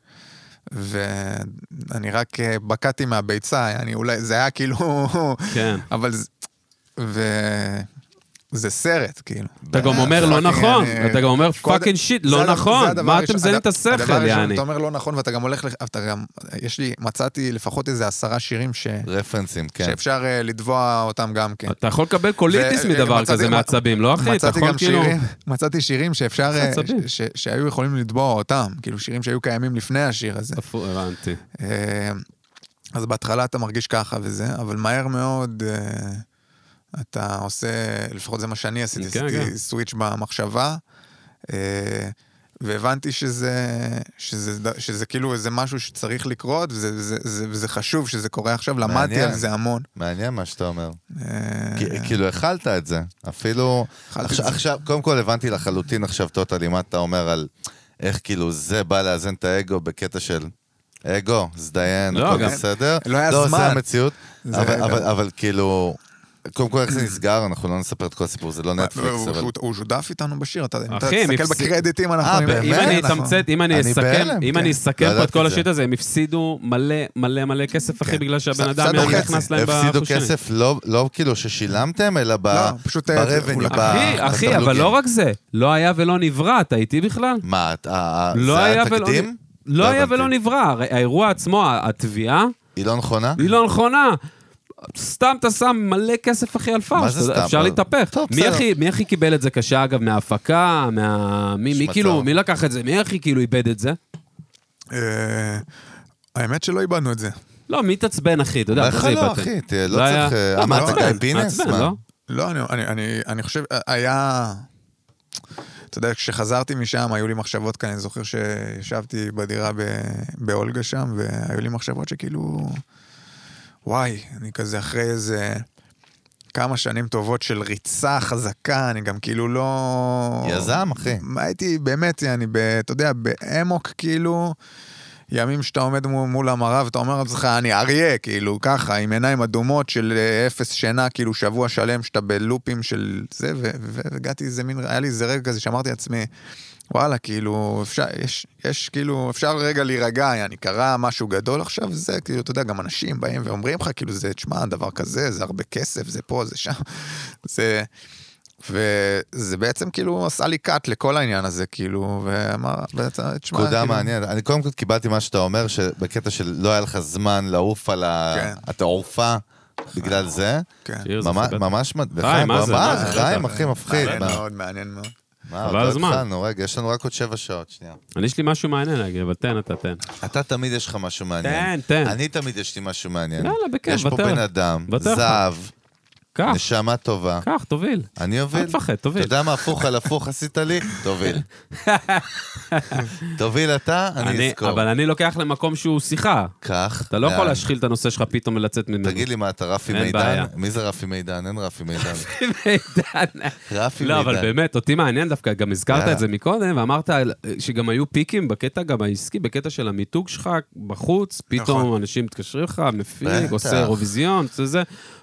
Speaker 3: ואני רק אה, בקעתי מהביצה, אני אולי, זה היה כאילו...
Speaker 2: כן.
Speaker 3: אבל זה... ו... זה סרט, כאילו.
Speaker 2: אתה גם אומר לא
Speaker 3: פאקינג,
Speaker 2: נכון,
Speaker 3: אני-
Speaker 2: אתה גם אומר
Speaker 3: קודם-
Speaker 2: פאקינג שיט,
Speaker 3: כן, אה, זה
Speaker 2: לא
Speaker 3: הדבר- זה
Speaker 2: נכון,
Speaker 3: הדבר
Speaker 2: מה אתם
Speaker 3: הראשון-
Speaker 2: מזיינים את
Speaker 3: הד- הדבר
Speaker 2: השכל,
Speaker 3: הראשון,
Speaker 2: יעני.
Speaker 3: אתה אומר לא נכון ואתה גם הולך, לח- אתה גם, יש לי, מצאתי לפחות איזה עשרה שירים ש...
Speaker 1: רפרנסים, כן.
Speaker 3: שאפשר אה, לתבוע אותם גם כן.
Speaker 2: אתה יכול לקבל קוליטיס
Speaker 3: ו-
Speaker 2: מדבר
Speaker 3: ומצאתי-
Speaker 2: כזה
Speaker 3: מצ-
Speaker 2: מעצבים, לא אחי? אתה
Speaker 3: מצאתי
Speaker 2: יכול
Speaker 3: גם
Speaker 2: כאילו...
Speaker 3: שירים, מצאתי שירים שאפשר, אה,
Speaker 2: עצבים.
Speaker 3: ש- ש- שהיו יכולים לתבוע אותם, כאילו שירים שהיו קיימים לפני השיר הזה.
Speaker 2: אפו- הבנתי.
Speaker 3: אה, אז בהתחלה אתה מרגיש ככה וזה, אבל מהר מאוד אה, אתה עושה, לפחות זה מה שאני עשיתי,
Speaker 2: כן,
Speaker 3: עשיתי
Speaker 2: כן.
Speaker 3: סוויץ' במחשבה, אה, והבנתי שזה, שזה, ד- שזה כאילו איזה משהו שצריך לקרות, וזה, זה, זה, וזה חשוב שזה קורה עכשיו, למדתי
Speaker 1: מעניין.
Speaker 3: על זה המון.
Speaker 1: מעניין מה שאתה אומר.
Speaker 3: אה,
Speaker 1: כי- כאילו, הכלת את זה. אפילו...
Speaker 3: אכלתי את
Speaker 1: עכשיו-
Speaker 3: זה.
Speaker 1: עכשיו, קודם כל הבנתי לחלוטין עכשיו, טוטלי, מה אתה אומר על איך כאילו זה בא לאזן את האגו בקטע של... אגו, זדיין,
Speaker 2: לא,
Speaker 1: הכל
Speaker 2: גם-
Speaker 1: בסדר.
Speaker 3: לא היה זמן.
Speaker 1: זה המציאות.
Speaker 3: זה
Speaker 1: אבל-
Speaker 3: גם-
Speaker 1: אבל- אבל כאילו... קודם כל, איך זה נסגר, אנחנו לא נספר את כל הסיפור,
Speaker 3: אה,
Speaker 1: זה לא נטפליקס,
Speaker 3: הוא-
Speaker 1: אבל...
Speaker 3: הוא- הוא שותף איתנו בשיר, אתה אם אתה
Speaker 2: אחי, הם
Speaker 3: תסתכל
Speaker 2: הפסיק-
Speaker 3: בקרדיטים, אנחנו...
Speaker 1: אה,
Speaker 3: עם-
Speaker 1: באמת?
Speaker 2: אם
Speaker 1: כן,
Speaker 2: אני
Speaker 3: אנחנו-
Speaker 2: אתמצת, אם אני
Speaker 1: אני
Speaker 2: אסכם,
Speaker 1: בהלם,
Speaker 2: אם
Speaker 1: כן.
Speaker 2: אני
Speaker 1: לא
Speaker 2: אסכם פה את
Speaker 1: ידעתי
Speaker 2: כל
Speaker 1: את זה.
Speaker 2: השיט הזה, הם הפסידו מלא מלא מלא כסף, אחי,
Speaker 3: כן.
Speaker 2: בגלל שהבן
Speaker 3: הפסדנו
Speaker 2: אדם
Speaker 3: חצי.
Speaker 2: נכנס להם
Speaker 1: הפסידו
Speaker 2: בחושני.
Speaker 1: כסף לא, לא כאילו ששילמתם, אלא ב...
Speaker 3: לא, פשוט, אה, הוא
Speaker 1: ברבני,
Speaker 3: לקח.
Speaker 2: אחי, אחי, אבל לא רק זה, לא היה ולא נברא, אתה איתי בכלל?
Speaker 1: מה, את- ה- ה-
Speaker 2: לא
Speaker 1: זה היה
Speaker 2: היה ולא
Speaker 1: תקדים?
Speaker 2: לא היה
Speaker 1: הבנתי.
Speaker 2: ולא נברא, הרי האירוע עצמו, התביעה,
Speaker 1: היא לא נכונה?
Speaker 2: היא לא נכונה. סתם אתה שם מלא כסף אחי על פארש,
Speaker 1: מה זה
Speaker 2: אתה יודע,
Speaker 1: סתם?
Speaker 2: אפשר
Speaker 1: אבל-
Speaker 2: להתהפך.
Speaker 1: טוב,
Speaker 2: מי
Speaker 1: בסדר.
Speaker 2: הכי- מי הכי קיבל את זה קשה אגב, מההפקה, מה... מי מי
Speaker 1: יש
Speaker 2: כאילו,
Speaker 1: מצב.
Speaker 2: מי לקח את זה? מי הכי כאילו איבד את זה?
Speaker 3: אה, האמת שלא איבדנו את זה.
Speaker 2: לא, מי התעצבן אחי, אתה יודע,
Speaker 1: אומר
Speaker 2: אתה
Speaker 1: לך
Speaker 2: זה
Speaker 1: לא,
Speaker 2: איבדתם.
Speaker 1: אחי, תראה, לא
Speaker 2: לא היה-
Speaker 1: צריך... אה, מה, אתה
Speaker 3: מעצבן,
Speaker 1: גיא פינס?
Speaker 2: מעצבן,
Speaker 1: מה?
Speaker 2: לא?
Speaker 3: לא, אני, אני, אני, אני חושב, היה... אתה יודע, כשחזרתי משם, היו לי מחשבות כאן, אני זוכר שישבתי בדירה ב, באולגה שם, והיו לי מחשבות שכאילו... וואי, אני כזה אחרי איזה כמה שנים טובות של ריצה חזקה, אני גם כאילו לא...
Speaker 1: יזם, אחי.
Speaker 3: הייתי באמת, אני, ב, אתה יודע, באמוק כאילו, ימים שאתה עומד מול, מול המראה ואתה אומר לעצמך, אני אריה, כאילו, ככה, עם עיניים אדומות של אה, אפס שינה, כאילו, שבוע שלם שאתה בלופים של זה, ו- ו- והגעתי איזה מין, היה לי איזה רגע כזה שאמרתי לעצמי, וואלה, כאילו, אפשר, יש, יש, כאילו, אפשר רגע להירגע, יעני, קרה משהו גדול עכשיו, זה, כאילו, אתה יודע, גם אנשים באים ואומרים לך, כאילו, זה, תשמע, דבר כזה, זה הרבה כסף, זה פה, זה שם, זה... וזה בעצם כאילו עשה לי cut לכל העניין הזה, כאילו, ואמר, בעצם, תשמע,
Speaker 1: נקודה
Speaker 3: כאילו,
Speaker 1: מעניינת. אני קודם כל קיבלתי מה שאתה אומר, שבקטע של לא היה לך זמן לעוף על ה-
Speaker 3: כן.
Speaker 1: התעופה בגלל זה.
Speaker 3: כן.
Speaker 2: שיר, זה
Speaker 1: ממש-
Speaker 2: מכבד.
Speaker 1: ממש מדהים.
Speaker 2: חיים, מה זה? מה זה?
Speaker 1: חיים, אחי, מפחיד.
Speaker 3: מעניין
Speaker 1: מה?
Speaker 3: מאוד, מעניין מאוד.
Speaker 1: מה,
Speaker 2: חבל
Speaker 1: עוד לא
Speaker 2: הזמן.
Speaker 1: התחלנו, רגע, יש לנו רק עוד שבע שעות, שנייה.
Speaker 2: אני, יש לי משהו מעניין להגיד, אבל תן אתה, תן.
Speaker 1: אתה תמיד יש לך משהו מעניין.
Speaker 2: תן, תן.
Speaker 1: אני תמיד יש לי משהו מעניין.
Speaker 2: יאללה, בכיף,
Speaker 1: יש פה
Speaker 2: בטח.
Speaker 1: בן אדם,
Speaker 2: בטח. אה.
Speaker 1: זהב,
Speaker 2: קח,
Speaker 1: נשמה טובה.
Speaker 2: קח, תוביל.
Speaker 1: אני אוביל.
Speaker 2: אל תפחד, תוביל.
Speaker 1: אתה יודע מה הפוך על הפוך עשית לי? תוביל. תוביל אתה, אני
Speaker 2: אני-
Speaker 1: אזכור.
Speaker 2: אבל אני לוקח למקום שהוא שיחה.
Speaker 1: כך.
Speaker 2: אתה לא יכול
Speaker 1: לאן?
Speaker 2: להשחיל את הנושא שלך פתאום ולצאת ממנו.
Speaker 1: תגיד לי מה, אתה רפי
Speaker 2: אין בעיה.
Speaker 1: מידן? מי זה רפי מידן? אין רפי מידן.
Speaker 2: מידן.
Speaker 1: רפי מידן.
Speaker 2: לא, אבל באמת, אותי מעניין דווקא, גם הזכרת
Speaker 1: יאללה.
Speaker 2: את זה מקודם, ואמרת על- שגם היו פיקים בקטע גם העסקי, בקטע של המיתוג שלך בחוץ, פתאום
Speaker 3: נכון.
Speaker 2: אנשים מתקשרים לך, מפיק,
Speaker 1: בטח.
Speaker 2: עושה אירוויזיון, עושה זה.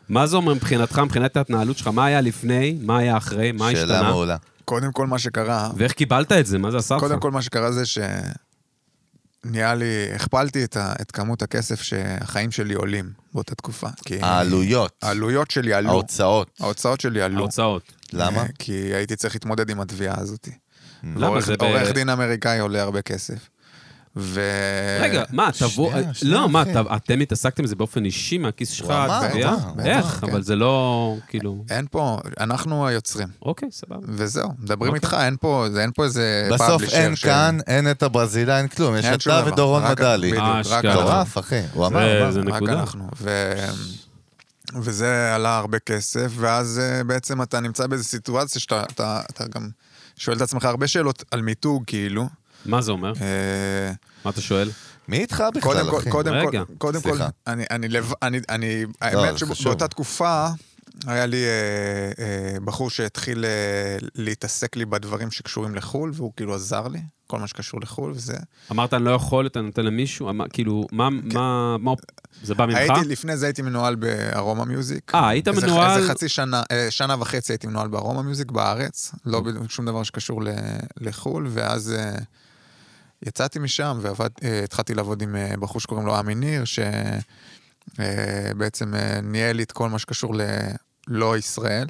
Speaker 2: מה זה אומר מבחינתך, מבחינת ההתנהלות שלך? מה היה לפני, מה היה אחרי, מה
Speaker 1: שאלה
Speaker 2: השתנה?
Speaker 1: מעולה.
Speaker 3: קודם כל מה שקרה,
Speaker 2: ואיך קיבלת את זה? מה זה עשה לך?
Speaker 3: קודם כל מה שקרה זה ש... נהיה לי, הכפלתי את, ה, את כמות הכסף שהחיים שלי עולים באותה תקופה. כי
Speaker 1: אה, העלויות,
Speaker 3: העלויות שלי אה, עלו.
Speaker 1: ההוצאות.
Speaker 3: ההוצאות שלי עלו.
Speaker 2: ההוצאות.
Speaker 1: למה?
Speaker 3: אה, כי הייתי צריך להתמודד עם התביעה הזאת.
Speaker 2: למה
Speaker 3: עורך-
Speaker 2: זה ב...
Speaker 3: לא, עורך דין אמריקאי עולה הרבה כסף. ו... אה,
Speaker 2: רגע, מה, תבוא...
Speaker 1: שנייה, שנייה,
Speaker 2: לא, מה,
Speaker 1: אחי.
Speaker 2: אתה- אתם התעסקתם בזה באופן אישי מהכיס שלך?
Speaker 1: הוא אמר,
Speaker 2: התביעה?
Speaker 1: הוא אמר,
Speaker 2: איך?
Speaker 3: כן.
Speaker 2: אבל זה לא... כאילו...
Speaker 3: אין פה, אנחנו היוצרים,
Speaker 2: אוקיי, סבבה.
Speaker 3: וזהו, מדברים
Speaker 2: אוקיי.
Speaker 3: איתך, אין פה, זה- אין פה איזה
Speaker 1: בסוף
Speaker 3: publisher
Speaker 1: אין
Speaker 3: ש-
Speaker 1: כאן, אין את הברזילה, אין כלום. יש
Speaker 3: אין שום
Speaker 1: אתה
Speaker 3: דבר.
Speaker 1: ודורון
Speaker 3: רק-
Speaker 1: ודלי.
Speaker 3: בדיוק,
Speaker 2: אה,
Speaker 3: רק
Speaker 2: אשכרה.
Speaker 3: אנחנו.
Speaker 1: מטורף, אחי. הוא אמר.
Speaker 2: זה-
Speaker 3: אבל
Speaker 2: זה
Speaker 3: רק
Speaker 2: נקודה.
Speaker 3: אנחנו. ו... וזה עלה הרבה כסף, ואז אה, בעצם אתה נמצא באיזו סיטואציה שאתה אתה, אתה גם שואל את עצמך הרבה שאלות על מיתוג, כאילו.
Speaker 2: מה זה אומר?
Speaker 3: אה,
Speaker 2: מה אתה שואל?
Speaker 1: מי איתך
Speaker 3: קודם
Speaker 1: בכלל,
Speaker 3: כל,
Speaker 1: אחי?
Speaker 3: קודם כל,
Speaker 2: רגע,
Speaker 3: קודם כל,
Speaker 1: סליחה. לא,
Speaker 3: אני, אני, לב- אני, אני,
Speaker 1: זה
Speaker 3: האמת
Speaker 1: חשוב.
Speaker 3: שבאותה תקופה, היה לי אה, אה, בחור שהתחיל אה, להתעסק לי בדברים שקשורים לחו"ל, והוא כאילו עזר לי, כל מה שקשור לחו"ל וזה.
Speaker 2: אמרת, אני לא יכול, אתה נותן למישהו, אמר- כאילו, מה, מה, מה, זה בא ממך?
Speaker 3: כן. הייתי, לפני זה הייתי מנוהל בארומה מיוזיק.
Speaker 2: אה, היית
Speaker 3: איזה-
Speaker 2: מנוהל-
Speaker 3: איזה חצי שנה, אה, שנה וחצי הייתי מנוהל בארומה מיוזיק בארץ, לא
Speaker 2: אוקיי.
Speaker 3: בשום דבר שקשור ל- לחו"ל, ואז אה, יצאתי משם והתחלתי לעבוד עם אה, בחור שקוראים לו עמי ניר, שבעצם אה, ניהל לי את כל מה שקשור ללא ישראל.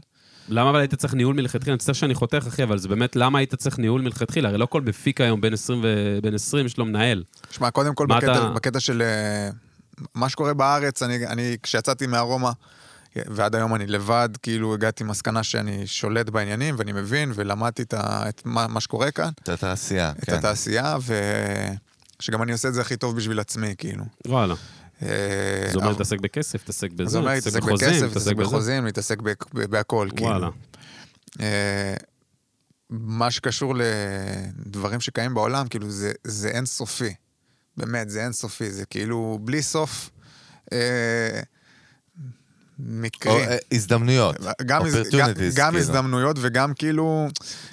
Speaker 2: למה אבל היית צריך ניהול מלכתחילה? אני מצטער שאני חותך, אחי, אבל זה באמת, למה היית צריך ניהול מלכתחילה? הרי לא כל מפיק היום בן 20 ו- בן 20 יש לו מנהל.
Speaker 3: שמע, קודם כל
Speaker 2: מה
Speaker 3: בקטע,
Speaker 2: אתה-
Speaker 3: בקטע של אה, מה שקורה בארץ, אני, אני כשיצאתי מהרומא, ועד היום אני לבד, כאילו הגעתי למסקנה שאני שולט בעניינים ואני מבין ולמדתי את, ה, את מה, מה שקורה כאן,
Speaker 1: את התעשייה,
Speaker 3: את
Speaker 1: כן.
Speaker 3: התעשייה, ושגם אני עושה את זה הכי טוב בשביל עצמי, כאילו.
Speaker 2: וואלה.
Speaker 3: אה,
Speaker 2: זה אומר
Speaker 3: אה,
Speaker 2: להתעסק בכסף, להתעסק בזה,
Speaker 3: זה אומר להתעסק בכסף, להתעסק
Speaker 2: בזה.
Speaker 3: בחוזים, להתעסק בכ- בהכל, כאילו.
Speaker 2: וואלה.
Speaker 3: אה, מה שקשור לדברים שקיימים בעולם, כאילו זה, זה אינסופי. באמת, זה אינסופי, זה כאילו בלי סוף אה,
Speaker 1: או,
Speaker 3: מקרים.
Speaker 1: אה, הזדמנויות,
Speaker 3: גם, הז- גם,
Speaker 1: opportunities,
Speaker 3: גם
Speaker 1: כאילו.
Speaker 3: הזדמנויות וגם כאילו,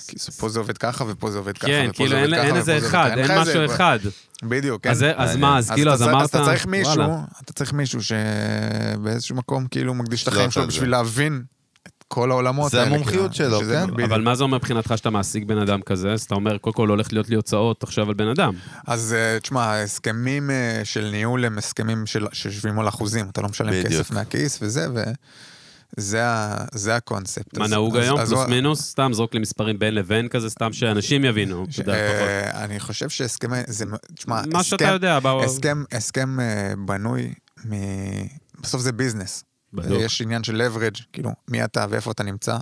Speaker 3: כאילו, פה זה עובד ככה ופה זה עובד ככה
Speaker 2: כן,
Speaker 3: ופה
Speaker 2: כאילו
Speaker 3: זה עובד
Speaker 2: אין
Speaker 3: ככה
Speaker 2: אין
Speaker 3: ופה
Speaker 2: איזה
Speaker 3: זה עובד
Speaker 2: אחד,
Speaker 3: ככה.
Speaker 2: אין
Speaker 3: לך
Speaker 2: משהו
Speaker 3: איזה-
Speaker 2: אחד.
Speaker 3: בדיוק, כן.
Speaker 2: אז זה- אז
Speaker 1: מעניין.
Speaker 2: מה, אז כאילו,
Speaker 3: אתה
Speaker 2: אז
Speaker 3: צריך-
Speaker 2: אמרת...
Speaker 3: אז אתה צריך מישהו,
Speaker 2: וואלה.
Speaker 3: אתה צריך מישהו שבאיזשהו מקום כאילו מקדיש את החיים
Speaker 1: ישלוט
Speaker 3: שלו
Speaker 1: על זה.
Speaker 3: בשביל להבין את כל העולמות
Speaker 1: לא זה
Speaker 3: האלה.
Speaker 1: המומחיות
Speaker 3: כאילו,
Speaker 1: שלו,
Speaker 3: שזה-
Speaker 1: כן?
Speaker 3: בדיוק.
Speaker 2: אבל מה זה אומר מבחינתך שאתה מעסיק בן אדם כזה? אז אתה אומר, קודם כל הולך להיות לי הוצאות עכשיו על בן אדם.
Speaker 3: אז אה, תשמע, ההסכמים אה, של ניהול הם הסכמים של- שיושבים על אחוזים, אתה לא משלם
Speaker 1: בדיוק.
Speaker 3: כסף מהכיס וזה, וזה ה- זה הקונספט.
Speaker 2: מה
Speaker 3: אז-
Speaker 2: נהוג
Speaker 3: אז-
Speaker 2: היום?
Speaker 3: אז
Speaker 2: פלוס
Speaker 3: הוא-
Speaker 2: מינוס? סתם זרוק לי מספרים בין לבין כזה, סתם שאנשים יבינו. אתה
Speaker 3: ש-
Speaker 2: יודע, פחות.
Speaker 3: אה, אני חושב שהסכמי, זה, מ- תשמע,
Speaker 2: מה שאתה
Speaker 3: הסכם-
Speaker 2: יודע, באו...
Speaker 3: הסכם- הסכם אה, בנוי מ... בסוף זה ביזנס.
Speaker 2: בדוק.
Speaker 3: יש עניין של leverage, כאילו, מי אתה ואיפה אתה נמצא.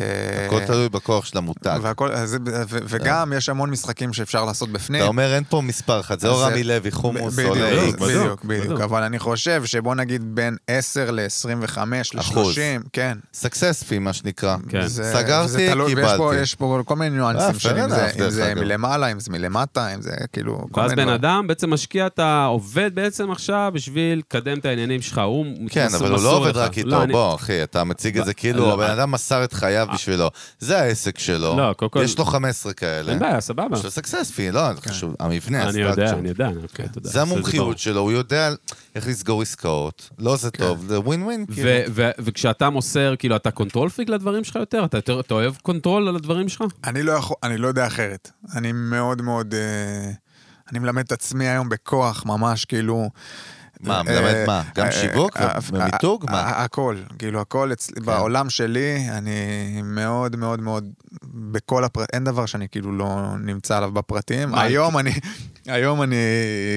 Speaker 3: אה,
Speaker 1: הכל תלוי בכוח של המותג.
Speaker 3: והכל, אז זה- ו- וגם יש המון משחקים שאפשר לעשות בפנים.
Speaker 1: אה. אתה אומר, אין פה מספר אחד, זה
Speaker 3: אז
Speaker 1: או
Speaker 3: זה-
Speaker 1: רמי לוי, חומוס,
Speaker 3: בדיוק, לא,
Speaker 1: או לאי.
Speaker 2: בדיוק,
Speaker 3: בדיוק,
Speaker 2: בדיוק.
Speaker 3: בדיוק. אבל אני חושב שבוא נגיד בין 10 ל-25
Speaker 1: אחוז.
Speaker 3: ל-30, כן.
Speaker 1: סקסספי, מה שנקרא.
Speaker 2: כן.
Speaker 3: זה-
Speaker 1: סגרתי,
Speaker 3: וזה תלוי, ויש פה-
Speaker 1: קיבלתי.
Speaker 3: יש פה כל מיני
Speaker 1: אה,
Speaker 3: ניואנסים
Speaker 1: fair
Speaker 3: של אם זה-
Speaker 1: enough,
Speaker 3: אם
Speaker 1: דרך
Speaker 3: זה
Speaker 1: אגב.
Speaker 3: מלמעלה, אם זה מלמטה, אם זה כאילו... כל
Speaker 2: ואז
Speaker 3: מיני
Speaker 2: בן
Speaker 3: דברים.
Speaker 2: אדם בעצם משקיע, אתה עובד בעצם עכשיו בשביל לקדם את העניינים שלך. הוא
Speaker 1: כן,
Speaker 2: מסור-
Speaker 1: אבל הוא לא
Speaker 2: מסור
Speaker 1: עובד
Speaker 2: לך.
Speaker 1: רק
Speaker 2: לא,
Speaker 1: איתו,
Speaker 2: אני-
Speaker 1: בוא, אחי, אתה מציג את זה כאילו,
Speaker 2: לא,
Speaker 1: הבן
Speaker 2: אה.
Speaker 1: אדם מסר את חייו בשבילו. זה העסק שלו.
Speaker 2: לא, קודם כל-
Speaker 1: יש לו 15 כאלה.
Speaker 2: אין בעיה, סבבה.
Speaker 1: של סקסספי, לא,
Speaker 3: כן.
Speaker 1: חשוב, המבנה,
Speaker 2: אני יודע,
Speaker 1: הסטרקצ'ר.
Speaker 2: אני יודע, אוקיי, תודה.
Speaker 1: זה
Speaker 2: ברור.
Speaker 1: המומחיות שלו, הוא יודע איך לסגור עסקאות. לא
Speaker 3: כן.
Speaker 1: זה טוב, זה ווין ווין, כאילו.
Speaker 2: ו- ו- וכשאתה מוסר, כאילו, אתה קונטרול פריק לדברים שלך יותר? אתה יותר- אתה אוהב קונטרול על הדברים שלך?
Speaker 3: אני לא יכול, אני לא יודע אחרת. אני מאוד מאוד... אה, אני מלמד את עצמי היום בכוח, ממש, כאילו...
Speaker 1: מה,
Speaker 3: אה,
Speaker 1: מלמד מה? גם
Speaker 3: אה,
Speaker 1: שיווק
Speaker 3: אה,
Speaker 1: ומיתוג?
Speaker 3: אה,
Speaker 1: מה? כן.
Speaker 3: אה, הכל, כאילו הכל אצלי, בעולם שלי, אני מאוד מאוד מאוד, בכל הפרטים, אין דבר שאני כאילו לא נמצא עליו בפרטים.
Speaker 2: מה,
Speaker 3: היום אני, היום אני,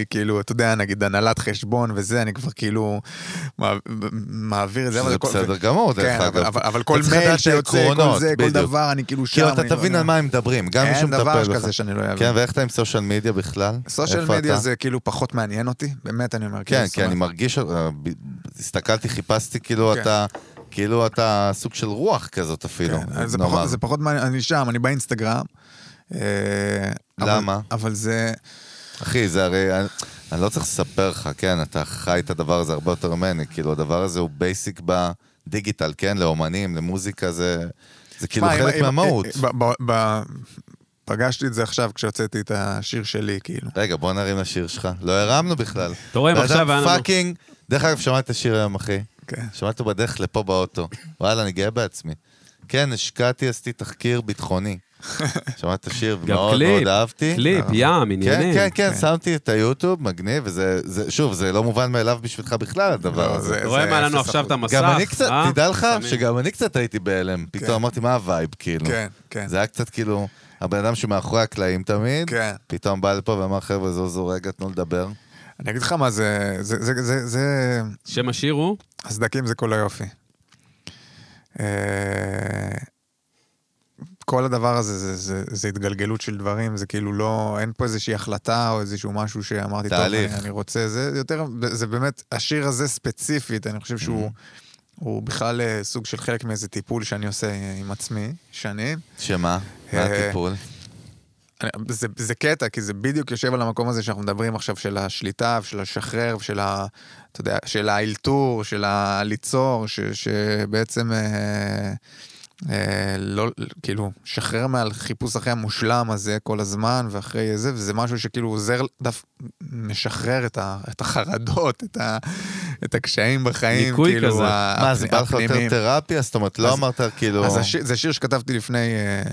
Speaker 3: כאילו, אתה יודע, נגיד הנהלת חשבון וזה, אני כבר כאילו מעב- מעביר את זה. אבל
Speaker 1: שזה
Speaker 3: כל-
Speaker 1: בסדר גמור,
Speaker 3: כן,
Speaker 1: דרך
Speaker 3: אבל-
Speaker 1: אגב.
Speaker 3: אבל- אבל
Speaker 1: אתה
Speaker 3: כל
Speaker 1: צריך
Speaker 3: מייל
Speaker 1: לדעת את
Speaker 3: שיוצא, כל
Speaker 1: העקרונות,
Speaker 3: זה, כל
Speaker 1: בדיוק.
Speaker 3: דבר, אני כאילו שם.
Speaker 1: כאילו, אתה
Speaker 3: אני-
Speaker 1: תבין על מה הם מדברים, גם מישהו
Speaker 3: אין
Speaker 1: מטפל לך.
Speaker 3: דבר כזה שאני לא אבין.
Speaker 1: כן, ואיך אתה עם סושיאל מדיה בכלל?
Speaker 3: סושיאל
Speaker 1: איפה
Speaker 3: מדיה
Speaker 1: אתה?
Speaker 3: זה כאילו פחות מעניין אותי, באמת אני אומר.
Speaker 1: כן,
Speaker 3: כאילו, זאת
Speaker 1: כי אני
Speaker 3: אומרת,
Speaker 1: מרגיש, אה, ב- הסתכלתי, חיפשתי, כאילו
Speaker 3: כן.
Speaker 1: אתה, כאילו אתה סוג של רוח כזאת אפילו,
Speaker 3: כן, זה
Speaker 1: כאילו, נאמר.
Speaker 3: פחות- זה פחות מעניין, אני שם, אני באינסטגרם. אה, אבל-
Speaker 1: למה?
Speaker 3: אבל זה...
Speaker 1: אחי, זה הרי, אני- אני לא צריך לספר לך, כן, אתה חי את הדבר הזה הרבה יותר ממני, כאילו הדבר הזה הוא בייסיק בדיגיטל, כן, לאומנים, למוזיקה, זה זה כאילו
Speaker 3: מה, אם-
Speaker 1: חלק
Speaker 3: אם-
Speaker 1: מהמהות.
Speaker 3: ב- ב- ב- פגשתי את זה עכשיו כשהוצאתי את השיר שלי, כאילו.
Speaker 1: רגע, בוא נרים לשיר שלך. לא הרמנו בכלל.
Speaker 2: אתה רואה, אם
Speaker 1: בן
Speaker 2: עכשיו
Speaker 1: אדם
Speaker 2: היה לנו-
Speaker 1: פאקינג, דרך אגב, שמעתי את השיר היום, אחי.
Speaker 3: כן.
Speaker 1: שמעתי אותו בדרך לפה באוטו. וואלה, אני גאה בעצמי. כן, השקעתי, עשיתי תחקיר ביטחוני. שמעתי את השיר,
Speaker 2: גם
Speaker 1: ומאוד
Speaker 2: קליפ,
Speaker 1: מאוד אהבתי.
Speaker 2: קליפ, ים,
Speaker 1: כן,
Speaker 2: עניינים.
Speaker 1: כן, כן, שמתי את היוטיוב, מגניב, וזה, זה- שוב, זה לא מובן מאליו בשבילך בכלל, הדבר
Speaker 3: לא,
Speaker 1: הזה.
Speaker 2: אתה רואה
Speaker 3: זה
Speaker 2: מה לנו
Speaker 3: אפס
Speaker 2: עכשיו את המסך?
Speaker 1: גם אני קצת,
Speaker 2: אה?
Speaker 1: תדע לך
Speaker 2: שמים.
Speaker 1: שגם אני קצת הייתי בהלם. פתאום אמרתי, מה הווייב, כאילו?
Speaker 3: כן, כן.
Speaker 1: זה היה קצת כאילו, הבן אדם שמאחורי הקלעים תמיד,
Speaker 3: כן.
Speaker 1: פתאום בא לפה ואמר, חבר'ה, זוזו רגע, תנו לדבר.
Speaker 3: אני אגיד לך מה זה... זה- זה- זה- זה...
Speaker 2: שם השיר הוא?
Speaker 3: הסדקים זה כל היופי. אה, כל הדבר הזה זה, זה, זה התגלגלות של דברים, זה כאילו לא, אין פה איזושהי החלטה או איזשהו משהו שאמרתי, טוב, אני,
Speaker 1: תהליך.
Speaker 3: אני רוצה, זה יותר, זה באמת, השיר הזה ספציפית, אני חושב שהוא הוא בכלל אה, סוג של חלק מאיזה טיפול שאני עושה עם עצמי, שנים.
Speaker 1: שמה? מה
Speaker 3: אה,
Speaker 1: הטיפול?
Speaker 3: זה, זה קטע, כי זה בדיוק יושב על המקום הזה שאנחנו מדברים עכשיו, של השליטה ושל השחרר ושל ה... אתה יודע, של האלתור, של הליצור, ש, שבעצם אה, אה, לא, כאילו, שחרר מעל חיפוש אחרי המושלם הזה כל הזמן ואחרי זה, וזה משהו שכאילו עוזר, דף, משחרר את, ה, את החרדות, את, ה, את הקשיים בחיים,
Speaker 2: ניקוי
Speaker 3: כאילו,
Speaker 2: כזה.
Speaker 3: ה-
Speaker 1: מה, זה בא לך יותר
Speaker 3: הפנימיים.
Speaker 1: תרפיה? זאת אומרת, לא
Speaker 3: אז-
Speaker 1: אמרת כאילו...
Speaker 3: אז השיר, זה שיר שכתבתי לפני אה,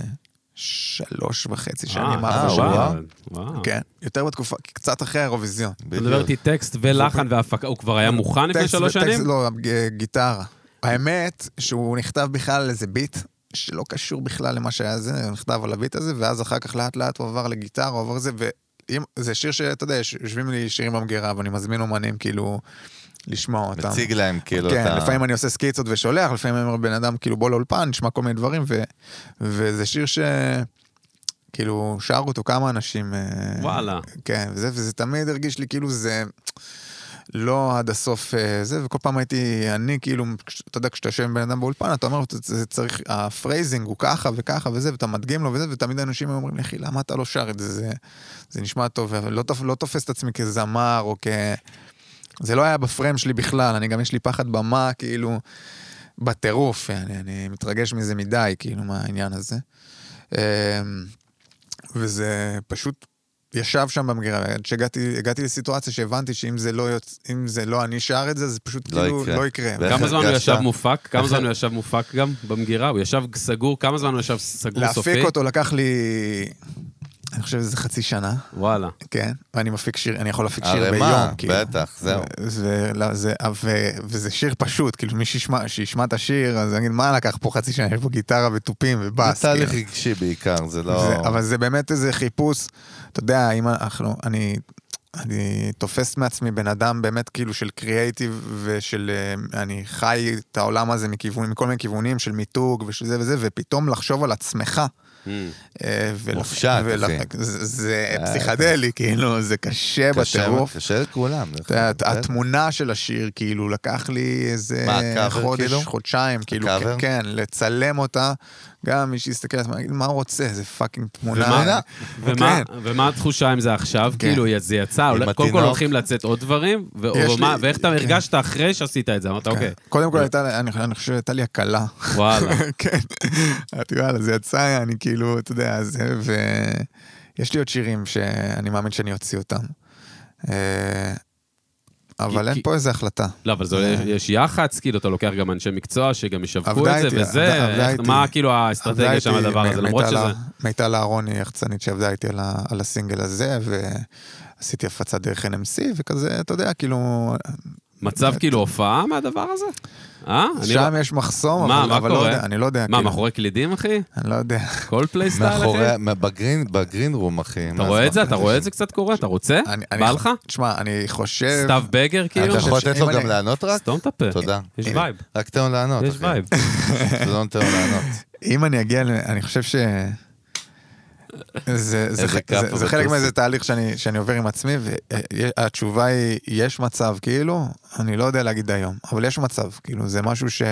Speaker 3: שלוש וחצי שנים,
Speaker 1: אה,
Speaker 3: ארבע
Speaker 1: וואו.
Speaker 3: שנים.
Speaker 2: וואו.
Speaker 3: כן, יותר בתקופה, קצת אחרי האירוויזיון.
Speaker 2: אתה
Speaker 1: בדיוק. אה,
Speaker 2: מדבר איתי טקסט ולחן והפקה, הוא כבר היה מוכן לפני
Speaker 3: טקסט
Speaker 2: שלוש
Speaker 3: וטקסט-
Speaker 2: שנים?
Speaker 3: לא, ג- גיטרה. האמת שהוא נכתב בכלל על איזה ביט, שלא קשור בכלל למה שהיה זה, הוא נכתב על הביט הזה, ואז אחר כך לאט לאט הוא עבר לגיטרה, הוא עבר זה, ואם, זה שיר שאתה יודע, יש- יושבים לי שירים במגירה, ואני מזמין אומנים כאילו לשמוע אותם.
Speaker 1: מציג להם כאילו
Speaker 3: כן,
Speaker 1: את ה...
Speaker 3: לפעמים אני עושה סקיצות ושולח, לפעמים אני אומר בן אדם כאילו בוא לאולפן, נשמע כל מיני דברים, ו, וזה שיר ש... כאילו, שרו אותו כמה אנשים.
Speaker 1: לא-
Speaker 3: אה,
Speaker 2: וואלה.
Speaker 3: כן, וזה, וזה תמיד הרגיש לי כאילו זה לא עד הסוף אה, זה, וכל פעם הייתי, אני כאילו, כש- אתה יודע, כשאתה יושב עם בן אדם באולפן, אתה אומר, לו, "זה- זה צריך, הפרייזינג הוא ככה וככה וזה, ואתה מדגים לו וזה, ותמיד אנשים היו אומרים לי, אחי, למה אתה לא שר את זה? זה, זה נשמע טוב, אבל לא, תופ- לא תופס את עצמי כזמר או כ... זה לא היה בפריים שלי בכלל, אני גם יש לי פחד במה, כאילו, בטירוף, אני, אני מתרגש מזה מדי, כאילו, מהעניין הזה. אמ, וזה פשוט ישב שם במגירה, עד שהגעתי הגעתי לסיטואציה שהבנתי שאם זה לא, יוצ... אם זה לא אני שר את זה, זה פשוט
Speaker 1: לא
Speaker 3: כאילו
Speaker 1: יקרה.
Speaker 3: לא יקרה.
Speaker 1: ואיך
Speaker 2: כמה זמן הוא
Speaker 1: הרגשת?
Speaker 2: ישב מופק? כמה
Speaker 1: איך-
Speaker 2: זמן הוא ישב מופק גם במגירה? הוא ישב סגור? כמה זמן הוא ישב סגור סופי?
Speaker 3: להפיק אותו לקח לי, אני חושב שזה חצי שנה,
Speaker 2: וואלה.
Speaker 3: כן, ואני מפיק שיר, אני יכול להפיק שיר
Speaker 1: ערימה,
Speaker 3: ביום, כאילו.
Speaker 1: בטח, זהו.
Speaker 3: זה, לא, זה, ו, וזה שיר פשוט, כאילו מי שישמע, שישמע את השיר, אז יגיד, מה לקח פה חצי שנה, יש פה גיטרה ותופים ובאס.
Speaker 1: זה תהליך
Speaker 3: כאילו.
Speaker 1: רגשי בעיקר, זה לא...
Speaker 3: זה, אבל זה באמת איזה חיפוש, אתה יודע, אם אנחנו, אני, אני תופס מעצמי בן אדם באמת כאילו של קריאייטיב ושל, אה, אני חי את העולם הזה מכיוון, מכל מיני כיוונים של מיתוג ושל זה וזה, ופתאום לחשוב על עצמך. אה, ול-
Speaker 1: Hmm. מופשט,
Speaker 3: ול-
Speaker 1: אחי.
Speaker 3: זה- זה
Speaker 1: אה,
Speaker 3: פסיכדלי, כאילו, זה קשה
Speaker 1: קשה-
Speaker 3: בטירוף.
Speaker 1: קשה לכולם. דרך
Speaker 3: אתה יודע,
Speaker 1: אגב, כן.
Speaker 3: התמונה של השיר, כאילו, לקח לי איזה
Speaker 1: מה, הקאבר,
Speaker 3: חודש,
Speaker 1: כאילו?
Speaker 3: חודשיים, כאילו,
Speaker 1: הקאבר?
Speaker 3: כן, כן, לצלם אותה. גם מי שיסתכל על עצמו, יגיד, מה הוא רוצה? זה פאקינג
Speaker 1: ומה?
Speaker 3: תמונה.
Speaker 2: ומה-
Speaker 3: כן.
Speaker 2: ומה התחושה עם זה עכשיו?
Speaker 3: כן.
Speaker 2: כאילו, זה יצא, אולי- קודם כל
Speaker 1: התינוק.
Speaker 2: הולכים לצאת עוד דברים, ו-
Speaker 3: יש
Speaker 2: או מה-
Speaker 3: לי-
Speaker 2: ואיך אתה
Speaker 3: כן.
Speaker 2: הרגשת אחרי שעשית את זה? אמרת,
Speaker 3: כן.
Speaker 2: אוקיי,
Speaker 3: קודם כל, הייתה לי- אני אני חושב שהייתה לי הקלה.
Speaker 2: וואלה.
Speaker 3: כן. אמרתי, וואלה, זה יצא, אני כאילו, אתה יודע, זה, ו... יש לי עוד שירים שאני מאמין שאני אוציא אותם. אה, אבל
Speaker 2: כי-
Speaker 3: אין
Speaker 2: כי-
Speaker 3: פה איזה החלטה.
Speaker 2: לא, אבל זה-
Speaker 3: זה-
Speaker 2: יש יח"צ, כאילו, אתה לוקח גם אנשי מקצוע שגם ישווקו
Speaker 3: אה. עבדה
Speaker 2: את זה
Speaker 3: איתי, עבדה-
Speaker 2: וזה,
Speaker 3: עבדה
Speaker 2: איך-
Speaker 3: איתי.
Speaker 2: מה כאילו
Speaker 3: עבדה
Speaker 2: האסטרטגיה שם
Speaker 3: איתי
Speaker 2: הדבר הזה,
Speaker 3: מ-
Speaker 2: למרות
Speaker 3: מיטל
Speaker 2: שזה...
Speaker 3: ה- מיטל אהרוני, יחצנית שעבדה איתי על, ה, על הסינגל הזה, ועשיתי הפצה דרך NMC, וכזה, אתה יודע, כאילו,
Speaker 2: מצב כאילו הופעה מהדבר הזה? אה? אני
Speaker 3: שם
Speaker 2: לא-
Speaker 3: יש מחסום,
Speaker 2: מה,
Speaker 3: אבל,
Speaker 2: מה
Speaker 3: אבל
Speaker 2: קורה?
Speaker 3: לא יודע, אני לא יודע,
Speaker 2: מה,
Speaker 3: כאילו,
Speaker 2: מאחורי קלידים, אחי?
Speaker 3: אני לא יודע.
Speaker 2: כל פלייסטייל, אחי?
Speaker 1: מאחורי... מה- בגרין- בגרין רום, אחי.
Speaker 2: אתה רואה את זה? אתה רואה את זה קצת קורה? אתה רוצה?
Speaker 3: אני,
Speaker 2: בא לך?
Speaker 3: תשמע, אני חושב...
Speaker 2: סתיו בגר, כאילו?
Speaker 1: אתה יכול
Speaker 3: חושב
Speaker 1: לתת לו
Speaker 3: שאם
Speaker 1: גם
Speaker 3: אני-
Speaker 1: לענות רק?
Speaker 2: סתום את הפה.
Speaker 1: תודה.
Speaker 2: יש וייב,
Speaker 1: רק תן לו לענות,
Speaker 3: אה,
Speaker 2: יש
Speaker 1: אחי.
Speaker 2: וייב.
Speaker 1: אתה לא נותן לו לענות.
Speaker 3: אם אני אגיע, ל... אני חושב ש... זה, זה,
Speaker 1: איזה
Speaker 3: זה,
Speaker 1: כאפה
Speaker 3: זה, זה חלק
Speaker 1: וטוסי.
Speaker 3: מאיזה תהליך שאני, שאני עובר עם עצמי, והתשובה היא, יש מצב, כאילו, אני לא יודע להגיד היום, אבל יש מצב, כאילו, זה משהו ש...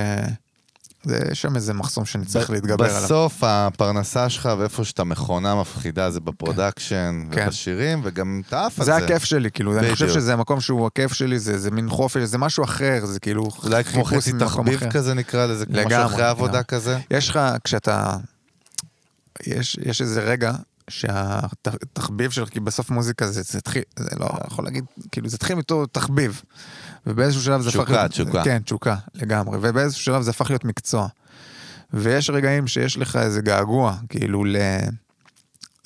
Speaker 3: זה, יש שם איזה מחסום שאני צריך
Speaker 1: ב-
Speaker 3: להתגבר עליו.
Speaker 1: בסוף הפרנסה שלך ואיפה שאתה מכונה מפחידה זה בפרודקשן
Speaker 3: כן.
Speaker 1: ובשירים, וגם אתה עף על זה.
Speaker 3: זה הכיף שלי, כאילו, אני חושב
Speaker 1: בדיוק.
Speaker 3: שזה המקום שהוא הכיף שלי, זה זה מין חופש, זה משהו אחר, זה כאילו
Speaker 1: אולי כמו
Speaker 3: חיפוש
Speaker 1: חצי
Speaker 3: ממקום
Speaker 1: תחביב
Speaker 3: אחר.
Speaker 1: כזה נקרא לזה, כמו
Speaker 3: לגמרי,
Speaker 1: משהו אחרי עבודה
Speaker 3: לגמרי.
Speaker 1: כזה.
Speaker 3: יש לך, כשאתה... יש, יש איזה רגע שהתחביב שלך, כי בסוף מוזיקה זה, זה התחיל, זה לא יכול להגיד, כאילו זה התחיל מתור תחביב. ובאיזשהו שלב זה הפך
Speaker 1: תשוקה,
Speaker 3: להיות...
Speaker 1: תשוקה.
Speaker 3: כן, תשוקה, לגמרי. ובאיזשהו שלב זה הפך להיות מקצוע. ויש רגעים שיש לך איזה געגוע, כאילו ל...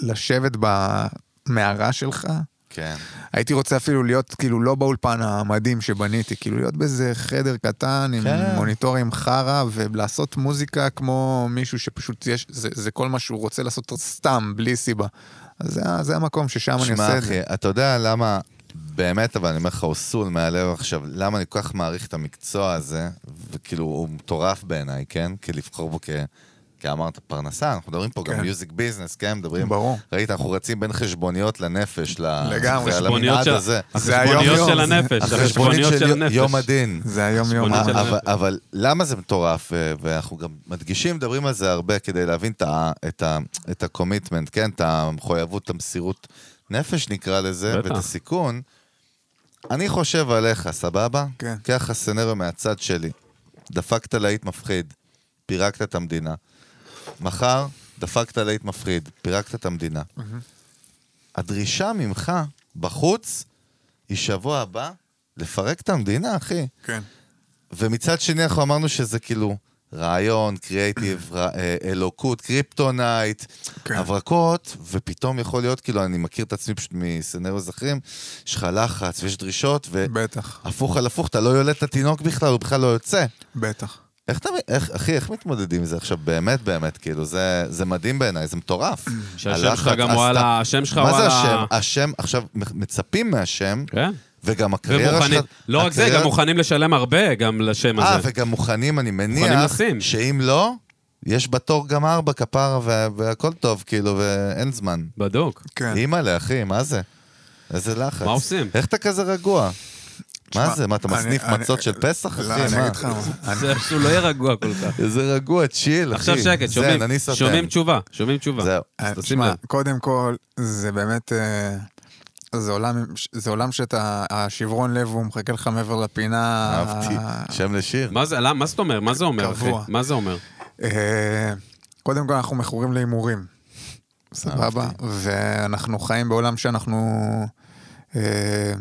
Speaker 3: לשבת במערה שלך,
Speaker 1: כן.
Speaker 3: הייתי רוצה אפילו להיות כאילו לא באולפן המדהים שבניתי, כאילו להיות באיזה חדר קטן עם
Speaker 1: כן.
Speaker 3: מוניטורים חרא ולעשות מוזיקה כמו מישהו שפשוט יש, זה, זה כל מה שהוא רוצה לעשות סתם, בלי סיבה. אז זה, ה- זה המקום ששם אני
Speaker 1: שמע,
Speaker 3: עושה את זה.
Speaker 1: אחי, אתה יודע למה, באמת, אבל אני אומר לך, הוא סול מהלב עכשיו, למה אני כל כך מעריך את המקצוע הזה, וכאילו, הוא מטורף בעיניי, כן? כי לבחור בו כ... כי אמרת פרנסה, אנחנו מדברים פה גם
Speaker 3: כן.
Speaker 1: מיוזיק ביזנס, כן? מדברים...
Speaker 3: ברור.
Speaker 1: ראית, אנחנו רצים בין חשבוניות לנפש, ל...
Speaker 3: לגמרי.
Speaker 1: חשבוניות
Speaker 2: חשבוניות
Speaker 1: של...
Speaker 2: של-
Speaker 1: הזה.
Speaker 3: זה
Speaker 2: החשבוניות
Speaker 3: היום-יום,
Speaker 2: של
Speaker 3: זה-
Speaker 2: הנפש, החשבוניות של
Speaker 1: יום-
Speaker 2: הנפש.
Speaker 1: יום הדין.
Speaker 3: זה היום-יום.
Speaker 2: חשבונית
Speaker 1: אבל,
Speaker 2: של
Speaker 1: אבל,
Speaker 2: הנפש.
Speaker 1: אבל למה זה מטורף, ו- ואנחנו גם מדגישים, מדברים על זה הרבה כדי להבין את ה- את ה- את ה-commitment, כן? את המחויבות, את המסירות נפש נקרא לזה,
Speaker 2: בטח.
Speaker 1: ואת הסיכון. אני חושב עליך, סבבה?
Speaker 3: כן.
Speaker 1: קח הסנריו מהצד שלי. דפקת להיט מפחיד, פירקת את המדינה. מחר, דפקת להיט מפחיד, פירקת את המדינה. הדרישה ממך בחוץ היא שבוע הבא לפרק את המדינה, אחי.
Speaker 3: כן.
Speaker 1: ומצד שני אנחנו אמרנו שזה כאילו רעיון, קריאיטיב, ר- אה, אלוקות, קריפטונייט,
Speaker 3: כן.
Speaker 1: הברקות, ופתאום יכול להיות, כאילו, אני מכיר את עצמי פשוט מסצנריוז אחרים, יש לך לחץ ויש דרישות,
Speaker 3: בטח,
Speaker 1: והפוך על הפוך, אתה לא יולד את התינוק בכלל, הוא בכלל לא יוצא.
Speaker 3: בטח.
Speaker 1: איך אתה, מ- איך, אחי, איך מתמודדים עם זה עכשיו? באמת, באמת, כאילו, זה, זה מדהים בעיניי, זה מטורף.
Speaker 2: שהשם
Speaker 1: הלחץ,
Speaker 2: שלך גם
Speaker 1: הסת-
Speaker 2: וואלה, השם שלך
Speaker 1: מה זה
Speaker 2: וואלה...
Speaker 1: השם? השם, עכשיו, מצפים מהשם,
Speaker 2: כן.
Speaker 1: וגם הקריירה
Speaker 2: ומוכנים, לא רק זה,
Speaker 1: הקריירה-
Speaker 2: גם מוכנים לשלם הרבה גם לשם
Speaker 1: אה,
Speaker 2: הזה.
Speaker 1: וגם מוכנים, אני
Speaker 2: מוכנים
Speaker 1: מניח,
Speaker 2: לשים.
Speaker 1: שאם לא, יש בתור גם ארבע כפרה וה- והכל טוב, כאילו, ואין זמן.
Speaker 2: בדוק.
Speaker 3: כן.
Speaker 1: אימא'לה, אחי, מה זה? איזה לחץ.
Speaker 2: מה עושים?
Speaker 1: איך אתה כזה רגוע? מה
Speaker 3: תשמע,
Speaker 1: זה? מה, אתה
Speaker 3: אני-
Speaker 1: מסניף
Speaker 3: אני-
Speaker 1: מצות של פסח,
Speaker 3: לא,
Speaker 1: אחי?
Speaker 3: אני
Speaker 1: מה?
Speaker 3: אגיד לך מה. אני-
Speaker 2: זה שהוא לא יהיה רגוע כל כך.
Speaker 1: איזה רגוע, צ'יל, אחי.
Speaker 2: עכשיו שקט,
Speaker 1: זן,
Speaker 2: שומעים,
Speaker 1: אני סותם.
Speaker 2: שומעים תשובה, שומעים תשובה.
Speaker 1: זהו.
Speaker 3: אה,
Speaker 2: תשים
Speaker 3: תשמע,
Speaker 2: לב.
Speaker 3: קודם כל, זה באמת, אה, זה עולם, זה עולם שאתה, השברון לב הוא מחכה לך מעבר לפינה.
Speaker 1: אהבתי. שם לשיר.
Speaker 2: מה זה, למה- מה זאת אומרת? מה זה אומר, אחי?
Speaker 3: קבוע.
Speaker 2: מה זה אומר?
Speaker 3: אה, קודם כל, אנחנו מכורים להימורים. סבבה? ואנחנו חיים בעולם שאנחנו... אה,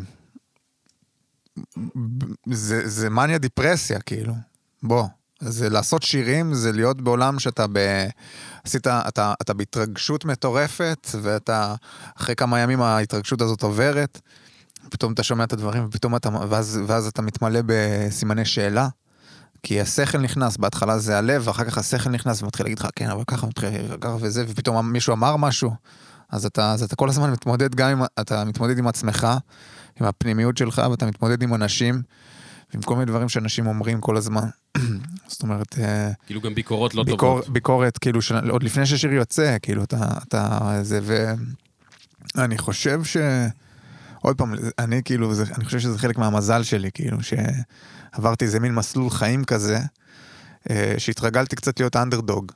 Speaker 3: זה, זה מניה דיפרסיה, כאילו. בוא. זה לעשות שירים, זה להיות בעולם שאתה ב... עשית, אתה, אתה בהתרגשות מטורפת, ואתה, אחרי כמה ימים ההתרגשות הזאת עוברת, פתאום אתה שומע את הדברים, ופתאום אתה, ואז, ואז אתה מתמלא בסימני שאלה. כי השכל נכנס, בהתחלה זה הלב, ואחר כך השכל נכנס ומתחיל להגיד לך, כן, אבל ככה, מתחיל ככה וזה, ופתאום מישהו אמר משהו. אז אתה, אז אתה כל הזמן מתמודד גם עם, אתה מתמודד עם עצמך, עם הפנימיות שלך, ואתה מתמודד עם אנשים, ועם כל מיני דברים שאנשים אומרים כל הזמן. זאת אומרת, אה,
Speaker 2: כאילו גם ביקורות לא
Speaker 3: ביקור,
Speaker 2: טובות.
Speaker 3: ביקורת, כאילו, של, עוד לפני ששיר יוצא, כאילו, אתה, אתה, זה, ואני חושב ש... עוד פעם, אני כאילו, זה, אני חושב שזה חלק מהמזל שלי, כאילו, שעברתי איזה מין מסלול חיים כזה, אה, שהתרגלתי קצת להיות אנדרדוג.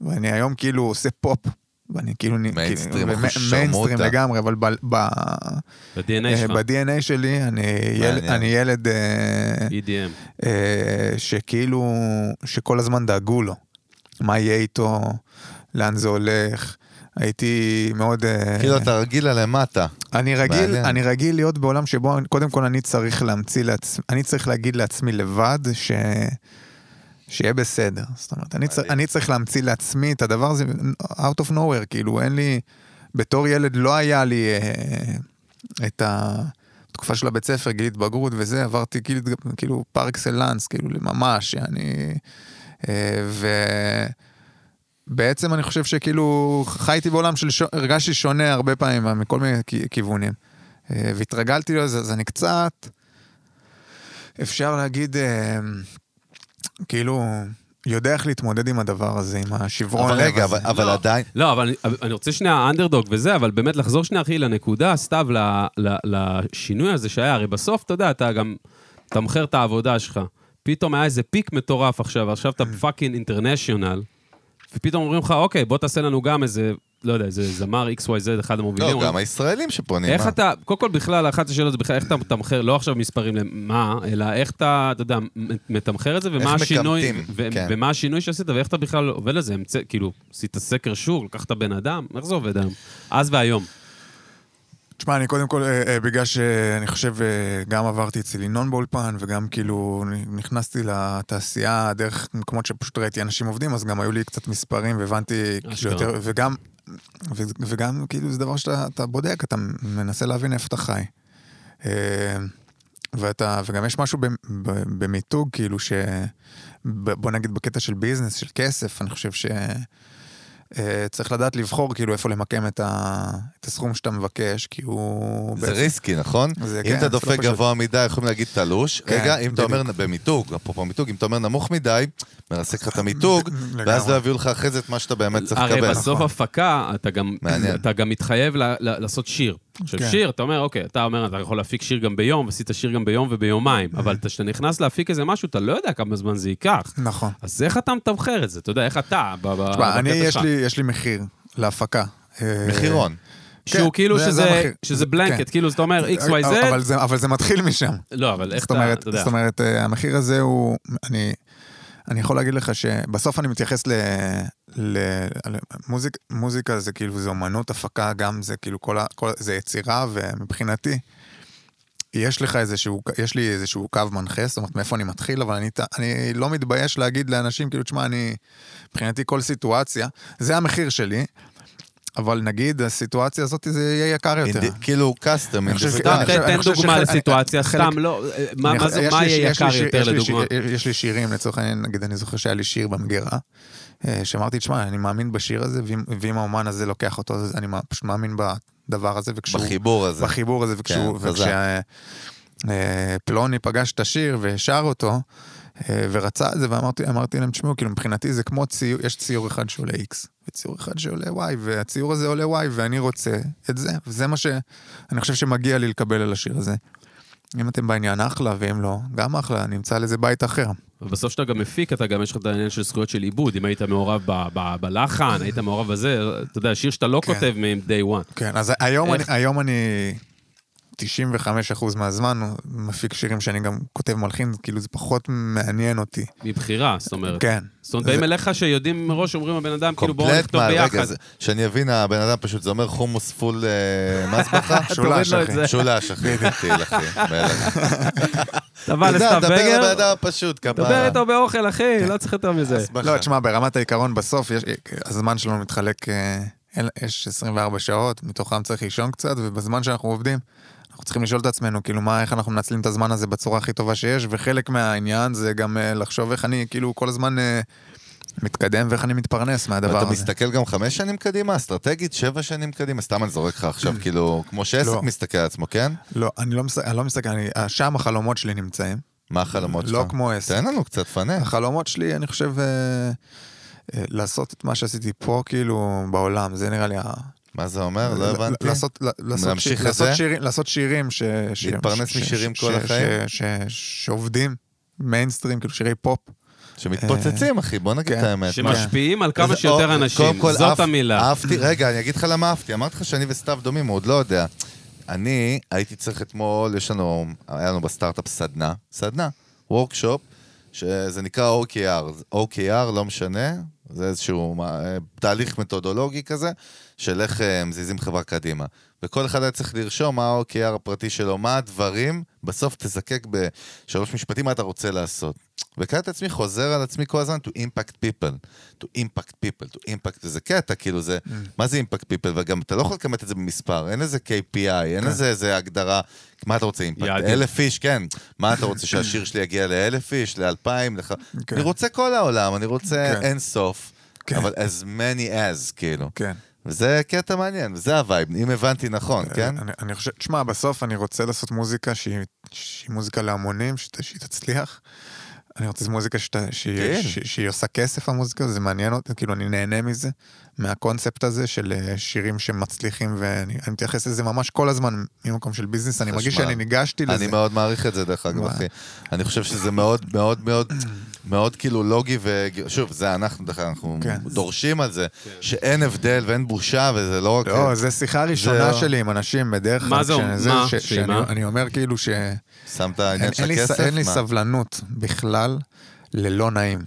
Speaker 3: ואני היום כאילו עושה פופ, ואני כאילו... נ- כאילו-
Speaker 1: מיינסטרים,
Speaker 3: ומ-
Speaker 1: אחוז
Speaker 3: מיינסטרים
Speaker 1: שרמוטה.
Speaker 3: לגמרי, אבל ב... ב
Speaker 1: אה,
Speaker 3: אה,
Speaker 2: ב-DNA שלך,
Speaker 3: ב-DNA שלי, אני ילד,
Speaker 1: מעניין.
Speaker 3: אני ילד אה,
Speaker 2: E EDM.
Speaker 3: אה, שכאילו, שכל הזמן דאגו לו. מה יהיה איתו, לאן זה הולך. הייתי מאוד... אה,
Speaker 1: כאילו, אתה רגיל למטה.
Speaker 3: אני רגיל,
Speaker 1: מעניין.
Speaker 3: אני רגיל להיות בעולם שבו קודם כל אני צריך להמציא לעצמי, אני צריך להגיד לעצמי לבד ש... שיהיה בסדר. זאת אומרת, אני, צר,
Speaker 1: מדהים.
Speaker 3: אני צריך להמציא לעצמי את הדבר הזה out of nowhere, כאילו אין לי, בתור ילד לא היה לי אה, את ה... תקופה של הבית ספר, גיל התבגרות וזה, עברתי גיל, התג- כאילו פר אקסלנס, כאילו ממש, אני... אה, ו... בעצם אני חושב שכאילו חייתי בעולם של, ש... הרגשתי שונה הרבה פעמים מה- מכל מיני כ- כיוונים. אה, והתרגלתי לזה, אז אני קצת, אפשר להגיד, אה, כאילו, יודע איך להתמודד עם הדבר הזה, עם השברון
Speaker 1: אבל
Speaker 3: לב
Speaker 1: רגע,
Speaker 3: הזה.
Speaker 1: אבל- אבל עדיין...
Speaker 2: לא, אבל אני- אני רוצה שנייה אנדרדוג וזה, אבל באמת לחזור שנייה, אחי, לנקודה, סתיו, ל- ל- לשינוי הזה שהיה. הרי בסוף, אתה יודע, אתה גם תמחר את העבודה שלך. פתאום היה איזה פיק מטורף עכשיו, עכשיו אתה פאקינג אינטרנשיונל, ופתאום אומרים לך, אוקיי, בוא תעשה לנו גם איזה, לא יודע, איזה זמר XYZ, אחד המובילים.
Speaker 1: לא,
Speaker 2: אומרים,
Speaker 1: גם הישראלים שפונים.
Speaker 2: איך
Speaker 1: אה?
Speaker 2: אתה, קודם כל בכלל, אחת השאלות זה בכלל, איך אתה מתמחר, לא עכשיו מספרים למה, אלא איך אתה, אתה יודע, מתמחר את זה,
Speaker 1: איך
Speaker 2: ומה השינוי,
Speaker 1: מכמתים,
Speaker 2: ו-
Speaker 1: כן.
Speaker 2: ומה השינוי שעשית, ואיך אתה בכלל עובד על זה, אמצא- כאילו, עשית סקר שור, לקחת בן אדם, איך זה עובד היום? אז והיום.
Speaker 3: תשמע, אני קודם כל, אה, אה, בגלל שאני חושב, אה, גם עברתי אצל ינון באולפן, וגם כאילו נכנסתי לתעשייה דרך מקומות שפשוט ראיתי אנשים עובדים, אז גם היו לי קצת מספרים, והבנתי כאילו
Speaker 2: אשכרה.
Speaker 3: יותר, וגם, ו, וגם כאילו זה דבר שאתה אתה בודק, אתה מנסה להבין איפה אתה חי. אה, ואתה, וגם יש משהו ב- ב- במיתוג, כאילו, ש... ב- בוא נגיד בקטע של ביזנס, של כסף, אני חושב ש... אה, צריך לדעת לבחור כאילו איפה למקם את, ה... את הסכום שאתה מבקש, כי הוא...
Speaker 1: זה
Speaker 3: בעצם-
Speaker 1: ריסקי, נכון?
Speaker 3: זה- כן,
Speaker 1: אם אתה
Speaker 3: זה לא
Speaker 1: דופק
Speaker 3: פשוט.
Speaker 1: גבוה מדי, יכולים להגיד תלוש.
Speaker 3: כן,
Speaker 1: רגע, אם אתה אומר
Speaker 3: בדיוק.
Speaker 1: במיתוג, אפרופו מיתוג, אם אתה אומר נמוך מדי, מרסק לך את המיתוג,
Speaker 3: לגמרי.
Speaker 1: ואז לא יביאו לך אחרי זה את מה שאתה באמת צריך
Speaker 2: הרי
Speaker 1: לקבל. נכון.
Speaker 2: בסוף הפקה, אתה גם,
Speaker 1: מעניין.
Speaker 2: אתה גם מתחייב ל- ל- לעשות שיר. עכשיו,
Speaker 3: כן.
Speaker 2: שיר, אתה אומר, אוקיי, אתה אומר, אתה יכול להפיק שיר גם ביום, ועשית שיר גם ביום וביומיים, אבל אתה- כשאתה נכנס להפיק איזה משהו, אתה לא יודע כמה זמן זה ייקח.
Speaker 3: נכון.
Speaker 2: אז איך אתה מתמחר את זה? אתה יודע, איך אתה, ב- ב-
Speaker 3: תשמע, אני,
Speaker 2: אה, בקטע
Speaker 3: יש
Speaker 2: שלך?
Speaker 3: לי, יש לי מחיר להפקה. אה,
Speaker 1: מחירון.
Speaker 2: שהוא
Speaker 3: כן,
Speaker 2: כאילו
Speaker 3: זה- זה
Speaker 2: שזה-
Speaker 3: המחיר.
Speaker 2: שזה
Speaker 3: כן.
Speaker 2: בלנקט, כאילו, זאת אומרת, x, y,
Speaker 3: אבל- אה, אבל
Speaker 2: z,
Speaker 3: זה- אבל זה מתחיל משם.
Speaker 2: לא, אבל איך
Speaker 3: זאת
Speaker 2: אתה,
Speaker 3: אומרת,
Speaker 2: אתה יודע.
Speaker 3: זאת אומרת, אה, המחיר הזה הוא, אני, אני יכול להגיד לך שבסוף אני מתייחס ל... ל מוזיק, מוזיקה זה כאילו, זה אומנות, הפקה, גם זה כאילו, כל, ה- כל, ה- זה יצירה, ומבחינתי, יש לך איזשהו, יש לי איזשהו קו מנחה, זאת אומרת, מאיפה אני מתחיל, אבל אני, ת- אני לא מתבייש להגיד לאנשים, כאילו, תשמע, אני, מבחינתי כל סיטואציה, זה המחיר שלי, אבל נגיד, הסיטואציה הזאת זה יהיה יקר יותר.
Speaker 1: אינדי- כאילו קאסטום,
Speaker 3: אני חושב ש-
Speaker 2: סתם,
Speaker 1: אינדיבידואל.
Speaker 3: אני
Speaker 2: תן תן
Speaker 3: חושב
Speaker 2: דוגמה
Speaker 3: שחלק-
Speaker 2: לסיטואציה,
Speaker 3: חלק-
Speaker 2: סתם, לא, מה-
Speaker 3: אני
Speaker 2: מה
Speaker 3: יכול-
Speaker 2: זה-
Speaker 3: יש
Speaker 2: מה
Speaker 3: לי-
Speaker 2: יהיה
Speaker 3: יש לי
Speaker 2: יקר
Speaker 3: שיר-
Speaker 2: יותר
Speaker 3: יש לי
Speaker 2: לדוגמה?
Speaker 3: שיר- יש לי שירים, לצורך העניין, נגיד, אני זוכר שהיה לי שיר במגירה, אה, שאמרתי, תשמע, אני מאמין בשיר הזה, ואם- ואם האומן הזה לוקח אותו, אז אני מא- פשוט מאמין בדבר הזה, וכשהוא...
Speaker 1: בחיבור הזה.
Speaker 3: בחיבור הזה, וכשהוא...
Speaker 1: כן, חזק.
Speaker 3: וכשפלוני פגש את השיר ושר אותו, אה, ורצה את זה, ואמרתי אמרתי להם, תשמעו, כאילו, מבחינתי זה כמו ציור, יש ציור אחד שעולה X, וציור אחד שעולה Y, והציור הזה עולה Y, ואני רוצה את זה, וזה מה ש... אני חושב שמגיע לי לקבל על השיר הזה. אם אתם בעניין אחלה, ואם לא, גם אחלה, נמצא לזה בית אחר.
Speaker 2: ובסוף כשאתה גם מפיק, אתה גם יש לך את העניין של זכויות של עיבוד. אם היית מעורב ב- ב- בלחן, היית מעורב בזה, אתה יודע, שיר שאתה לא
Speaker 3: כן.
Speaker 2: כותב מ-day one.
Speaker 3: כן, אז היום אני,
Speaker 2: איך-
Speaker 3: היום אני 95% מהזמן מפיק שירים שאני גם כותב מלחין, כאילו זה פחות מעניין אותי.
Speaker 2: מבחירה, זאת אומרת.
Speaker 3: כן.
Speaker 2: זאת אומרת,
Speaker 3: זה-
Speaker 2: באים אליך שיודעים מראש, אומרים הבן אדם, כאילו בואו
Speaker 1: קומפלט
Speaker 2: נכתוב
Speaker 1: מה,
Speaker 2: ביחד.
Speaker 1: רגע, זה- שאני אבין, הבן אדם פשוט, זה אומר חומוס פול אה, מזבחה?
Speaker 2: תוריד
Speaker 3: שולש,
Speaker 2: לו את
Speaker 3: אחי.
Speaker 2: זה.
Speaker 1: שולש, אחי, תהיל, אחי. מלך.
Speaker 2: אתה בא
Speaker 1: אתה יודע,
Speaker 2: לסתיו
Speaker 1: דבר עם הבן
Speaker 2: בגר,
Speaker 1: אדם הפשוט,
Speaker 2: דבר
Speaker 1: כפרה.
Speaker 2: איתו באוכל,
Speaker 3: כן.
Speaker 2: אחי, לא צריך יותר מזה.
Speaker 1: הסבכה.
Speaker 3: לא, תשמע, ברמת העיקרון בסוף, יש, הזמן שלנו מתחלק, אה, אין- יש 24 שעות, מתוכם צריך לישון קצת, ובזמן שאנחנו עובדים, אנחנו צריכים לשאול את עצמנו, כאילו, מה, איך אנחנו מנצלים את הזמן הזה בצורה הכי טובה שיש, וחלק מהעניין זה גם אה, לחשוב איך אני, כאילו, כל הזמן אה, מתקדם ואיך אני מתפרנס מהדבר
Speaker 1: אתה
Speaker 3: הזה.
Speaker 1: מסתכל גם חמש שנים קדימה, אסטרטגית, שבע שנים קדימה, סתם אני זורק לך עכשיו, כאילו, כמו שעסק
Speaker 3: לא.
Speaker 1: מסתכל על עצמו, כן?
Speaker 3: לא, אני לא, מס... אני לא מסתכל, אני... אה, שם החלומות שלי נמצאים,
Speaker 1: מה החלומות שלך?
Speaker 3: לא כמו עסק.
Speaker 1: תן לנו קצת, פנה.
Speaker 3: החלומות שלי, אני חושב, אה, אה, לעשות את מה שעשיתי פה, כאילו, בעולם, זה נראה לי ה...
Speaker 1: מה זה אומר? לא
Speaker 3: ל-
Speaker 1: הבנתי.
Speaker 3: ל- לעשות- ל- לעשות
Speaker 1: להמשיך
Speaker 3: שיר- לעשות
Speaker 1: לזה?
Speaker 3: שירים- לעשות שירים ש... ש-
Speaker 1: להתפרנס
Speaker 3: ש-
Speaker 1: משירים
Speaker 3: ש-
Speaker 1: כל
Speaker 3: ש-
Speaker 1: החיים?
Speaker 3: ש- ש- שעובדים, מיינסטרים, כאילו שירי פופ.
Speaker 1: שמתפוצצים, אחי, בוא נגיד
Speaker 3: כן.
Speaker 1: את האמת. מה?
Speaker 2: שמשפיעים על כמה
Speaker 1: איזה- או,
Speaker 2: שיותר
Speaker 1: קודם
Speaker 2: אנשים,
Speaker 1: כל,
Speaker 2: זאת
Speaker 1: אהב-
Speaker 2: המילה.
Speaker 1: אהבתי, רגע, אני אגיד לך למה אהבתי. אמרתי לך שאני וסתיו דומים, הוא עוד לא יודע. אני הייתי צריך אתמול, יש לנו, היה לנו בסטארט-אפ סדנה, סדנה, וורקשופ, שזה נקרא OKR. OKR, לא משנה, זה איזשהו מה, אה, תהליך מתודולוגי כזה, של איך אה, מזיזים חברה קדימה. וכל אחד היה צריך לרשום מה ה-OKR הפרטי שלו, מה הדברים, בסוף תזקק בשלוש משפטים מה אתה רוצה לעשות. וקראתי את עצמי חוזר על עצמי כל הזמן to impact people, to impact people, to impact, וזה קטע, כאילו זה,
Speaker 3: Mm.
Speaker 1: מה זה impact people, וגם אתה לא יכול לכמת את זה במספר, אין איזה KPI,
Speaker 3: כן.
Speaker 1: אין איזה איזה הגדרה, מה אתה רוצה אימפקט,
Speaker 2: יעדים.
Speaker 1: אלף איש, כן, מה אתה רוצה שהשיר שלי יגיע לאלף איש, לאלפיים, לח...
Speaker 3: כן.
Speaker 1: אני רוצה כל העולם, אני רוצה
Speaker 3: כן.
Speaker 1: אין סוף,
Speaker 3: כן.
Speaker 1: אבל as many as, כאילו.
Speaker 3: כן.
Speaker 1: וזה קטע מעניין, וזה הווייב, אם הבנתי נכון, כן?
Speaker 3: אה, אני- אני חושב, תשמע, בסוף אני רוצה לעשות מוזיקה שהיא שהיא מוזיקה להמונים, שת- שהיא תצליח. אני רוצה מוזיקה שת- שהיא-
Speaker 1: כן.
Speaker 3: שהיא- שהיא עושה כסף, המוזיקה, זה מעניין אותי, כאילו אני נהנה מזה, מהקונספט הזה של אה, שירים שמצליחים, ואני אני מתייחס לזה ממש כל הזמן ממקום של ביזנס, אני מרגיש
Speaker 1: חשמל.
Speaker 3: שאני ניגשתי לזה.
Speaker 1: אני מאוד מעריך את זה, דרך אגב,
Speaker 3: מה?
Speaker 1: אחי. אני חושב שזה מאוד מאוד מאוד... מאוד כאילו לוגי, ושוב, זה אנחנו, דרך אגב, אנחנו
Speaker 3: כן.
Speaker 1: דורשים על זה,
Speaker 2: כן.
Speaker 1: שאין הבדל ואין בושה, וזה לא רק...
Speaker 3: לא, זו שיחה ראשונה
Speaker 1: זה-
Speaker 3: שלי עם אנשים בדרך כלל.
Speaker 2: מה זה אומר?
Speaker 3: כשזה-
Speaker 2: מה?
Speaker 3: ש-
Speaker 2: שהיא
Speaker 3: שאני-
Speaker 2: מה?
Speaker 3: אני אומר כאילו ש...
Speaker 1: שמת עניין
Speaker 3: אין-
Speaker 1: של
Speaker 3: אין לי ס-
Speaker 1: הכסף?
Speaker 3: אין לי
Speaker 1: מה?
Speaker 3: סבלנות בכלל ללא נעים.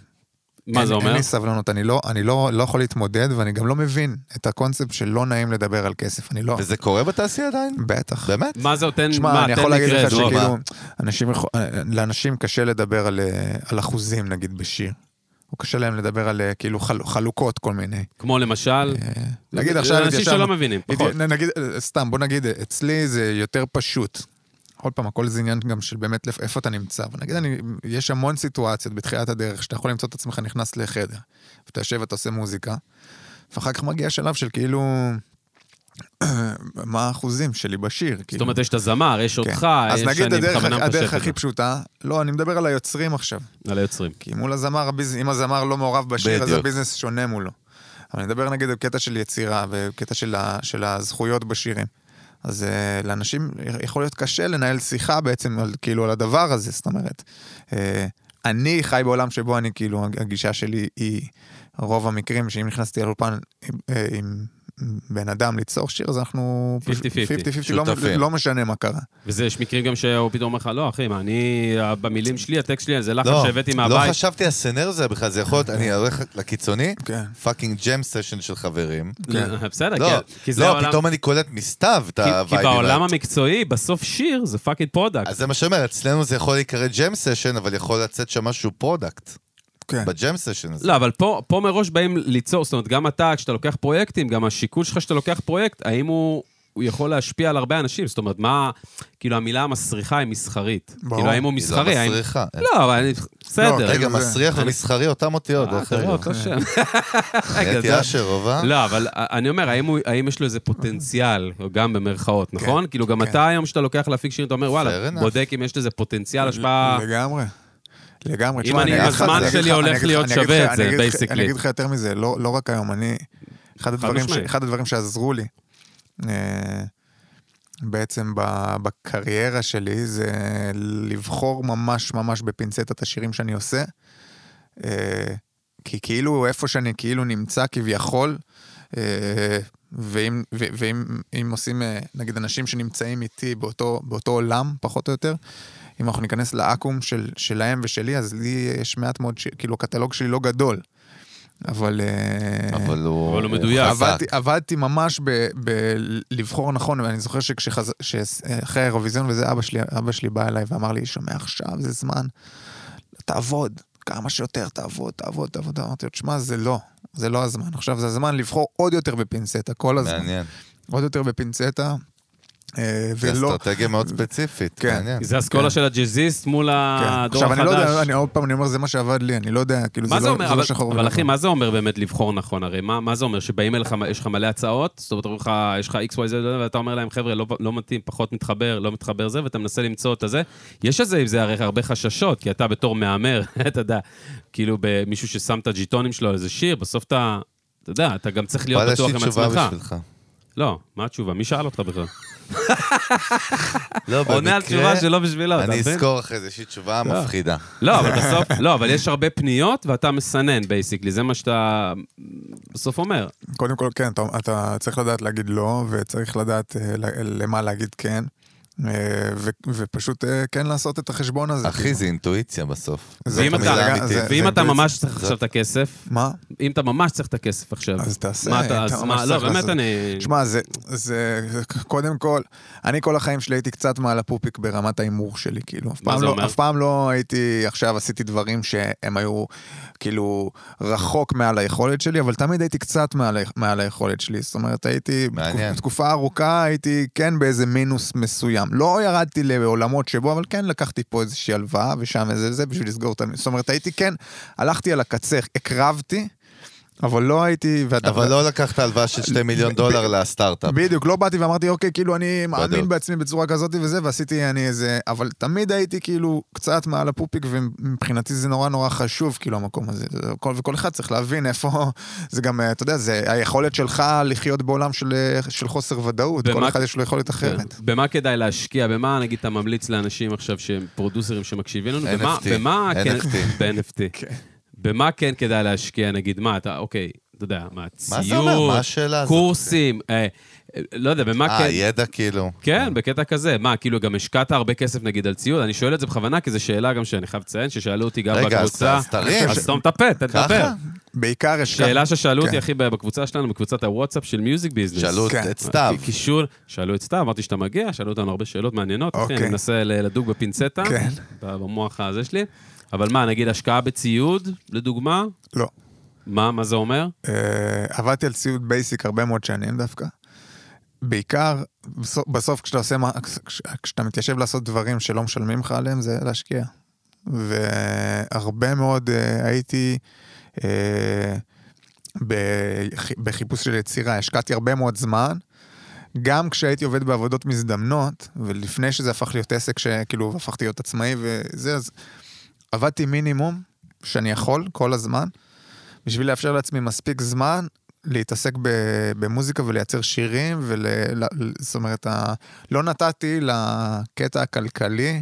Speaker 2: מה
Speaker 3: אין-
Speaker 2: זה אומר?
Speaker 3: אין לי סבלנות, אני לא- אני לא לא יכול להתמודד ואני גם לא מבין את הקונספט של לא נעים לדבר על כסף, אני לא...
Speaker 1: וזה קורה בתעשייה עדיין?
Speaker 3: בטח.
Speaker 1: באמת?
Speaker 2: מה זה נותן,
Speaker 3: תשמע,
Speaker 2: מה,
Speaker 3: אני
Speaker 2: תן
Speaker 3: יכול להגיד
Speaker 2: מקרה,
Speaker 3: לך
Speaker 2: דרור.
Speaker 3: שכאילו, אנשים יכול- לאנשים קשה לדבר על, אה, על אחוזים נגיד בשיר. או קשה להם לדבר על אה, כאילו חל- חלוקות כל מיני.
Speaker 2: כמו למשל,
Speaker 3: אה, נגיד עכשיו
Speaker 2: אנשים
Speaker 3: התיישבנו-
Speaker 2: שלא מבינים, פחות.
Speaker 3: הת- נגיד, אה, סתם, בוא נגיד, אה, אצלי זה יותר פשוט. עוד פעם, הכל זה עניין גם של באמת לפ- איפה אתה נמצא. אבל נגיד, אני, יש המון סיטואציות בתחילת הדרך שאתה יכול למצוא את עצמך נכנס לחדר, ואתה יושב ואתה עושה מוזיקה, ואחר כך מגיע שלב של כאילו, מה האחוזים שלי בשיר?
Speaker 2: זאת
Speaker 3: כאילו.
Speaker 2: אומרת, יש את הזמר, יש
Speaker 3: כן.
Speaker 2: אותך,
Speaker 3: אז
Speaker 2: יש
Speaker 3: נגיד
Speaker 2: שאני
Speaker 3: הדרך,
Speaker 2: בכוונה
Speaker 3: הדרך
Speaker 2: מפשט
Speaker 3: הכי כן.
Speaker 2: את
Speaker 3: פשוטה, לא, אני מדבר על היוצרים עכשיו.
Speaker 2: זה. על היוצרים.
Speaker 3: כי מול הזמר, הביז... אם הזמר לא מעורב בשיר, אז
Speaker 1: בדיוק.
Speaker 3: הביזנס שונה מולו. אבל אני מדבר נגיד על קטע של יצירה וקטע של, ה... של הזכויות בשירים. אז uh, לאנשים יכול להיות קשה לנהל שיחה בעצם, על, כאילו, על הדבר הזה, זאת אומרת. Uh, אני חי בעולם שבו אני, כאילו, הגישה שלי היא רוב המקרים שאם נכנסתי לאולפן עם, אה, עם בן אדם ליצור שיר, אז אנחנו...
Speaker 2: 50-50.
Speaker 3: 50-50, לא,
Speaker 1: שותפים.
Speaker 3: לא משנה מה קרה.
Speaker 2: וזה, יש מקרים גם שהוא פתאום אומר לך, לא, אחי, מה, אני, במילים שלי, הטקסט שלי, זה לחץ שהבאתי
Speaker 1: לא
Speaker 2: מהבית.
Speaker 1: חשבתי הסנר זה בכלל, זה יכול להיות, אני הולך לקיצוני,
Speaker 3: כן.
Speaker 1: פאקינג ג'ם סשן של חברים.
Speaker 2: בסדר,
Speaker 1: לא,
Speaker 2: כי- כי זה
Speaker 1: לא,
Speaker 2: העולם...
Speaker 1: פתאום אני קולט מסתיו את
Speaker 2: כי- כי
Speaker 1: הווייבים.
Speaker 2: בעולם
Speaker 1: האלה.
Speaker 2: המקצועי, בסוף שיר זה פאקינג פרודקט.
Speaker 1: אז זה מה שאומר, אצלנו זה יכול להיקרא ג'ם סשן, אבל יכול לצאת שם משהו פרודקט,
Speaker 3: כן.
Speaker 1: בג'ם סשן הזה.
Speaker 2: לא, אבל פה, פה מראש באים ליצור, זאת אומרת, גם אתה, כשאתה לוקח פרויקטים, גם השיקול שלך כשאתה לוקח פרויקט, האם הוא, הוא יכול להשפיע על הרבה אנשים? זאת אומרת, מה, כאילו, המילה המסריחה היא מסחרית.
Speaker 3: ברור. לא,
Speaker 2: כאילו, האם הוא
Speaker 1: היא לא
Speaker 2: מסחרי? האם...
Speaker 1: מסריחה.
Speaker 2: לא, אבל אני... בסדר.
Speaker 1: רגע,
Speaker 3: זה-
Speaker 1: מסריח ומסחרי, אותם אותיות.
Speaker 2: אה,
Speaker 1: דרך
Speaker 2: אתה רואה,
Speaker 1: אגב.
Speaker 2: אותו שם. רגע,
Speaker 1: אתי
Speaker 2: זה-
Speaker 1: אשר, הובה.
Speaker 2: לא, אבל אני אומר, האם, הוא, האם יש לו איזה פוטנציאל, או גם במרכאות, נכון? כאילו, גם
Speaker 3: כן.
Speaker 2: אתה היום שאתה לוקח להפיק שירים, אתה אומר, וואלה,
Speaker 1: Fair enough.
Speaker 2: בודק אם יש לזה פוטנציאל, השפעה...
Speaker 3: לגמרי. לגמרי.
Speaker 2: אם
Speaker 3: תשמע,
Speaker 2: אני-
Speaker 3: אגיד לך
Speaker 1: הזמן
Speaker 3: זה,
Speaker 1: שלי
Speaker 3: אני אגיד לך-
Speaker 2: הולך
Speaker 3: אני אגיד
Speaker 2: להיות
Speaker 3: לך- אני אגיד
Speaker 2: שווה
Speaker 3: לך-
Speaker 2: את זה,
Speaker 3: אני אגיד לך-
Speaker 2: basically.
Speaker 3: אני אגיד לך יותר מזה, לא לא רק היום, אני... אחד הדברים, ש-
Speaker 2: משמעית.
Speaker 3: אחד הדברים שעזרו לי אה, בעצם ב- בקריירה שלי זה לבחור ממש ממש בפינצטה את השירים שאני עושה. אה, כי כאילו איפה שאני כאילו נמצא כביכול, אה, ואם, ו- ואם אם עושים, אה, נגיד, אנשים שנמצאים איתי באותו, באותו עולם, פחות או יותר, אם אנחנו ניכנס לעכו"ם של, שלהם ושלי, אז לי יש מעט מאוד, ש... כאילו, הקטלוג שלי לא גדול. אבל... אה,
Speaker 1: אבל הוא...
Speaker 2: אבל הוא מדויק.
Speaker 1: חזק.
Speaker 3: עבדתי, עבדתי ממש בלבחור נכון, ואני זוכר שאחרי האירוויזיון וזה, אבא שלי, אבא שלי בא אליי ואמר לי, שומע עכשיו, זה זמן, תעבוד, כמה שיותר תעבוד, תעבוד, תעבוד. אמרתי לו, תשמע, זה לא, זה לא הזמן. עכשיו זה הזמן לבחור עוד יותר בפינצטה, כל הזמן.
Speaker 1: מעניין.
Speaker 3: עוד יותר בפינצטה, אה,
Speaker 1: זה
Speaker 3: ולא...
Speaker 1: אסטרטגיה מאוד ספציפית,
Speaker 3: כן.
Speaker 1: מעניין.
Speaker 2: זה אסכולה
Speaker 3: כן.
Speaker 2: של הג'אזיסט מול
Speaker 3: כן.
Speaker 2: הדור
Speaker 3: עכשיו, אני לא יודע,
Speaker 2: החדש.
Speaker 3: אני עוד פעם, אני אומר, זה מה שעבד לי, אני לא יודע, כאילו,
Speaker 2: אה, מה
Speaker 3: זה
Speaker 2: זה
Speaker 3: לא
Speaker 2: אומר?
Speaker 3: זה לא
Speaker 2: אבל-
Speaker 3: שחור
Speaker 2: אבל אחי,
Speaker 3: ולבן.
Speaker 2: מה זה אומר באמת לבחור נכון? הרי מה מה זה אומר? שבאים אליך, יש לך מלא הצעות, זאת אומרת, אומרים לך, יש לך x, y, z, ואתה אומר להם, חבר'ה, לא- לא מתאים, פחות מתחבר, לא מתחבר זה, ואתה מנסה למצוא את הזה. יש איזה עם זה הרי הרבה חששות, כי אתה בתור מהמר, אתה יודע, כאילו מישהו ששם את הג'יטונים שלו על איזה שיר, בסוף אתה, אתה יודע, אתה גם צריך להיות
Speaker 1: וואלה, יש
Speaker 2: בטוח
Speaker 1: לי
Speaker 2: עם
Speaker 1: תשובה
Speaker 2: עצמך.
Speaker 1: בשבילך.
Speaker 2: לא, מה התשובה? מי שאל אותך בכלל?
Speaker 1: לא,
Speaker 2: עונה על תשובה שלא בשבילו, אתה
Speaker 1: אני
Speaker 2: מבין?
Speaker 1: אזכור אחרי זה, יש לי תשובה מפחידה.
Speaker 2: לא, אבל בסוף, לא, אבל יש הרבה פניות ואתה מסנן, בייסיקלי, זה מה שאתה בסוף אומר.
Speaker 3: קודם כל, כן, אתה, אתה צריך לדעת להגיד לא, וצריך לדעת אה, ל- למה להגיד כן, אה, ו, ופשוט אה, כן לעשות את החשבון הזה.
Speaker 1: אחי,
Speaker 3: כאילו.
Speaker 1: זה אינטואיציה בסוף.
Speaker 3: זה
Speaker 2: ואם
Speaker 1: זאת
Speaker 3: אתה-
Speaker 1: המילה
Speaker 3: זה-
Speaker 1: האמיתית.
Speaker 3: זה-
Speaker 2: ואם אתה
Speaker 3: בעצם-
Speaker 2: ממש צריך עכשיו את הכסף,
Speaker 3: מה?
Speaker 2: אם אתה ממש צריך את הכסף עכשיו,
Speaker 3: אז תעשה,
Speaker 2: מה אתה,
Speaker 3: אתה
Speaker 2: אז
Speaker 3: ממש
Speaker 2: מה, לא,
Speaker 3: צריך
Speaker 2: באמת
Speaker 3: לעשות.
Speaker 2: אני...
Speaker 3: תשמע, זה, זה, זה, קודם כל, אני כל החיים שלי הייתי קצת מעל הפופיק ברמת ההימור שלי, כאילו. אף
Speaker 2: מה
Speaker 3: פעם,
Speaker 2: זה
Speaker 3: לא,
Speaker 2: אומר?
Speaker 3: אף פעם לא הייתי, עכשיו עשיתי דברים שהם היו, כאילו, רחוק מעל היכולת שלי, אבל תמיד הייתי קצת מעל, ה- מעל היכולת שלי. זאת אומרת, הייתי,
Speaker 1: מעניין.
Speaker 3: בתקופ, בתקופה ארוכה הייתי כן באיזה מינוס מסוים. לא ירדתי לעולמות שבו, אבל כן לקחתי פה איזושהי הלוואה ושם איזה זה בשביל לסגור את המינוס. זאת אומרת, הייתי כן, הלכתי על הקצה, הקרבתי. אבל לא הייתי, ואתה-
Speaker 1: אבל לא לקחת הלוואה של 2 מיליון דולר לסטארט-אפ.
Speaker 3: בדיוק, לא באתי ואמרתי, אוקיי, כאילו אני
Speaker 1: בדיוק.
Speaker 3: מאמין בעצמי בצורה כזאת וזה, ועשיתי אני איזה... אבל תמיד הייתי כאילו קצת מעל הפופיק, ומבחינתי זה נורא נורא חשוב, כאילו, המקום הזה. זה כל- וכל אחד צריך להבין איפה... זה גם, אה, אתה יודע, זה היכולת שלך לחיות בעולם של, אה, של חוסר ודאות.
Speaker 2: במה-
Speaker 3: כל אחד יש לו יכולת אחרת.
Speaker 2: כן. במה כדאי להשקיע? במה, נגיד, אתה ממליץ לאנשים עכשיו שהם פרודוסרים שמקשיבים לנו? במה-
Speaker 1: NFT.
Speaker 2: במה כן...
Speaker 1: NFT.
Speaker 2: ב-NFT. במה כן כדאי להשקיע, נגיד, מה, אתה, אוקיי, אתה יודע, מה,
Speaker 1: מה זה אומר?
Speaker 2: ציור,
Speaker 1: מה השאלה הזאת?
Speaker 2: קורסים, אה, אה, לא יודע, במה
Speaker 1: אה,
Speaker 2: כן...
Speaker 1: ידע כאילו.
Speaker 2: כן, בקטע כזה. מה, כאילו גם השקעת הרבה כסף נגיד על ציוד? אני שואל את זה בכוונה, כי זו שאלה גם שאני חייב לציין, ששאלו אותי גם
Speaker 1: רגע, אז-
Speaker 2: בקבוצה.
Speaker 1: אז תרים.
Speaker 2: אז סתום את הפה, תדבר.
Speaker 1: ככה?
Speaker 3: בעיקר יש...
Speaker 2: שאלה ששאלו אותי,
Speaker 3: כן.
Speaker 2: אחי, בקבוצה שלנו, בקבוצת הוואטסאפ של מיוזיק ביזנס.
Speaker 1: שאלו
Speaker 3: כן.
Speaker 1: את סתיו.
Speaker 2: קישור, שאלו את סתיו, אמרתי שאתה מגיע, שאלו אותנו הרבה שאלות מעניינות, אחי,
Speaker 3: אוקיי.
Speaker 2: אני מנסה ל- לדוג בפינצטה,
Speaker 3: כן.
Speaker 2: במוח הזה שלי. אבל מה, נגיד השקעה בציוד, לדוגמה,
Speaker 3: לא.
Speaker 2: מה מה זה אומר?
Speaker 3: אה, עבדתי על ציוד בייסיק הרבה מאוד שנים דווקא. בעיקר, בסוף, בסוף כשאתה, עושה, מה- כש- כשאתה מתיישב לעשות דברים שלא משלמים לך עליהם, זה להשקיע. והרבה מאוד אה, הייתי אה, בח- בחיפוש של יצירה. השקעתי הרבה מאוד זמן, גם כשהייתי עובד בעבודות מזדמנות, ולפני שזה הפך להיות עסק, שכאילו הפכתי להיות עצמאי וזה, אז עבדתי מינימום שאני יכול כל הזמן, בשביל לאפשר לעצמי מספיק זמן. להתעסק ב, במוזיקה ולייצר שירים, ול, ל- זאת אומרת, ה, לא נתתי לקטע הכלכלי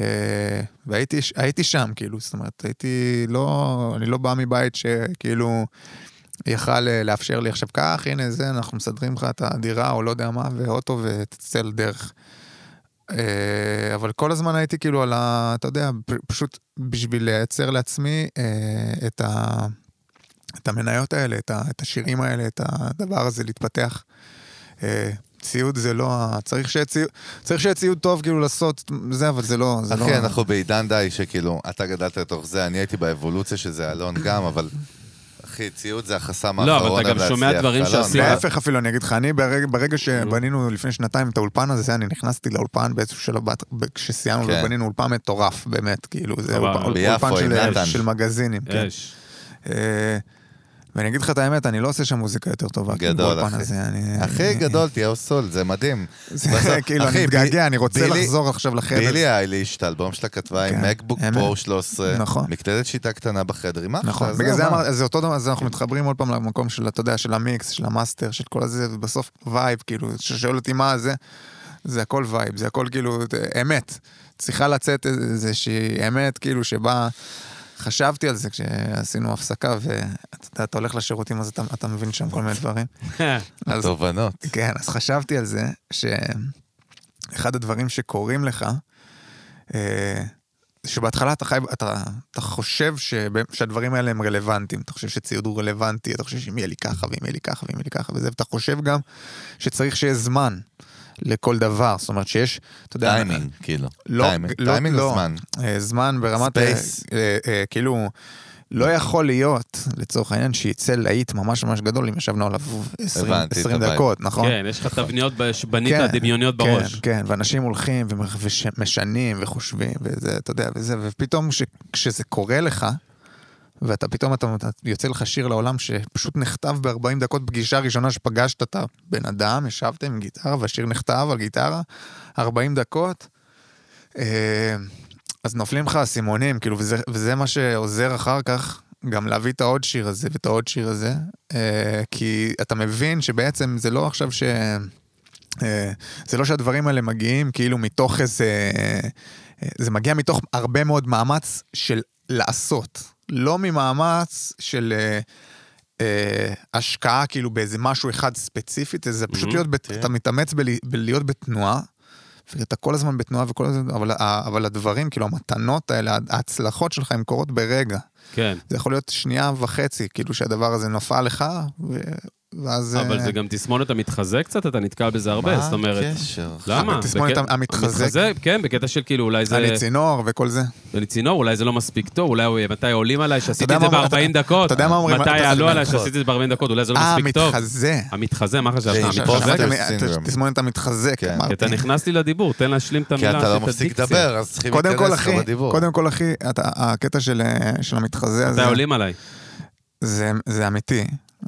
Speaker 3: אה, והייתי ש- הייתי שם, כאילו, זאת אומרת, הייתי לא, אני לא בא מבית שכאילו יכל אה, לאפשר לי עכשיו כך, הנה זה, אנחנו מסדרים לך את הדירה או לא יודע מה, ואוטו ותצא לדרך. אה, אבל כל הזמן הייתי כאילו על ה... אתה יודע, פ- פשוט בשביל לייצר לעצמי אה, את ה... את המניות האלה, את, ה, את השירים האלה, את הדבר הזה להתפתח. אה, ציוד זה לא... ה- צריך שיהיה ציוד, צריך שיהיה ציוד טוב כאילו לעשות זה, אבל זה לא... זה
Speaker 1: אחי,
Speaker 3: לא...
Speaker 1: אנחנו בעידן די, שכאילו, אתה גדלת לתוך זה, אני הייתי באבולוציה של זה, אלון גם, אבל... אחי, ציוד זה החסם
Speaker 2: לא, אבל
Speaker 1: האחרון
Speaker 2: אתה גם
Speaker 1: על
Speaker 2: שומע
Speaker 1: להצליח.
Speaker 2: דברים
Speaker 1: אלון,
Speaker 2: שעשית.
Speaker 1: מה-
Speaker 3: להפך אפילו, אני אגיד לך, אני ברגע, ברגע שבנינו לפני שנתיים את האולפן הזה, אני נכנסתי לאולפן באיזשהו שלב, בת- ב- כשסיימנו
Speaker 1: כן.
Speaker 3: ובנינו אולפן מטורף, באמת, כאילו, זה
Speaker 2: וואו.
Speaker 3: אולפן,
Speaker 1: ביפו,
Speaker 3: אולפן
Speaker 1: עם
Speaker 3: של,
Speaker 1: נתן.
Speaker 3: של מגזינים, כן.
Speaker 2: אש.
Speaker 3: אה, ואני אגיד לך את האמת, אני לא עושה שם מוזיקה יותר טובה, כאילו,
Speaker 1: גדול,
Speaker 3: באולפן
Speaker 1: אחי.
Speaker 3: הזה, אני...
Speaker 1: אחי
Speaker 3: אני-
Speaker 1: גדול, תהיה אוסול, זה מדהים.
Speaker 3: זה
Speaker 1: בסוף-
Speaker 3: כאילו,
Speaker 1: אחי,
Speaker 3: אני מתגעגע,
Speaker 1: בי-
Speaker 3: אני רוצה
Speaker 1: בילי-
Speaker 3: לחזור עכשיו לחדר.
Speaker 1: בילי אייליש, את האלבום שלה כתבה עם
Speaker 3: כן,
Speaker 1: מקבוק
Speaker 3: אמת.
Speaker 1: פרו 13,
Speaker 3: נכון.
Speaker 1: מקלדת שיטה קטנה בחדר, עם אח
Speaker 3: נכון, בגלל זה אמרתי, אז זה אותו דבר, אז אנחנו מתחברים עוד פעם למקום של, אתה יודע, של המיקס, של המאסטר, של כל הזה, ובסוף וייב, כאילו, ששואל אותי מה זה, זה הכל וייב, זה הכל כאילו אה, אמת. צריכה לצאת איז- איזושהי אמת, כאילו, שבה... חשבתי על זה כשעשינו הפסקה, ואתה יודע, אתה הולך לשירותים, אז אתה, אתה מבין שם כל מיני דברים.
Speaker 2: כן,
Speaker 3: אז
Speaker 1: תובנות.
Speaker 3: כן, אז חשבתי על זה, שאחד הדברים שקורים לך, אה, שבהתחלה אתה חי, אתה, אתה חושב שב- שהדברים האלה הם רלוונטיים, אתה חושב שציוד הוא רלוונטי, אתה חושב שאם יהיה לי ככה, ואם יהיה לי ככה, ואם יהיה לי ככה וזה, ואתה חושב גם שצריך שיהיה זמן לכל דבר, זאת אומרת שיש, אתה יודע,
Speaker 1: טיימינג, כאילו.
Speaker 3: לא,
Speaker 1: טיימינג,
Speaker 3: לא,
Speaker 1: טיימינג
Speaker 3: לא.
Speaker 1: הזמן.
Speaker 3: אה, זמן ברמת, אה,
Speaker 1: Space.
Speaker 3: אה, אה, כאילו, לא יכול להיות, לצורך העניין, שיצא להיט ממש ממש גדול, אם ישבנו עליו 20
Speaker 1: הבנתי את
Speaker 3: 20
Speaker 1: הבעיה.
Speaker 3: דקות, נכון?
Speaker 2: כן, יש לך תבניות ב- שבנית,
Speaker 3: כן,
Speaker 2: דמיוניות בראש.
Speaker 3: כן, כן, ואנשים הולכים ומשנים וחושבים, וזה, אתה יודע, וזה, ופתאום ש- כשזה קורה לך, ואתה פתאום, אתה, אתה יוצא לך שיר לעולם שפשוט נכתב ב-40 דקות פגישה ראשונה שפגשת את הבן אדם, ישבתם עם גיטרה, והשיר נכתב על גיטרה, 40 דקות. אה, אז נופלים לך אסימונים, כאילו, וזה, וזה מה שעוזר אחר כך גם להביא את העוד שיר הזה ואת העוד שיר הזה, אה, כי אתה מבין שבעצם זה לא עכשיו ש... אה, זה לא שהדברים האלה מגיעים כאילו מתוך איזה... אה, זה מגיע מתוך הרבה מאוד מאמץ של לעשות, לא ממאמץ של אה, אה, השקעה כאילו באיזה משהו אחד ספציפית, זה פשוט
Speaker 2: Mhm,
Speaker 3: להיות, בת,
Speaker 1: כן.
Speaker 3: אתה מתאמץ בלי- בלהיות בתנועה, ואתה כל הזמן בתנועה וכל הזמן, אבל, ה- אבל הדברים, כאילו המתנות האלה, ההצלחות שלך הן קורות ברגע.
Speaker 2: כן.
Speaker 3: זה יכול להיות שנייה וחצי, כאילו שהדבר הזה נפל לך, ו... ואז...
Speaker 2: אבל
Speaker 3: אה,
Speaker 2: זה גם תסמונת המתחזה קצת, אתה נתקל בזה הרבה, זאת אומרת.
Speaker 1: מה הקשר?
Speaker 2: למה?
Speaker 3: כן. התסמונת
Speaker 2: בקט-
Speaker 3: המתחזה.
Speaker 2: כן, בקטע של כאילו אולי זה...
Speaker 3: אני צינור וכל זה.
Speaker 2: אני צינור, אולי זה לא מספיק טוב, אולי הוא- מתי עולים עליי שעשיתי
Speaker 3: יודע
Speaker 2: את זה
Speaker 3: מה אומרים-
Speaker 2: ב-40
Speaker 3: אתה-
Speaker 2: דקות?
Speaker 3: אתה יודע מה אומרים-
Speaker 2: מתי
Speaker 3: אתה-
Speaker 2: יעלו
Speaker 3: אתה-
Speaker 2: עליי
Speaker 3: אתה-
Speaker 2: שעשיתי את זה ב-40 דקות, אולי זה לא
Speaker 3: אה,
Speaker 2: מספיק טוב?
Speaker 3: מתחזה.
Speaker 2: המתחזה, מה חשבת?
Speaker 1: זה
Speaker 3: עכשיו,
Speaker 1: מתחזה?
Speaker 2: המתחזה?
Speaker 3: שמעת
Speaker 1: Imposter
Speaker 3: מ-
Speaker 1: syndrome.
Speaker 3: אה, תסמונת המתחזק,
Speaker 1: כן.
Speaker 2: כי
Speaker 3: אמרתי.
Speaker 2: אתה נכנס לי לדיבור, תן להשלים את
Speaker 1: כי
Speaker 2: המילה,
Speaker 1: אתה לא
Speaker 2: עשית
Speaker 1: מפסיק
Speaker 2: דיקציה.
Speaker 1: לדבר, אז צריכים
Speaker 3: קודם כל,
Speaker 1: להתכנס
Speaker 3: אחי,
Speaker 1: לך בדיבור.
Speaker 3: קודם כל, אחי, אתה- הקטע של אה, של המתחזה הזה,
Speaker 2: מתי עולים עליי?
Speaker 3: זה- זה אמיתי.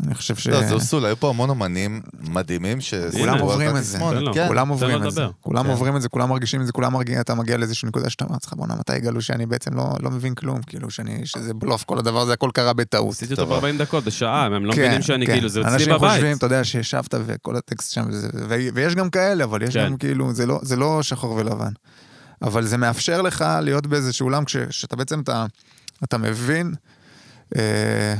Speaker 3: אני חושב ש...
Speaker 1: לא, זה אוסול, היו פה המון אמנים מדהימים שסיפרו
Speaker 2: כולם
Speaker 1: על
Speaker 3: עוברים
Speaker 1: אותה
Speaker 3: את זה.
Speaker 1: תסמונת.
Speaker 2: תן לו.
Speaker 1: כן.
Speaker 3: כולם
Speaker 2: תן לו
Speaker 3: עוברים את זה,
Speaker 2: לדבר.
Speaker 3: כולם
Speaker 1: כן.
Speaker 3: עוברים את זה, כולם מרגישים את זה, כולם מרגיעים, אתה מגיע לאיזושהי נקודה שאתה אומר לעצמך, בואנה, מתי יגלו שאני בעצם לא לא מבין כלום, כאילו, שאני- שזה בלוף, כל הדבר הזה, הכל קרה בטעות.
Speaker 2: עשיתי אותו
Speaker 1: טוב.
Speaker 2: ב-40 דקות, בשעה, הם לא
Speaker 3: כן,
Speaker 2: מבינים שאני
Speaker 3: כן.
Speaker 2: כאילו, זה אצלי
Speaker 3: אנשים חושבים,
Speaker 2: בבית.
Speaker 3: אתה יודע, שישבת וכל הטקסט שם, וזה- ו- ויש גם כאלה, אבל יש
Speaker 2: כן.
Speaker 3: גם כאילו, זה לא- זה לא שחור ולבן. אבל זה מאפשר לך להיות באיזשהו עולם, כש- שאתה בעצם, אתה- אתה מבין אה,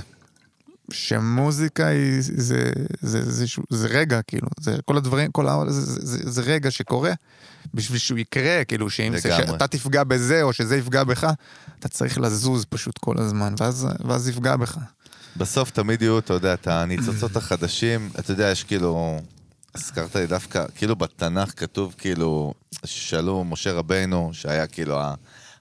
Speaker 3: שמוזיקה היא, זה- זה- זה שהוא- זה רגע, כאילו, זה כל הדברים, כל ה... זה- זה- זה זה רגע שקורה, בשביל שהוא יקרה, כאילו, שאם זה-
Speaker 1: לגמרי.
Speaker 3: שאתה תפגע בזה, או שזה יפגע בך, אתה צריך לזוז פשוט כל הזמן, ואז ואז יפגע בך.
Speaker 1: בסוף תמיד יהיו, אתה יודע, את הניצוצות החדשים, אתה יודע, יש כאילו... הזכרת לי דווקא, כאילו בתנ"ך כתוב כאילו, ששאלו משה רבנו, שהיה כאילו ה...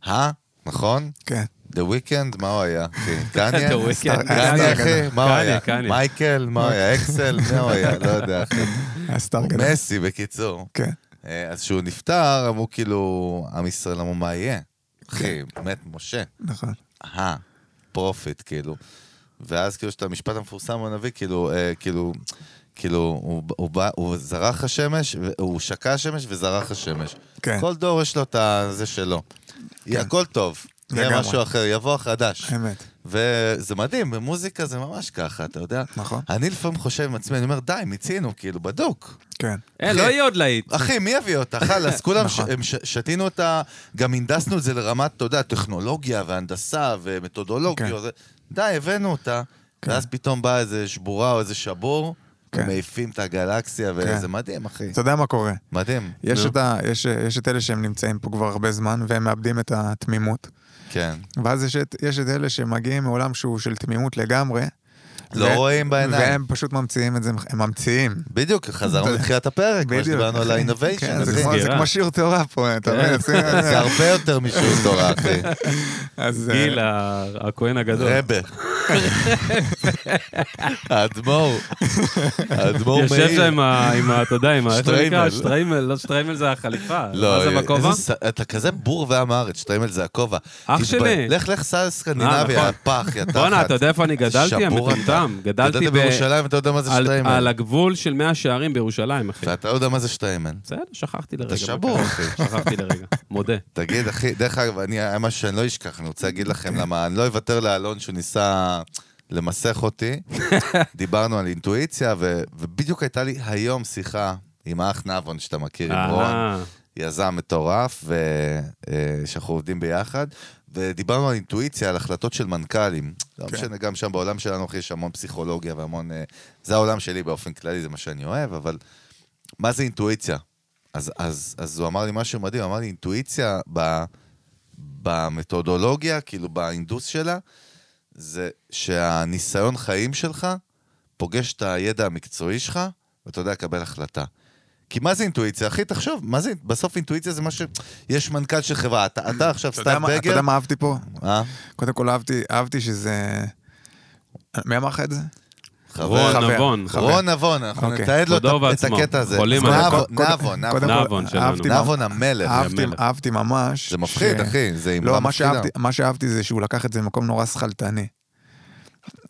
Speaker 1: ה? נכון?
Speaker 3: כן.
Speaker 1: The Weeknd, מה הוא היה? כן, קניה?
Speaker 2: The Weeknd.
Speaker 1: קניה, אחי? מה הוא היה?
Speaker 2: קניה, קניה.
Speaker 1: מייקל? מה הוא היה? אקסל? מה הוא היה? לא יודע, אחי.
Speaker 3: הסטאר גדול.
Speaker 1: מסי, בקיצור.
Speaker 3: כן.
Speaker 1: אה, אז כשהוא נפטר, אמרו כאילו, עם ישראל אמרו, מה יהיה? אחי, מת משה.
Speaker 3: נכון.
Speaker 1: הפרופיט, אה, כאילו. ואז כאילו יש את המשפט המפורסם בנביא, כאילו, אה, כאילו, כאילו, הוא, הוא בא, הוא זרח השמש, ו- הוא שקע השמש וזרח השמש.
Speaker 3: כן.
Speaker 1: כל דור יש לו את הזה שלו.
Speaker 3: כן.
Speaker 1: הכל טוב. יהיה
Speaker 3: לגמרי.
Speaker 1: משהו אחר, יבוא החדש.
Speaker 3: אמת.
Speaker 1: וזה מדהים, במוזיקה זה ממש ככה, אתה יודע?
Speaker 3: נכון.
Speaker 1: אני לפעמים חושב עם עצמי, אני אומר, די, מיצינו, כאילו, בדוק.
Speaker 3: כן.
Speaker 2: אה, לא יהיה עוד להיט.
Speaker 1: אחי, מי יביא אותה? חלאס, כולם, ש-
Speaker 3: נכון.
Speaker 1: הם ש- שתינו את ה... גם הנדסנו את זה לרמת, אתה יודע, טכנולוגיה והנדסה
Speaker 3: כן.
Speaker 1: ומתודולוגיה. זה- די, הבאנו אותה. ואז פתאום באה איזה שבורה או איזה שבור,
Speaker 3: כן.
Speaker 1: מעיפים את הגלקסיה, וזה מדהים, אחי.
Speaker 3: אתה יודע מה קורה?
Speaker 1: מדהים.
Speaker 3: יש
Speaker 1: נו.
Speaker 3: את ה- יש- יש את אלה שהם נמצאים פה כבר הרבה זמן, והם מאבדים את התמימות.
Speaker 1: כן.
Speaker 3: ואז יש את, יש את אלה שמגיעים מעולם שהוא של תמימות לגמרי.
Speaker 1: לא רואים בעיניים.
Speaker 3: והם פשוט ממציאים את זה, הם ממציאים.
Speaker 1: בדיוק, חזרנו
Speaker 3: אתה-
Speaker 1: לתחילת הפרק, כמו שדיברנו על
Speaker 3: אחי.
Speaker 1: האינוביישן.
Speaker 3: כן, זה
Speaker 1: אחי.
Speaker 3: כמו- זה כן.
Speaker 2: סגירה.
Speaker 3: כמו שיעור תורה פה, אתה
Speaker 1: כן.
Speaker 3: מבין?
Speaker 1: זה הרבה יותר משיעור תורה, אחי.
Speaker 3: אז, אה,
Speaker 2: גיל, ה- הכהן הגדול.
Speaker 1: רבה. האדמו"ר. האדמו"ר מאיר.
Speaker 2: יושב שם עם ה... עם ה- אתה יודע, עם ה... איך זה
Speaker 1: שטריימל.
Speaker 2: נקרא? שטריימל, לא שטריימל זה החליפה.
Speaker 1: לא,
Speaker 2: מה זה בכובע?
Speaker 1: איזה ס- אתה כזה בור ועם הארץ, שטריימל זה הכובע.
Speaker 2: אח
Speaker 1: תתבייש.
Speaker 2: שלי.
Speaker 1: לך, לך סע
Speaker 2: אה,
Speaker 1: לסקנדינביה,
Speaker 2: נכון.
Speaker 1: פח, יא תחת.
Speaker 2: בואנה, אתה יודע איפה אני גדלתי?
Speaker 1: שבור אתה.
Speaker 2: המטומטם. גדלתי
Speaker 1: גדלת
Speaker 2: ב-
Speaker 1: בירושלים, אתה יודע מה זה
Speaker 2: על-
Speaker 1: שטריימל.
Speaker 2: על הגבול של מאה שערים בירושלים, אחי.
Speaker 1: ואתה לא יודע מה זה שטריימל.
Speaker 2: בסדר, שכחתי לרגע. מה
Speaker 1: שבור,
Speaker 2: קרה.
Speaker 1: אחי.
Speaker 2: שכחתי לרגע, מודה.
Speaker 1: תגיד, אחי, דרך אגב, אני, היה משהו שאני לא אשכח, אני רוצה להגיד לכם למה, אני לא אוותר לאלון שהוא ניסה למסך אותי. דיברנו על אינטואיציה, ו, ובדיוק הייתה לי היום שיחה עם האח נבון, שאתה מכיר, עם רון.
Speaker 2: אה,
Speaker 1: יזם מטורף, ו... אה, שאנחנו עובדים ביחד, ודיברנו על אינטואיציה, על החלטות של מנכ"לים. לא
Speaker 3: כן.
Speaker 1: משנה, גם שם בעולם שלנו, אחי, יש המון פסיכולוגיה והמון... אה, זה העולם שלי באופן כללי, זה מה שאני אוהב, אבל מה זה אינטואיציה? אז, אז, אז הוא אמר לי משהו מדהים, הוא אמר לי, אינטואיציה ב, במתודולוגיה, כאילו באינדוס שלה, זה שהניסיון חיים שלך פוגש את הידע המקצועי שלך, ואתה יודע לקבל החלטה. כי מה זה אינטואיציה? אחי, תחשוב, מה זה, בסוף אינטואיציה זה מה ש... יש מנכ"ל של חברה, אתה, אתה עכשיו
Speaker 3: אה, אתה יודע
Speaker 1: סתם
Speaker 3: מה-
Speaker 1: בגר...
Speaker 3: אתה יודע מה אהבתי פה?
Speaker 1: אה?
Speaker 3: קודם כל אהבתי, אהבתי שזה... מי אמר לך את זה?
Speaker 1: חבר.
Speaker 2: רון
Speaker 3: חבר.
Speaker 2: נבון.
Speaker 3: חבר.
Speaker 1: רון נבון, אנחנו
Speaker 3: אוקיי.
Speaker 1: נתעד לו
Speaker 2: כבודו
Speaker 1: את- את
Speaker 2: ועצמו.
Speaker 1: הקטע הזה.
Speaker 2: חולים עליו.
Speaker 1: נבון,
Speaker 3: קודם-
Speaker 1: נבון,
Speaker 3: קודם כל,
Speaker 1: נבון.
Speaker 2: נבון שלנו.
Speaker 3: אהבתי-
Speaker 1: נבון המלך.
Speaker 3: אהבתי-
Speaker 2: המלך.
Speaker 3: אהבתי ממש.
Speaker 1: זה מפחיד,
Speaker 3: ש-
Speaker 1: אחי, זה אמרה
Speaker 3: לא, מה
Speaker 1: מפחידה.
Speaker 3: שאהבתי- מה שאהבתי זה שהוא לקח את זה למקום נורא שכלתני.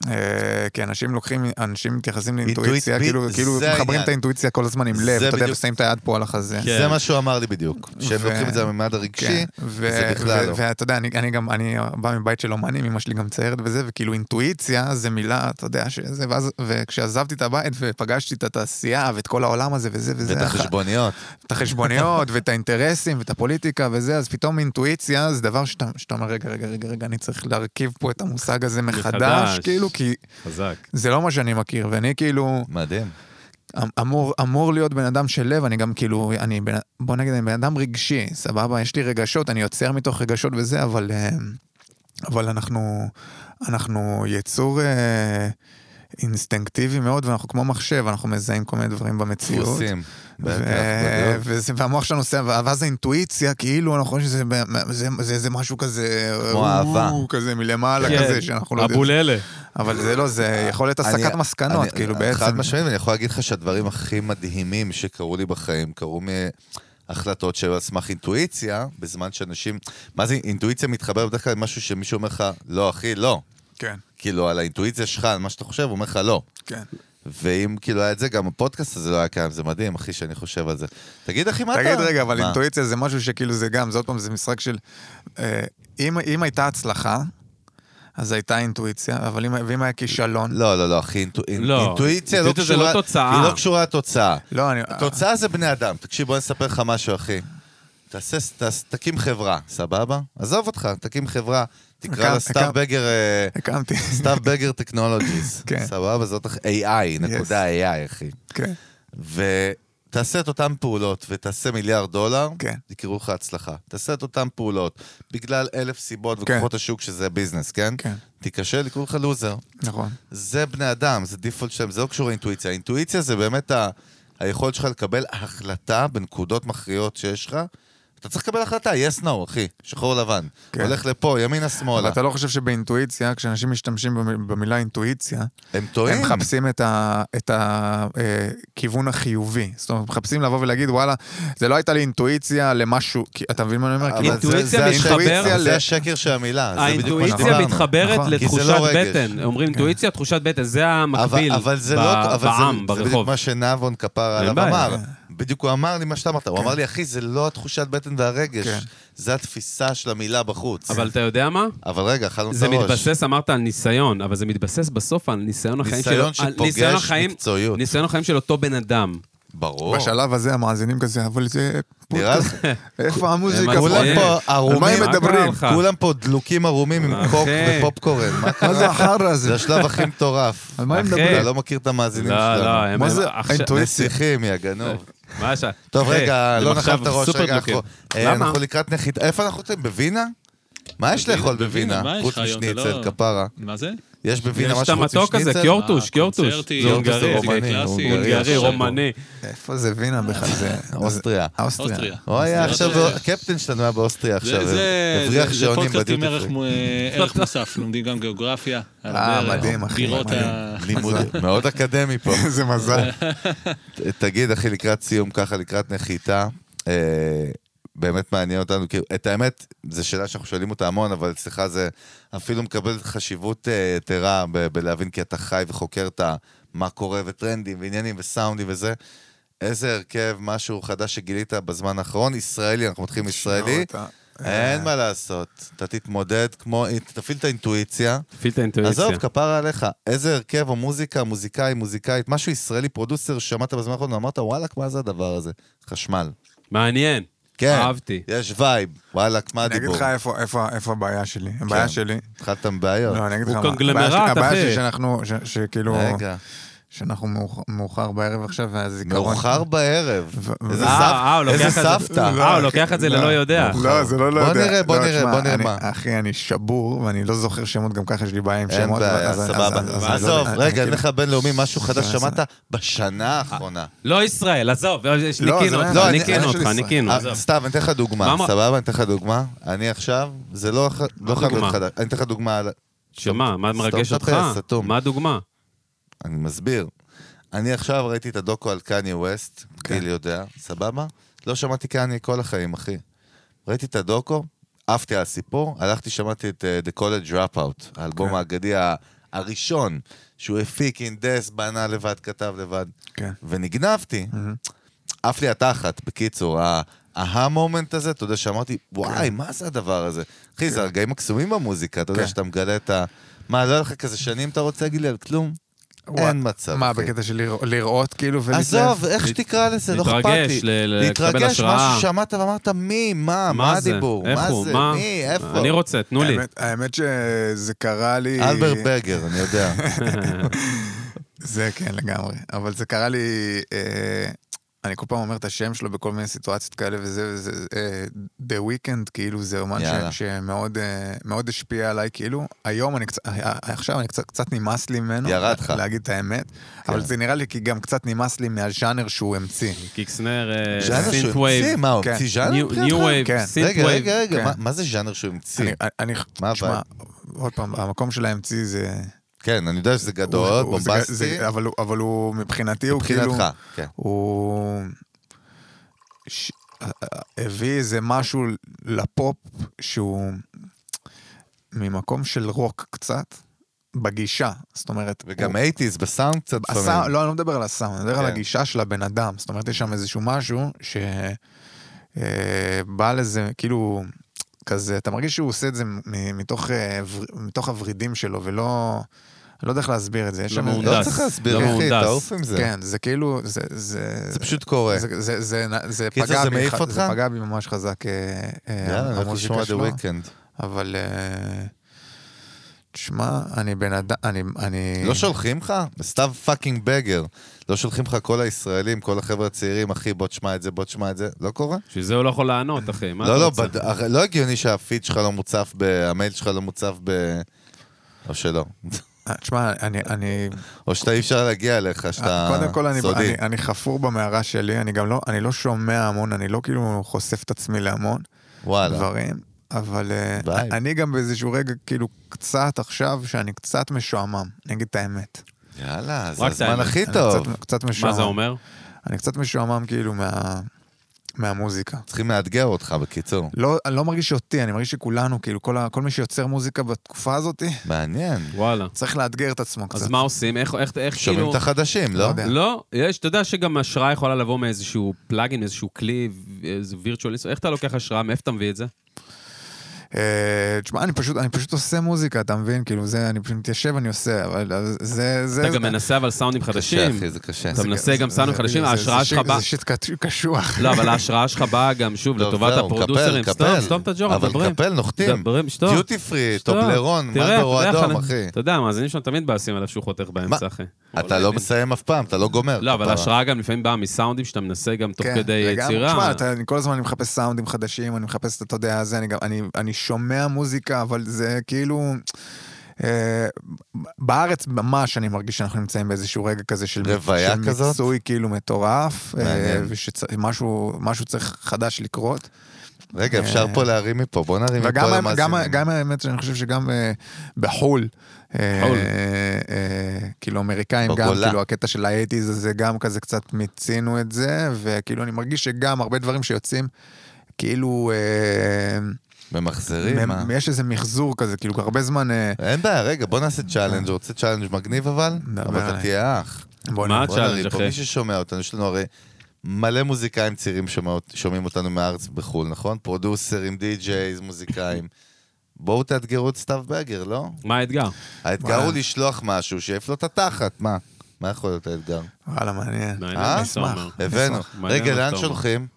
Speaker 3: אה, כי אנשים לוקחים, אנשים מתייחסים לאינטואיציה,
Speaker 1: בי-
Speaker 3: כאילו
Speaker 1: זה
Speaker 3: כאילו
Speaker 1: העניין.
Speaker 3: מחברים את האינטואיציה כל הזמן עם
Speaker 1: זה
Speaker 3: לב, אתה יודע,
Speaker 1: בדיוק.
Speaker 3: ושמים את היד פה על החזה.
Speaker 2: כן.
Speaker 1: זה מה שהוא אמר לי בדיוק. שהם
Speaker 3: ו- כן,
Speaker 1: לוקחים את זה מהממד הרגשי, כן. זה בכלל לא.
Speaker 3: ואתה יודע, אני, אני גם, אני בא מבית של אומנים, אמא שלי גם ציירת וזה, וכאילו אינטואיציה זה מילה, אתה יודע, שזה, ואז, וכשעזבתי את הבית ופגשתי את התעשייה ואת כל העולם הזה וזה וזה,
Speaker 1: ואת החשבוניות.
Speaker 3: את החשבוניות ואת האינטרסים ואת הפוליטיקה וזה, אז פתאום אינטואיציה זה דבר שאתה, שאתה אומר, רגע, רגע, רגע, רגע, אני צריך להרכיב פה את המושג הזה מחדש,
Speaker 2: מחדש.
Speaker 3: כאילו, כי
Speaker 2: חזק.
Speaker 3: זה לא מה שאני מכיר, ואני כאילו...
Speaker 1: מדהים.
Speaker 3: אמור, אמור להיות בן אדם של לב, אני גם כאילו, אני, בן- בוא נגיד, אני בן אדם רגשי, סבבה? יש לי רגשות, אני יוצר מתוך רגשות וזה, אבל, אה, אבל אנחנו, אנחנו יצור אה, אינסטינקטיבי מאוד, ואנחנו כמו מחשב, אנחנו מזהים כל מיני דברים במציאות.
Speaker 1: דפוסים. בטח,
Speaker 3: ו-
Speaker 1: בדיוק.
Speaker 3: וזה- והמוח שלנו עושה, ואז האינטואיציה, כאילו אנחנו חושבים שזה ב- זה- זה- זה משהו כזה,
Speaker 1: כמו אהבה.
Speaker 3: "או", כזה מלמעלה,
Speaker 2: כן.
Speaker 3: כזה, שאנחנו לא יודעים.
Speaker 2: אבוללה.
Speaker 3: אבל זה לא, זה יכול להיות
Speaker 1: אני-
Speaker 3: הסקת מסקנות,
Speaker 1: אני-
Speaker 3: כאילו בעצם.
Speaker 1: חד משמעית, אני יכול להגיד לך שהדברים הכי מדהימים שקרו לי בחיים קרו מהחלטות שהיו על סמך אינטואיציה, בזמן שאנשים... מה זה אינטואיציה מתחבר בדרך כלל למשהו שמישהו אומר לך, לא, אחי, לא.
Speaker 3: כן,
Speaker 1: כאילו, על האינטואיציה שלך, על מה שאתה חושב, הוא אומר לך לא.
Speaker 3: כן.
Speaker 1: ואם כאילו היה את זה, גם הפודקאסט הזה לא היה קיים, זה מדהים, אחי, שאני חושב על זה. תגיד, אחי, מה אתה...
Speaker 3: תגיד רגע, אבל
Speaker 1: מה?
Speaker 3: אינטואיציה זה משהו שכאילו זה גם, זה עוד פעם, זה משחק של... אה, אם אם הייתה הצלחה, אז הייתה אינטואיציה, אבל אם- ואם היה כישלון...
Speaker 1: לא, לא, לא, אחי, אינטו- אינ-
Speaker 2: לא,
Speaker 1: אינטואיציה לא
Speaker 2: אינטואיציה זה לא
Speaker 1: קשורה...
Speaker 2: תוצאה.
Speaker 1: היא לא קשורה לתוצאה.
Speaker 3: לא, אני...
Speaker 1: התוצאה זה בני אדם. תקשיב, בוא אני אספר לך משהו, אחי. תעשה, ת- תקים חברה, סבבה? עזוב אותך, תקים חברה, תקרא
Speaker 3: הקם-
Speaker 1: לה סתיו
Speaker 3: הקם-
Speaker 1: בגר, אה,
Speaker 3: הקמתי.
Speaker 1: סתיו בגר טכנולוגיז.
Speaker 3: כן.
Speaker 1: סבבה? זאת אח- AI, נקודה AI, אחי.
Speaker 3: כן,
Speaker 1: ותעשה את אותן פעולות, ותעשה מיליארד דולר,
Speaker 3: כן.
Speaker 1: יקראו לך הצלחה. תעשה את אותן פעולות, בגלל אלף סיבות
Speaker 3: כן.
Speaker 1: וכוחות השוק שזה ביזנס, כן?
Speaker 3: כן.
Speaker 1: תיכשל, יקראו לך לוזר.
Speaker 3: נכון.
Speaker 1: זה בני אדם, זה דיפולט שלהם, זה לא קשור לאינטואיציה. אינטואיציה זה באמת ה... היכולת שלך לקבל החלטה בנקודות מכריעות שיש לך, אתה צריך לקבל החלטה, yes no, אחי, שחור לבן.
Speaker 3: כן.
Speaker 1: הולך לפה, ימינה,
Speaker 3: אבל
Speaker 1: שמאלה.
Speaker 3: אתה לא חושב שבאינטואיציה, כשאנשים משתמשים במ- במילה אינטואיציה,
Speaker 1: הם
Speaker 3: לא- הם
Speaker 1: טועים.
Speaker 3: מחפשים את ה- את הכיוון החיובי. זאת אומרת, מחפשים לבוא ולהגיד, וואלה, זה לא הייתה לי אינטואיציה למשהו, כי- אתה מבין מה אני אומר?
Speaker 1: אבל
Speaker 3: כאילו,
Speaker 1: זה-
Speaker 2: אינטואיציה
Speaker 1: זה
Speaker 2: מתחבר-
Speaker 1: האינטואיציה,
Speaker 3: ל-
Speaker 1: זה השקר של המילה. זה בדיוק מה
Speaker 2: האינטואיציה
Speaker 1: שדיברנו.
Speaker 2: מתחברת
Speaker 3: נכון.
Speaker 1: כי זה
Speaker 2: לתחושת
Speaker 1: לא רגש.
Speaker 2: בטן. אומרים אינטואיציה, תחושת בטן, זה המקביל
Speaker 1: אבל, אבל זה
Speaker 2: ב-
Speaker 1: לא, אבל
Speaker 2: בעם,
Speaker 1: זה, זה בדיוק
Speaker 2: ברחוב.
Speaker 1: מה שנבון כפר
Speaker 2: אין
Speaker 1: עליו
Speaker 2: בעיה. כן.
Speaker 1: אמר. בדיוק הוא אמר לי מה שאתה אמרת, הוא אמר לי, אחי, זה לא התחושת בטן והרגש,
Speaker 3: כן.
Speaker 1: זה התפיסה של המילה בחוץ.
Speaker 2: אבל אתה יודע מה?
Speaker 1: אבל רגע, אכלנו את הראש.
Speaker 2: זה מתבסס, אמרת, על ניסיון, אבל זה מתבסס בסוף על ניסיון החיים שלו.
Speaker 1: ניסיון
Speaker 2: על ניסיון
Speaker 1: שפוגש
Speaker 2: החיים-
Speaker 1: מקצועיות.
Speaker 2: ניסיון החיים של אותו בן אדם.
Speaker 1: ברור.
Speaker 3: בשלב הזה המאזינים כזה, אבל זה...
Speaker 1: נראה לך?
Speaker 3: פודקאסט. איפה המוזיקה?
Speaker 2: מצחיק.
Speaker 1: כולם
Speaker 2: אה,
Speaker 1: פה
Speaker 3: על מה
Speaker 1: ערומים,
Speaker 3: הם
Speaker 2: מה קרה
Speaker 3: מדברים?
Speaker 2: לך?
Speaker 1: כולם פה דלוקים ערומים עם
Speaker 2: אה, אחי.
Speaker 1: קוק ופופקורן. מה
Speaker 3: מה זה
Speaker 1: קרה?
Speaker 3: החרא
Speaker 1: זה
Speaker 3: הזה?
Speaker 1: השלב הכי מטורף.
Speaker 3: על מה הם
Speaker 2: אחי.
Speaker 3: מדברים?
Speaker 1: אתה לא מכיר את המאזינים
Speaker 2: לא, לא,
Speaker 1: שלנו.
Speaker 2: הם...
Speaker 3: מה
Speaker 2: הם-
Speaker 3: זה
Speaker 2: עכשיו-
Speaker 3: האינטואיציה?
Speaker 1: נסיכים, יא גנוב.
Speaker 2: מה השעה?
Speaker 1: טוב,
Speaker 2: אחי,
Speaker 1: רגע,
Speaker 2: הם
Speaker 1: לא
Speaker 2: עכשיו
Speaker 1: נחת הראש,
Speaker 2: סופר
Speaker 1: רגע,
Speaker 2: דלוקים.
Speaker 1: אנחנו... אה,
Speaker 2: למה?
Speaker 1: אנחנו לקראת נחיתה. איפה אנחנו נמצאים? בווינה? מה יש
Speaker 4: בווינה,
Speaker 1: לאכול
Speaker 4: בווינה,
Speaker 1: בווינה?
Speaker 4: מה יש
Speaker 1: חוץ
Speaker 4: לך היום? זה
Speaker 1: משניצל,
Speaker 4: לא-
Speaker 1: כפרה.
Speaker 4: מה זה?
Speaker 1: יש בווינה
Speaker 2: יש את
Speaker 1: משהו חוץ משניצל?
Speaker 2: המתוק הזה, קיורטוש, קיורטוש.
Speaker 4: אה, הקונצרטי,
Speaker 2: זה
Speaker 1: קיורטוש זה
Speaker 2: הונגרי, אחי.
Speaker 1: רומני,
Speaker 4: קלאסי,
Speaker 2: הונגרי,
Speaker 1: הונגרי,
Speaker 2: רומני.
Speaker 3: איפה זה וינה בכלל? זה...
Speaker 1: אוסטריה.
Speaker 3: אוסטריה.
Speaker 4: אוסטריה.
Speaker 1: הוא היה עכשיו,
Speaker 4: אוסטריה.
Speaker 1: הקפטן שלנו היה באוסטריה
Speaker 4: זה-
Speaker 1: עכשיו.
Speaker 4: זה
Speaker 1: הבריח
Speaker 4: זה- זה
Speaker 1: שעונים
Speaker 4: פודקאסט עם
Speaker 1: בדיוטי
Speaker 4: ערך
Speaker 1: פרי.
Speaker 4: מו- ערך מוסף, לומדים גם גיאוגרפיה. על
Speaker 3: אה,
Speaker 4: הדרך,
Speaker 3: מדהים, אחי,
Speaker 4: בירות
Speaker 3: מדהים.
Speaker 4: ה-
Speaker 1: לימוד מאוד אקדמי פה.
Speaker 3: איזה מזל.
Speaker 1: ת- תגיד, אחי, לקראת סיום ככה, לקראת נחיתה, אה, באמת מעניין אותנו, כאילו, את האמת, זו שאלה שאנחנו שואלים אותה המון, אבל אצלך זה אפילו מקבל חשיבות אה, יתרה ב- בלהבין, כי אתה חי וחוקר את ה- מה קורה וטרנדים ועניינים וסאונדים וזה. איזה הרכב, משהו חדש שגילית בזמן האחרון, ישראלי, אנחנו מתחילים ישראלי.
Speaker 3: אתה-
Speaker 1: אין מה לעשות, אתה תתמודד כמו, תפעיל את האינטואיציה.
Speaker 2: תפעיל את האינטואיציה.
Speaker 1: עזוב, כפרה עליך, איזה הרכב או מוזיקה, מוזיקאי, מוזיקאית, משהו ישראלי, פרודוסר, שמעת בזמן האחרון, ואמרת, וואלכ, מה זה הדבר הזה? חשמל.
Speaker 2: מעניין.
Speaker 1: כן.
Speaker 2: אהבתי.
Speaker 1: יש וייב, וואלכ, מה
Speaker 3: אני אגיד
Speaker 1: הדיבור?
Speaker 3: לך איפה- איפה איפה הבעיה שלי.
Speaker 1: כן.
Speaker 3: הבעיה שלי...
Speaker 1: התחלת עם בעיות.
Speaker 3: לא, אני אגיד לך
Speaker 2: הוא
Speaker 3: מה.
Speaker 2: קונגלמרט,
Speaker 3: הבעיה שלי- הבעיה
Speaker 2: אחי.
Speaker 3: שלי שאנחנו, ש- שכאילו,
Speaker 1: רגע,
Speaker 3: שאנחנו מאוח- מאוחר בערב עכשיו, והזיכרון...
Speaker 1: מאוחר בערב.
Speaker 3: ו-
Speaker 1: איזה
Speaker 2: אה, אה, הוא
Speaker 1: סבתא,
Speaker 2: לוקח
Speaker 1: איזה
Speaker 2: את זה-
Speaker 1: סבתא.
Speaker 2: אה, הוא לוקח את זה
Speaker 3: לא.
Speaker 2: ללא יודע.
Speaker 3: לא, זה לא לא
Speaker 1: בוא
Speaker 3: יודע.
Speaker 1: נראה, בוא
Speaker 3: לא,
Speaker 1: נראה,
Speaker 3: תשמע,
Speaker 1: בוא נראה
Speaker 3: אני-
Speaker 1: מה.
Speaker 3: אחי, אני שבור, ואני לא זוכר שמות, גם ככה יש לי בעיה עם
Speaker 1: אין
Speaker 3: שמות.
Speaker 1: בעיה,
Speaker 3: אז- אז- אז- אז-
Speaker 1: סבבה.
Speaker 3: אז-
Speaker 1: עזוב,
Speaker 3: אני- אני
Speaker 1: רגע,
Speaker 3: כאילו-
Speaker 1: אין לך בינלאומי, משהו חדש
Speaker 3: זה-
Speaker 1: שמעת בשנה האחרונה.
Speaker 2: לא ישראל, עזוב, יש-
Speaker 3: לא, זה
Speaker 2: ניקינו
Speaker 3: לא-
Speaker 2: אותך,
Speaker 1: לא, אני-
Speaker 2: ניקינו
Speaker 3: אני
Speaker 2: אותך,
Speaker 3: של
Speaker 2: ניקינו.
Speaker 1: אה,
Speaker 2: עזוב.
Speaker 1: סתיו, אני אתן לך דוגמה,
Speaker 2: מה-
Speaker 1: סבבה? אני אתן לך דוגמה. אני עכשיו, זה לא ח- לא חייב
Speaker 2: דוגמה?
Speaker 1: להיות חדש. אני אתן לך דוגמה על...
Speaker 2: שמה, מה
Speaker 1: סתום
Speaker 2: מרגש
Speaker 1: את
Speaker 2: אותך?
Speaker 1: הפה, סתום.
Speaker 2: מה הדוגמה?
Speaker 1: אני מסביר. אני עכשיו ראיתי את הדוקו על קניה ווסט, גיל יודע, סבבה? לא שמעתי קניה כל החיים, אחי. ראיתי את הדוקו, עפתי על הסיפור, הלכתי, שמעתי את אה, The College Dropout, האלבום האגדי ה- הראשון, שהוא הפיק אינדס, בנה לבד, כתב לבד,
Speaker 3: כן.
Speaker 1: ונגנבתי. עף לי התחת, בקיצור, ה- ההמומנט הזה, אתה יודע, שאמרתי, וואי, מה זה הדבר הזה? אחי, זה הרגעים מקסומים במוזיקה, אתה יודע,
Speaker 3: כן.
Speaker 1: שאתה מגלה את ה... מה, לא היה לך כזה שנים אתה רוצה להגיד לי על כלום? אין מצב,
Speaker 3: מה,
Speaker 1: אחי.
Speaker 3: בקטע של לרא- לראות כאילו ולהתלהב?
Speaker 1: עזוב, איך שתקרא לזה, לא אכפת לי.
Speaker 2: להתרגש, ל- לקבל
Speaker 1: להתרגש,
Speaker 2: השראה.
Speaker 1: משהו ששמעת ואמרת, מי, מה, מה
Speaker 2: זה?
Speaker 1: הדיבור?
Speaker 2: איך
Speaker 1: מה
Speaker 2: הוא?
Speaker 1: זה?
Speaker 2: מה?
Speaker 1: מי, איפה?
Speaker 2: אני רוצה, תנו לי.
Speaker 3: האמת- האמת שזה קרה לי...
Speaker 1: אלברט בגר, אני יודע.
Speaker 3: זה כן, לגמרי. אבל זה קרה לי... אה, אני כל פעם אומר את השם שלו בכל מיני סיטואציות כאלה וזה, וזה, אה, The Weeknd, כאילו, זה אומן
Speaker 1: יאללה.
Speaker 3: ש, שמאוד אה, מאוד השפיע עליי, כאילו, היום אני קצת, אה, עכשיו אני קצת, קצת נמאס לי ממנו,
Speaker 1: ירד לך.
Speaker 3: להגיד את האמת,
Speaker 1: כן.
Speaker 3: אבל זה נראה לי כי גם קצת נמאס לי מהז'אנר שהוא המציא.
Speaker 2: קיקסנר,
Speaker 1: ז'אנר
Speaker 2: סינט
Speaker 1: שהוא
Speaker 2: וייב,
Speaker 1: המציא, מה, הוא
Speaker 3: כן.
Speaker 1: המציא ז'אנר? מבחינתך?
Speaker 2: ניו וייב,
Speaker 3: כן.
Speaker 2: סינט
Speaker 1: רגע,
Speaker 2: וייב.
Speaker 1: רגע, רגע,
Speaker 3: כן.
Speaker 1: מה- מה זה ז'אנר שהוא המציא?
Speaker 3: אני, אני,
Speaker 1: מה
Speaker 3: תשמע, עוד פעם, המקום של ההמציא זה...
Speaker 1: כן, אני יודע שזה
Speaker 3: הוא-
Speaker 1: גדול,
Speaker 3: הוא- זה-
Speaker 1: בומבסטי,
Speaker 3: זה- אבל הוא- אבל הוא, מבחינתי, הוא כאילו...
Speaker 1: מבחינתך, כן.
Speaker 3: הוא ש... הביא איזה משהו לפופ שהוא ממקום של רוק קצת, בגישה. זאת אומרת...
Speaker 1: וגם
Speaker 3: הוא...
Speaker 1: אייטיז בסאונד קצת
Speaker 3: הסאונד,
Speaker 1: לפעמים.
Speaker 3: לא, אני לא מדבר על הסאונד, אני מדבר על
Speaker 1: כן.
Speaker 3: הגישה של הבן אדם. זאת אומרת, יש שם איזשהו משהו ש... אה, בא לזה, כאילו, כזה, אתה מרגיש שהוא עושה את זה מ- מתוך, אה, ור- מתוך הוורידים שלו, ולא... אני לא יודע איך להסביר את זה. יש
Speaker 2: לא
Speaker 3: שם-
Speaker 2: מהונדס.
Speaker 1: לא צריך להסביר,
Speaker 2: לא
Speaker 1: אחי,
Speaker 2: מהונדס.
Speaker 1: תעוף עם זה.
Speaker 3: כן, זה כאילו, זה... זה,
Speaker 1: זה פשוט קורה.
Speaker 3: זה, זה, זה, זה
Speaker 1: קיצר,
Speaker 3: פגע
Speaker 1: זה
Speaker 3: בי,
Speaker 1: מעיף
Speaker 3: ח-
Speaker 1: אותך?
Speaker 3: זה פגע בי ממש חזק, אה, אה,
Speaker 1: יאללה, אנחנו נשמע
Speaker 3: המוזיקה
Speaker 1: את The
Speaker 3: שלו,
Speaker 1: Weeknd.
Speaker 3: אבל... אה, תשמע, אני בן אדם, אני... אני...
Speaker 1: לא שולחים לך? סתיו פאקינג בגר. לא שולחים לך כל הישראלים, כל החבר'ה הצעירים, אחי, בוא תשמע את זה, בוא תשמע את זה. לא קורה?
Speaker 2: בשביל זה הוא לא יכול לענות, אחי. מה
Speaker 1: לא,
Speaker 2: אתה
Speaker 1: לא,
Speaker 2: רוצה?
Speaker 1: בד... הרי לא הגיוני שהפיד שלך לא מוצף, ב... המייל שלך לא מוצף ב... או שלא.
Speaker 3: אה, תשמע, אני, אני,
Speaker 1: או שאתה אי אפשר להגיע אליך, שאתה
Speaker 3: אה, קודם כל אני,
Speaker 1: סודי.
Speaker 3: אני, אני חפור במערה שלי, אני גם לא, אני לא שומע המון, אני לא כאילו חושף את עצמי להמון
Speaker 1: וואלה.
Speaker 3: דברים, אבל אה,
Speaker 1: וייב.
Speaker 3: אני גם באיזשהו רגע כאילו קצת עכשיו, שאני קצת משועמם, אני אגיד את האמת.
Speaker 1: יאללה, זה
Speaker 2: רק את
Speaker 1: הזמן
Speaker 2: האמת.
Speaker 1: הכי
Speaker 3: אני
Speaker 1: טוב.
Speaker 3: קצת, קצת משועמם.
Speaker 2: מה זה אומר?
Speaker 3: אני קצת משועמם כאילו מה, מהמוזיקה.
Speaker 1: צריכים לאתגר אותך, בקיצור.
Speaker 3: לא, אני לא מרגיש אותי, אני מרגיש שכולנו, כאילו, כל, ה, כל מי שיוצר מוזיקה בתקופה הזאת,
Speaker 1: מעניין.
Speaker 2: וואלה.
Speaker 3: צריך לאתגר את עצמו קצת.
Speaker 2: אז מה עושים? איך, איך, איך
Speaker 1: שומעים
Speaker 2: כאילו...
Speaker 1: את החדשים, לא?
Speaker 3: יודע.
Speaker 2: לא, יש, אתה יודע שגם השראה יכולה לבוא מאיזשהו פלאגין, מאיזשהו כלי, איזה וירטואליסט, איך אתה לוקח השראה? מאיפה אתה מביא את זה?
Speaker 3: אה, תשמע, אני פשוט, אני פשוט עושה מוזיקה, אתה מבין? כאילו, זה, אני פשוט מתיישב, אני עושה, אבל אז זה... זה
Speaker 2: אתה גם מנסה אבל סאונדים
Speaker 1: אה, קשה,
Speaker 2: חדשים.
Speaker 1: אחי, זה קשה.
Speaker 2: אתה
Speaker 3: זה-
Speaker 2: מנסה גם
Speaker 3: זה-
Speaker 2: סאונדים
Speaker 3: זה-
Speaker 2: חדשים,
Speaker 3: זה-
Speaker 2: ההשראה
Speaker 3: זה
Speaker 2: שלך
Speaker 3: שיט-
Speaker 2: באה...
Speaker 3: זה שיט קטו- קשוח.
Speaker 2: לא, אבל ההשראה שלך באה גם, שוב,
Speaker 1: טוב,
Speaker 2: לטובת
Speaker 1: זהו,
Speaker 2: הפרודוסרים.
Speaker 1: קפל,
Speaker 2: סתום,
Speaker 1: קפל.
Speaker 2: סתום את הג'ורה,
Speaker 1: אבל
Speaker 2: מדברים.
Speaker 1: קפל, נוחתים.
Speaker 2: מדברים, שתוק.
Speaker 1: דיוטי פרי,
Speaker 2: שתוק.
Speaker 1: טובלרון,
Speaker 2: תראה, אתה
Speaker 1: מנדורו
Speaker 2: יודע,
Speaker 1: אדום,
Speaker 2: אנחנו-
Speaker 1: אחי.
Speaker 2: אתה יודע, המאזינים שלנו תמיד מבאסים עליו שהוא חותך באמצע, אחי. הוא
Speaker 1: אתה לא
Speaker 2: הבין.
Speaker 1: מסיים אף פעם, אתה כן, לא גומר.
Speaker 2: לא, אבל
Speaker 1: כפרה.
Speaker 2: ההשראה גם לפעמים באה מסאונדים שאתה מנסה גם תוך כדי
Speaker 3: כן, לגמרי.
Speaker 2: יצירה.
Speaker 3: תשמע, אתה- אני כל הזמן אני מחפש סאונדים חדשים, אני מחפש, אתה יודע, זה, אני גם, אני, אני שומע מוזיקה, אבל זה כאילו... אה, בארץ ממש אני מרגיש שאנחנו נמצאים באיזשהו רגע כזה של,
Speaker 1: רוויה
Speaker 3: של
Speaker 1: כזאת?
Speaker 3: מיצוי כאילו מטורף,
Speaker 1: מעניין.
Speaker 3: ושמשהו משהו צריך חדש לקרות.
Speaker 1: רגע,
Speaker 2: אה.
Speaker 1: אפשר פה להרים מפה, בוא נרים מפה
Speaker 3: וגם ה- גם, ה-
Speaker 1: למאזינים.
Speaker 3: גם האמת שאני חושב שגם אה, בחו"ל, אה,
Speaker 2: חו"ל.
Speaker 3: אה, אה, כאילו אמריקאים, גם
Speaker 1: בגולה.
Speaker 3: כאילו הקטע של האייטיז הזה, גם כזה קצת מיצינו את זה, וכאילו אני מרגיש שגם הרבה דברים שיוצאים, כאילו, אה,
Speaker 1: ממחזרים, מה?
Speaker 3: מ- יש איזה מחזור כזה, כאילו הרבה זמן, אה,
Speaker 1: אין בעיה, רגע, בוא נעשה צ'אלנג', רוצה צ'אלנג' מגניב אבל?
Speaker 3: נדבר
Speaker 1: אבל אתה
Speaker 3: עליי.
Speaker 1: תהיה אח.
Speaker 2: מה
Speaker 3: בוא נראה.
Speaker 1: בוא נריב
Speaker 2: הצ'אלנג',
Speaker 1: פה,
Speaker 2: אחי?
Speaker 1: מי ששומע אותנו, יש לנו הרי מלא מוזיקאים צעירים שומע- שומעים אותנו מהארץ בחו"ל, נכון? פרודוסרים, די-ג'ייז, מוזיקאים. בואו תאתגרו את סתיו בגר, לא?
Speaker 2: מה האתגר?
Speaker 1: האתגר
Speaker 3: וואלה.
Speaker 1: הוא לשלוח משהו שיעיף לו את התחת, מה? מה יכול להיות האתגר?
Speaker 3: וואלה, מעניין.
Speaker 2: מעניין
Speaker 1: אה?
Speaker 2: מה אתה אומר.
Speaker 1: הבאנו.
Speaker 2: נשמח. מעניין
Speaker 1: רגע,
Speaker 2: מה
Speaker 1: לאן
Speaker 2: אתה אומר.
Speaker 1: שולחים?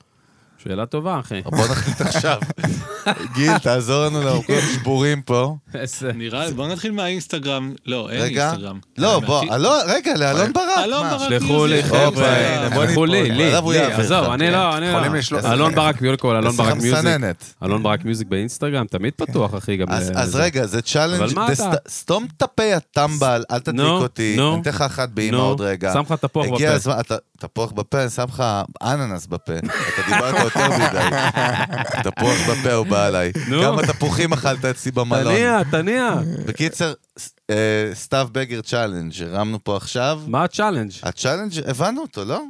Speaker 2: שאלה טובה, אחי.
Speaker 1: בוא נחליט עכשיו. גיל, תעזור לנו, אנחנו כולם שבורים פה.
Speaker 2: איזה...
Speaker 4: נראה, בוא נתחיל מהאינסטגרם. לא, אין
Speaker 1: רגע.
Speaker 4: אינסטגרם.
Speaker 1: לא,
Speaker 4: מה-
Speaker 1: בוא, אלון, רגע, לאלון ברק,
Speaker 4: אלון
Speaker 1: מה?
Speaker 4: ברק.
Speaker 2: שלחו לי,
Speaker 4: הופה,
Speaker 2: חבר'ה,
Speaker 4: הנה,
Speaker 1: בוא
Speaker 2: שלחו לי,
Speaker 1: נתפור.
Speaker 2: לי,
Speaker 1: עליו הוא
Speaker 2: לי,
Speaker 1: יעביר
Speaker 2: עזוב,
Speaker 1: לך,
Speaker 2: אני לא, אני
Speaker 3: יכולים
Speaker 2: לא.
Speaker 3: לשלוח-
Speaker 2: אלון ברק מיולקול, אלון
Speaker 1: תעשה
Speaker 2: ברק
Speaker 1: לך
Speaker 2: מיוזיק.
Speaker 1: מסננת.
Speaker 2: אלון ברק מיוזיק באינסטגרם, תמיד פתוח, אחי, גם...
Speaker 1: אז,
Speaker 2: ל-
Speaker 1: אז
Speaker 2: לזה.
Speaker 1: רגע, זה צ'אלנג',
Speaker 2: אה, אבל מה
Speaker 1: זה
Speaker 2: אתה?
Speaker 1: סת- סתום את הפה, יא טמבל, אל תדליק
Speaker 2: נו,
Speaker 1: אותי,
Speaker 2: נו,
Speaker 1: אני אתן לך אחת באימא
Speaker 2: נו,
Speaker 1: עוד רגע.
Speaker 2: שם לך תפוח
Speaker 1: הגיע
Speaker 2: בפה.
Speaker 1: הזמן, אתה- תפוח בפה, אני שם לך אננס בפה, אתה דיברת יותר מדי. תפוח בפה, הוא בא עליי.
Speaker 2: נו.
Speaker 1: כמה תפוחים אכלת אצלי במלון.
Speaker 2: תניע, תניע.
Speaker 1: בקיצר, ס- אה, סתיו בגר צ'אלנג', הרמנו פה עכשיו.
Speaker 2: מה הצ'אלנג'?
Speaker 1: הצ'אלנג', הבנו אותו, לא?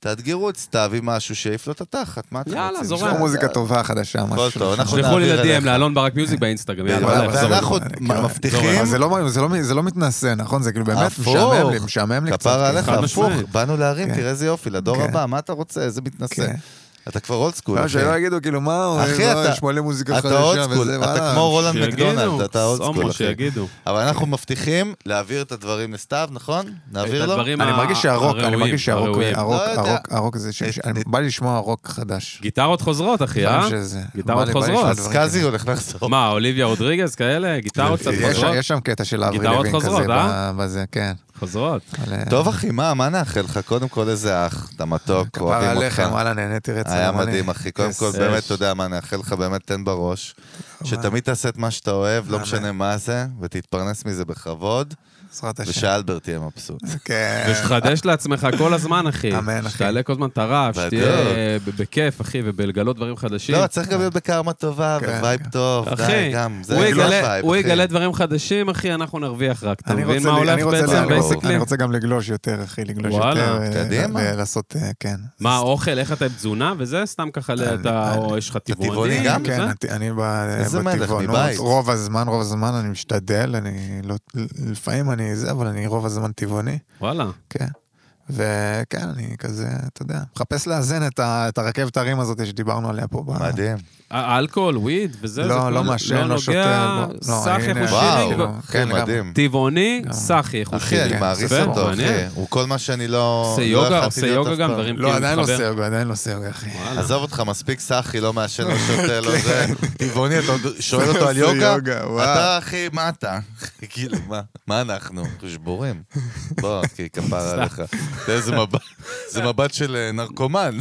Speaker 1: תאתגרו את סתיו עם משהו שיעיף לו את התחת, מה אתם רוצים?
Speaker 2: יאללה,
Speaker 3: יש
Speaker 2: זורם.
Speaker 3: לך מוזיקה טובה חדשה, משהו.
Speaker 1: טוב, אנחנו
Speaker 2: שלחו לי
Speaker 1: נעביר אליך.
Speaker 2: ל-DM לאלון ברק מיוזיק באינסטגרם, יאללה,
Speaker 1: יאללה,
Speaker 2: בוא נחזור.
Speaker 1: ואנחנו
Speaker 3: לזה.
Speaker 1: מ- מבטיחים...
Speaker 3: כאילו, אבל זה לא- זה לא- זה לא מתנשא, נכון? זה כאילו באמת
Speaker 1: הפוך.
Speaker 3: משעמם לי, משעמם לי קצת.
Speaker 1: כפרה
Speaker 3: כאילו.
Speaker 1: עליך,
Speaker 2: חד
Speaker 1: הפוך,
Speaker 2: משמעית.
Speaker 1: באנו להרים,
Speaker 3: כן.
Speaker 1: תראה איזה יופי, לדור
Speaker 3: כן.
Speaker 1: הבא, מה אתה רוצה, איזה מתנשא.
Speaker 3: כן.
Speaker 1: אתה כבר אולד סקול,
Speaker 3: לא,
Speaker 1: אחי.
Speaker 3: שלא יגידו, כאילו, מה, הוא-
Speaker 1: אחי,
Speaker 3: מה,
Speaker 1: אתה-
Speaker 3: יש מלא מוזיקה
Speaker 1: אתה אולד
Speaker 3: חדשה
Speaker 1: סקול,
Speaker 3: וזה,
Speaker 1: אתה
Speaker 3: וואלה.
Speaker 1: כמו רולנד
Speaker 2: שיגידו,
Speaker 1: מקדונלד, אתה אולד סקול,
Speaker 2: סומו,
Speaker 1: אחי.
Speaker 2: שיגידו.
Speaker 1: אבל אנחנו מבטיחים להעביר את הדברים לסתיו, נכון? נעביר
Speaker 2: את
Speaker 1: לו?
Speaker 2: הדברים
Speaker 3: אני מרגיש שהרוק, אני
Speaker 2: הראויים,
Speaker 3: מרגיש שהרוק,
Speaker 2: הראויים.
Speaker 3: הרוק,
Speaker 1: לא יודע.
Speaker 3: הרוק, הרוק זה ש...
Speaker 1: אה,
Speaker 3: ש- אני- בא לי לשמוע רוק חדש.
Speaker 2: גיטרות חוזרות, אחי,
Speaker 3: פעם
Speaker 2: אה?
Speaker 3: שזה-
Speaker 2: גיטרות
Speaker 3: בא לי- בא לי לשמוע
Speaker 2: חוזרות.
Speaker 1: אז
Speaker 3: דברים
Speaker 1: קזי הולך לחזור.
Speaker 2: מה, אליביה רודריגז כאלה? גיטרות קצת
Speaker 3: יש-
Speaker 2: חוזרות?
Speaker 3: יש שם קטע של אברי
Speaker 2: גיטרות
Speaker 3: לוין
Speaker 2: חוזרות,
Speaker 3: כזה,
Speaker 2: אה?
Speaker 3: ב- בזה, כן.
Speaker 2: חוזרות.
Speaker 3: אבל, אה,
Speaker 1: טוב אחי, מה, מה נאחל לך? קודם כל איזה אח, אתה מתוק,
Speaker 3: כפרה
Speaker 1: אוהבים
Speaker 3: עליך,
Speaker 1: אותך.
Speaker 3: וואלה, נהניתי רצח.
Speaker 1: היה
Speaker 3: גם אני.
Speaker 1: מדהים אחי, קודם
Speaker 3: Yes.
Speaker 1: כל
Speaker 2: יש.
Speaker 1: באמת תודה מה נאחל לך, באמת תן בראש. שתמיד תעשה את מה שאתה אוהב, לא
Speaker 3: אמן.
Speaker 1: משנה מה זה, ותתפרנס מזה בכבוד,
Speaker 3: בעזרת השם.
Speaker 1: ושאלברט יהיה מבסוט.
Speaker 3: כן.
Speaker 2: ושתחדש לעצמך כל הזמן, אחי.
Speaker 3: אמן, אחי.
Speaker 2: שתעלה כל הזמן את הרף,
Speaker 1: בדיוק.
Speaker 2: שתהיה אה, ב- בכיף, אחי, ובלגלות דברים חדשים.
Speaker 1: לא, צריך גם להיות בקרמה טובה,
Speaker 3: כן,
Speaker 1: ווייב
Speaker 3: כן.
Speaker 1: טוב, די,
Speaker 2: אחי,
Speaker 1: גם, זה
Speaker 2: הוא
Speaker 1: זה
Speaker 2: יגלה-
Speaker 1: הווייב,
Speaker 2: הוא
Speaker 1: אחי.
Speaker 2: יגלה דברים חדשים, אחי, אנחנו נרוויח רק. אתה
Speaker 3: אני
Speaker 2: מבין
Speaker 3: רוצה
Speaker 2: מה
Speaker 3: לי- אני
Speaker 2: הולך
Speaker 3: רוצה
Speaker 2: בעצם,
Speaker 3: לי- אני
Speaker 2: בייסקלי?
Speaker 3: רוצה גם לגלוש יותר, אחי, לגלוש
Speaker 2: וואלה.
Speaker 3: יותר. אה,
Speaker 1: קדימה.
Speaker 3: ל- לעשות, אה, כן.
Speaker 2: מה, אוכל, איך אתה עם תזונה וזה? סתם ככה, אתה, או יש לך טבעונים?
Speaker 1: טבעוני גם?
Speaker 3: כן,
Speaker 2: וזה?
Speaker 3: אני- אני ב-
Speaker 1: איזה מלך,
Speaker 3: בטבעונות,
Speaker 1: מבית.
Speaker 3: רוב הזמן, רוב הזמן אני משתדל, אני לא, לפעמים אני זה, אבל אני רוב הזמן טבעוני,
Speaker 2: וואלה.
Speaker 3: כן. וכן, אני כזה, אתה יודע, מחפש לאזן את, ה, את הרכבת הרים הזאת שדיברנו עליה פה. ב...
Speaker 1: מדהים.
Speaker 2: ה- אלכוהול, וויד וזה?
Speaker 3: לא,
Speaker 2: זה
Speaker 3: לא
Speaker 2: כל-
Speaker 3: מעשן, לא
Speaker 2: נוגע,
Speaker 3: שותה, לא- לא,
Speaker 2: סאחי
Speaker 3: הנה,
Speaker 2: חושיני.
Speaker 3: וואו.
Speaker 2: ו-
Speaker 1: אחי,
Speaker 3: כן, לגמרי.
Speaker 1: מדהים.
Speaker 2: טבעוני,
Speaker 3: גם.
Speaker 2: סאחי חושיני.
Speaker 1: כאילו, אחי, אני
Speaker 3: כן,
Speaker 1: מעריץ
Speaker 2: יפה,
Speaker 1: אותו, אחי.
Speaker 2: מעניין. הוא
Speaker 1: הוא כל מה שאני לא...
Speaker 2: עושה
Speaker 1: לא
Speaker 2: יוגה,
Speaker 1: יכלתי
Speaker 2: עושה
Speaker 1: להיות
Speaker 2: יוגה
Speaker 1: אף
Speaker 2: גם,
Speaker 1: פעם.
Speaker 2: דברים
Speaker 3: לא, עדיין לא
Speaker 2: מתחבר.
Speaker 3: סרגו, עדיין לא סרגו, אחי.
Speaker 2: וואלה.
Speaker 1: עזוב אותך, מספיק סאחי, לא מעשן, לא שותה, לא זה. טבעוני, אתה עוד שואל אותו על יוגה?
Speaker 3: וואו.
Speaker 1: אתה, אחי, מה אתה? כאילו, מה? מה אנחנו? אנחנו שבורים. בוא, אחי, כפר עליך. אתה יודע, זה מבט- זה מבט של אה, נרקומן.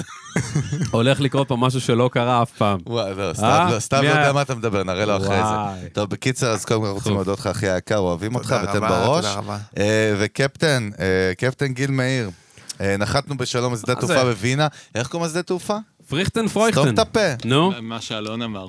Speaker 2: הולך לקרות פה משהו שלא קרה אף פעם.
Speaker 1: וואי, לא, סתיו
Speaker 2: אה?
Speaker 1: לא- סתיו
Speaker 2: מי
Speaker 1: לא
Speaker 2: היה?
Speaker 1: יודע מה אתה מדבר, נראה לו אחרי זה.
Speaker 2: וואי.
Speaker 1: טוב, בקיצר, אז קודם כל אנחנו רוצים להודות לך, אחי היקר, אוהבים אותך,
Speaker 3: תודה
Speaker 1: ותן
Speaker 3: רבה,
Speaker 1: בראש.
Speaker 3: תודה רבה.
Speaker 1: אה, וקפטן, אה, קפטן גיל מאיר, אה, נחתנו בשלום בשדה
Speaker 2: מה זה?
Speaker 1: תעופה בווינה. איך קוראים לשדה תעופה?
Speaker 2: פריכטן
Speaker 1: סתום
Speaker 2: פרויקטן.
Speaker 1: את הפה.
Speaker 2: נו,
Speaker 4: מה שאלון אמר.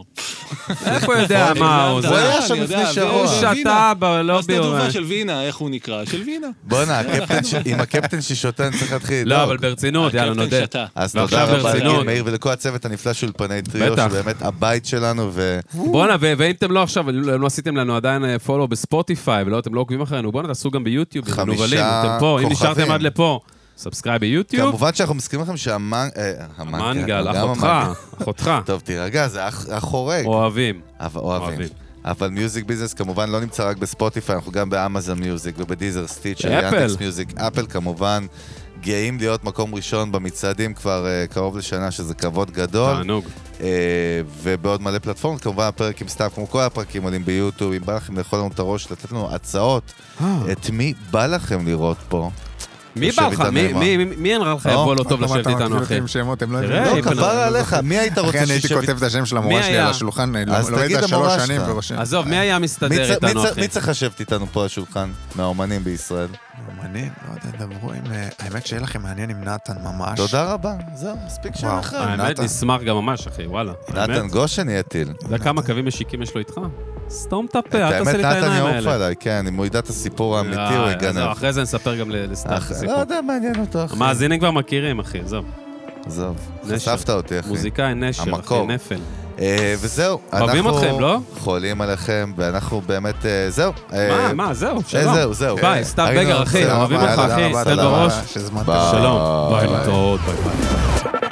Speaker 2: איפה הוא יודע מה הוא זה? לא
Speaker 1: הוא היה שם
Speaker 4: אני יודע,
Speaker 1: לפני שבוע.
Speaker 2: הוא
Speaker 4: וינה.
Speaker 2: שתה בלובי.
Speaker 4: שדה
Speaker 2: הוא-
Speaker 4: תעופה של וינה, איך הוא נקרא? של וינה.
Speaker 1: בואנה, הקפטן ש- עם הקפטן ששותה, אני צריך להתחיל לדאוג.
Speaker 2: לא, אבל ברצינות, יאללה,
Speaker 4: הקפטן
Speaker 2: נודה.
Speaker 4: שתה.
Speaker 1: אז תודה
Speaker 2: ועכשיו
Speaker 1: רבה
Speaker 2: ברצינות.
Speaker 1: לגיל מאיר ולכל הצוות הנפלא של אולפני טריו,
Speaker 2: בטח.
Speaker 1: שבאמת הבית שלנו, ו...
Speaker 2: בואנה, ו- ואם אתם לא עכשיו, לא לא עשיתם לנו עדיין פולו בספוטיפיי, ולא, אתם לא עוקבים אחרינו, בואנה, תעשו גם ביוטיוב,
Speaker 1: חמישה
Speaker 2: מנוולים, אתם פה, אם
Speaker 1: כוכבים.
Speaker 2: נשארתם עד לפה, סאבסקרייב ביוטיוב,
Speaker 1: כמובן שאנחנו מסכימים לכם אה, שהמנגל...
Speaker 2: מנגל, אחותך, אחותך,
Speaker 1: טוב, תירגע, זה אח אח חורג.
Speaker 2: אוהבים.
Speaker 1: אבל- אוהבים.
Speaker 2: אוהבים.
Speaker 1: אבל מיוזיק ביזנס כמובן לא נמצא רק בספוטיפיי, אנחנו גם באמזון מיוזיק ובדיזר סטיצ'ר,
Speaker 2: באפל.
Speaker 1: יאנדקס מיוזיק, אפל כמובן. גאים להיות מקום ראשון במצעדים כבר אה, קרוב לשנה, שזה כבוד גדול.
Speaker 2: תענוג.
Speaker 1: אה, ובעוד מלא פלטפורמות, כמובן הפרק עם סתיו, כמו כל הפרקים עולים ביוטיוב, אם בא לכם לאכול לנו את הראש, לתת לנו הצעות,
Speaker 2: אה.
Speaker 1: את מי בא לכם לראות פה.
Speaker 2: מי
Speaker 1: יושב
Speaker 2: בא לך?
Speaker 1: איתנו
Speaker 2: מי-
Speaker 1: עם ה-
Speaker 2: מי- מי- מי אין לך יבוא לא טוב
Speaker 3: למה
Speaker 2: לשבת
Speaker 3: אתה
Speaker 2: איתנו,
Speaker 3: מתחיל
Speaker 2: אחי?
Speaker 3: אותי עם שמות, הם לא
Speaker 2: תראה,
Speaker 3: הבינו.
Speaker 1: לא,
Speaker 2: אי, בן
Speaker 1: כבר
Speaker 2: אדם,
Speaker 1: עליך, מי היית
Speaker 3: אחי,
Speaker 1: רוצה
Speaker 3: אני הייתי
Speaker 1: שישב
Speaker 3: כותב את השם של המורה
Speaker 2: מי
Speaker 3: שלי
Speaker 2: היה?
Speaker 3: על השולחן, אני לא
Speaker 1: אז
Speaker 3: לא
Speaker 1: תגיד
Speaker 3: יודע,
Speaker 1: המורה
Speaker 3: שלוש שנים
Speaker 1: שלך.
Speaker 3: ורושם.
Speaker 2: עזוב, מי היה
Speaker 1: מי
Speaker 2: מסתדר
Speaker 1: צ- מי
Speaker 2: איתנו,
Speaker 1: צ-
Speaker 2: אחי?
Speaker 1: מי צריך לשבת איתנו פה על השולחן, מהאומנים בישראל?
Speaker 3: אומנים, לא יודע, דברו עם... אה, האמת שיהיה לכם מעניין עם נתן ממש.
Speaker 1: תודה רבה, זהו, מספיק שם
Speaker 3: וואו.
Speaker 1: אחד.
Speaker 2: האמת,
Speaker 3: נתן.
Speaker 2: נשמח גם ממש, אחי, וואלה.
Speaker 1: נתן
Speaker 2: האמת.
Speaker 1: גושן יהיה טיל.
Speaker 2: אתה יודע כמה קווים משיקים יש לו איתך? סתום את
Speaker 1: את
Speaker 2: הפה, אוקיי, אל
Speaker 1: האמת,
Speaker 2: תעשה לי את
Speaker 1: נתן
Speaker 2: העיניים
Speaker 1: יעוף
Speaker 2: האלה.
Speaker 1: עליי, כן, אם הוא ידע את הסיפור האמיתי,
Speaker 2: לא,
Speaker 1: הוא
Speaker 2: עזוב,
Speaker 1: יגנב.
Speaker 2: אחרי זה נספר גם ל- לסתיו את
Speaker 1: אח- לא
Speaker 2: הסיפור.
Speaker 1: יודע, מעניין אותו, אחי.
Speaker 2: המאזינים כבר מכירים, אחי, עזוב.
Speaker 1: עזוב,
Speaker 2: נשר.
Speaker 1: חשפת אותי, אחי.
Speaker 2: מוזיקאי נשר, אחי,
Speaker 1: המקור.
Speaker 2: נפל.
Speaker 1: אה, וזהו,
Speaker 2: אוהבים אתכם, לא?
Speaker 1: חולים עליכם, ואנחנו באמת, אה, זהו. אה,
Speaker 2: מה, מה, זהו,
Speaker 1: אה,
Speaker 2: שלום.
Speaker 1: זהו, זהו. לא
Speaker 2: ביי, סתיו
Speaker 1: היינו,
Speaker 2: בגר, אחי,
Speaker 1: בסדר,
Speaker 2: אוהבים
Speaker 1: ביי,
Speaker 2: אותך,
Speaker 1: תודה
Speaker 2: אחי,
Speaker 1: רבה, אה,
Speaker 2: סתיו
Speaker 1: תודה רבה.
Speaker 2: בראש.
Speaker 3: שהזמנת.
Speaker 1: ביי.
Speaker 2: שלום. ביי, להתראות, ביי, ביי.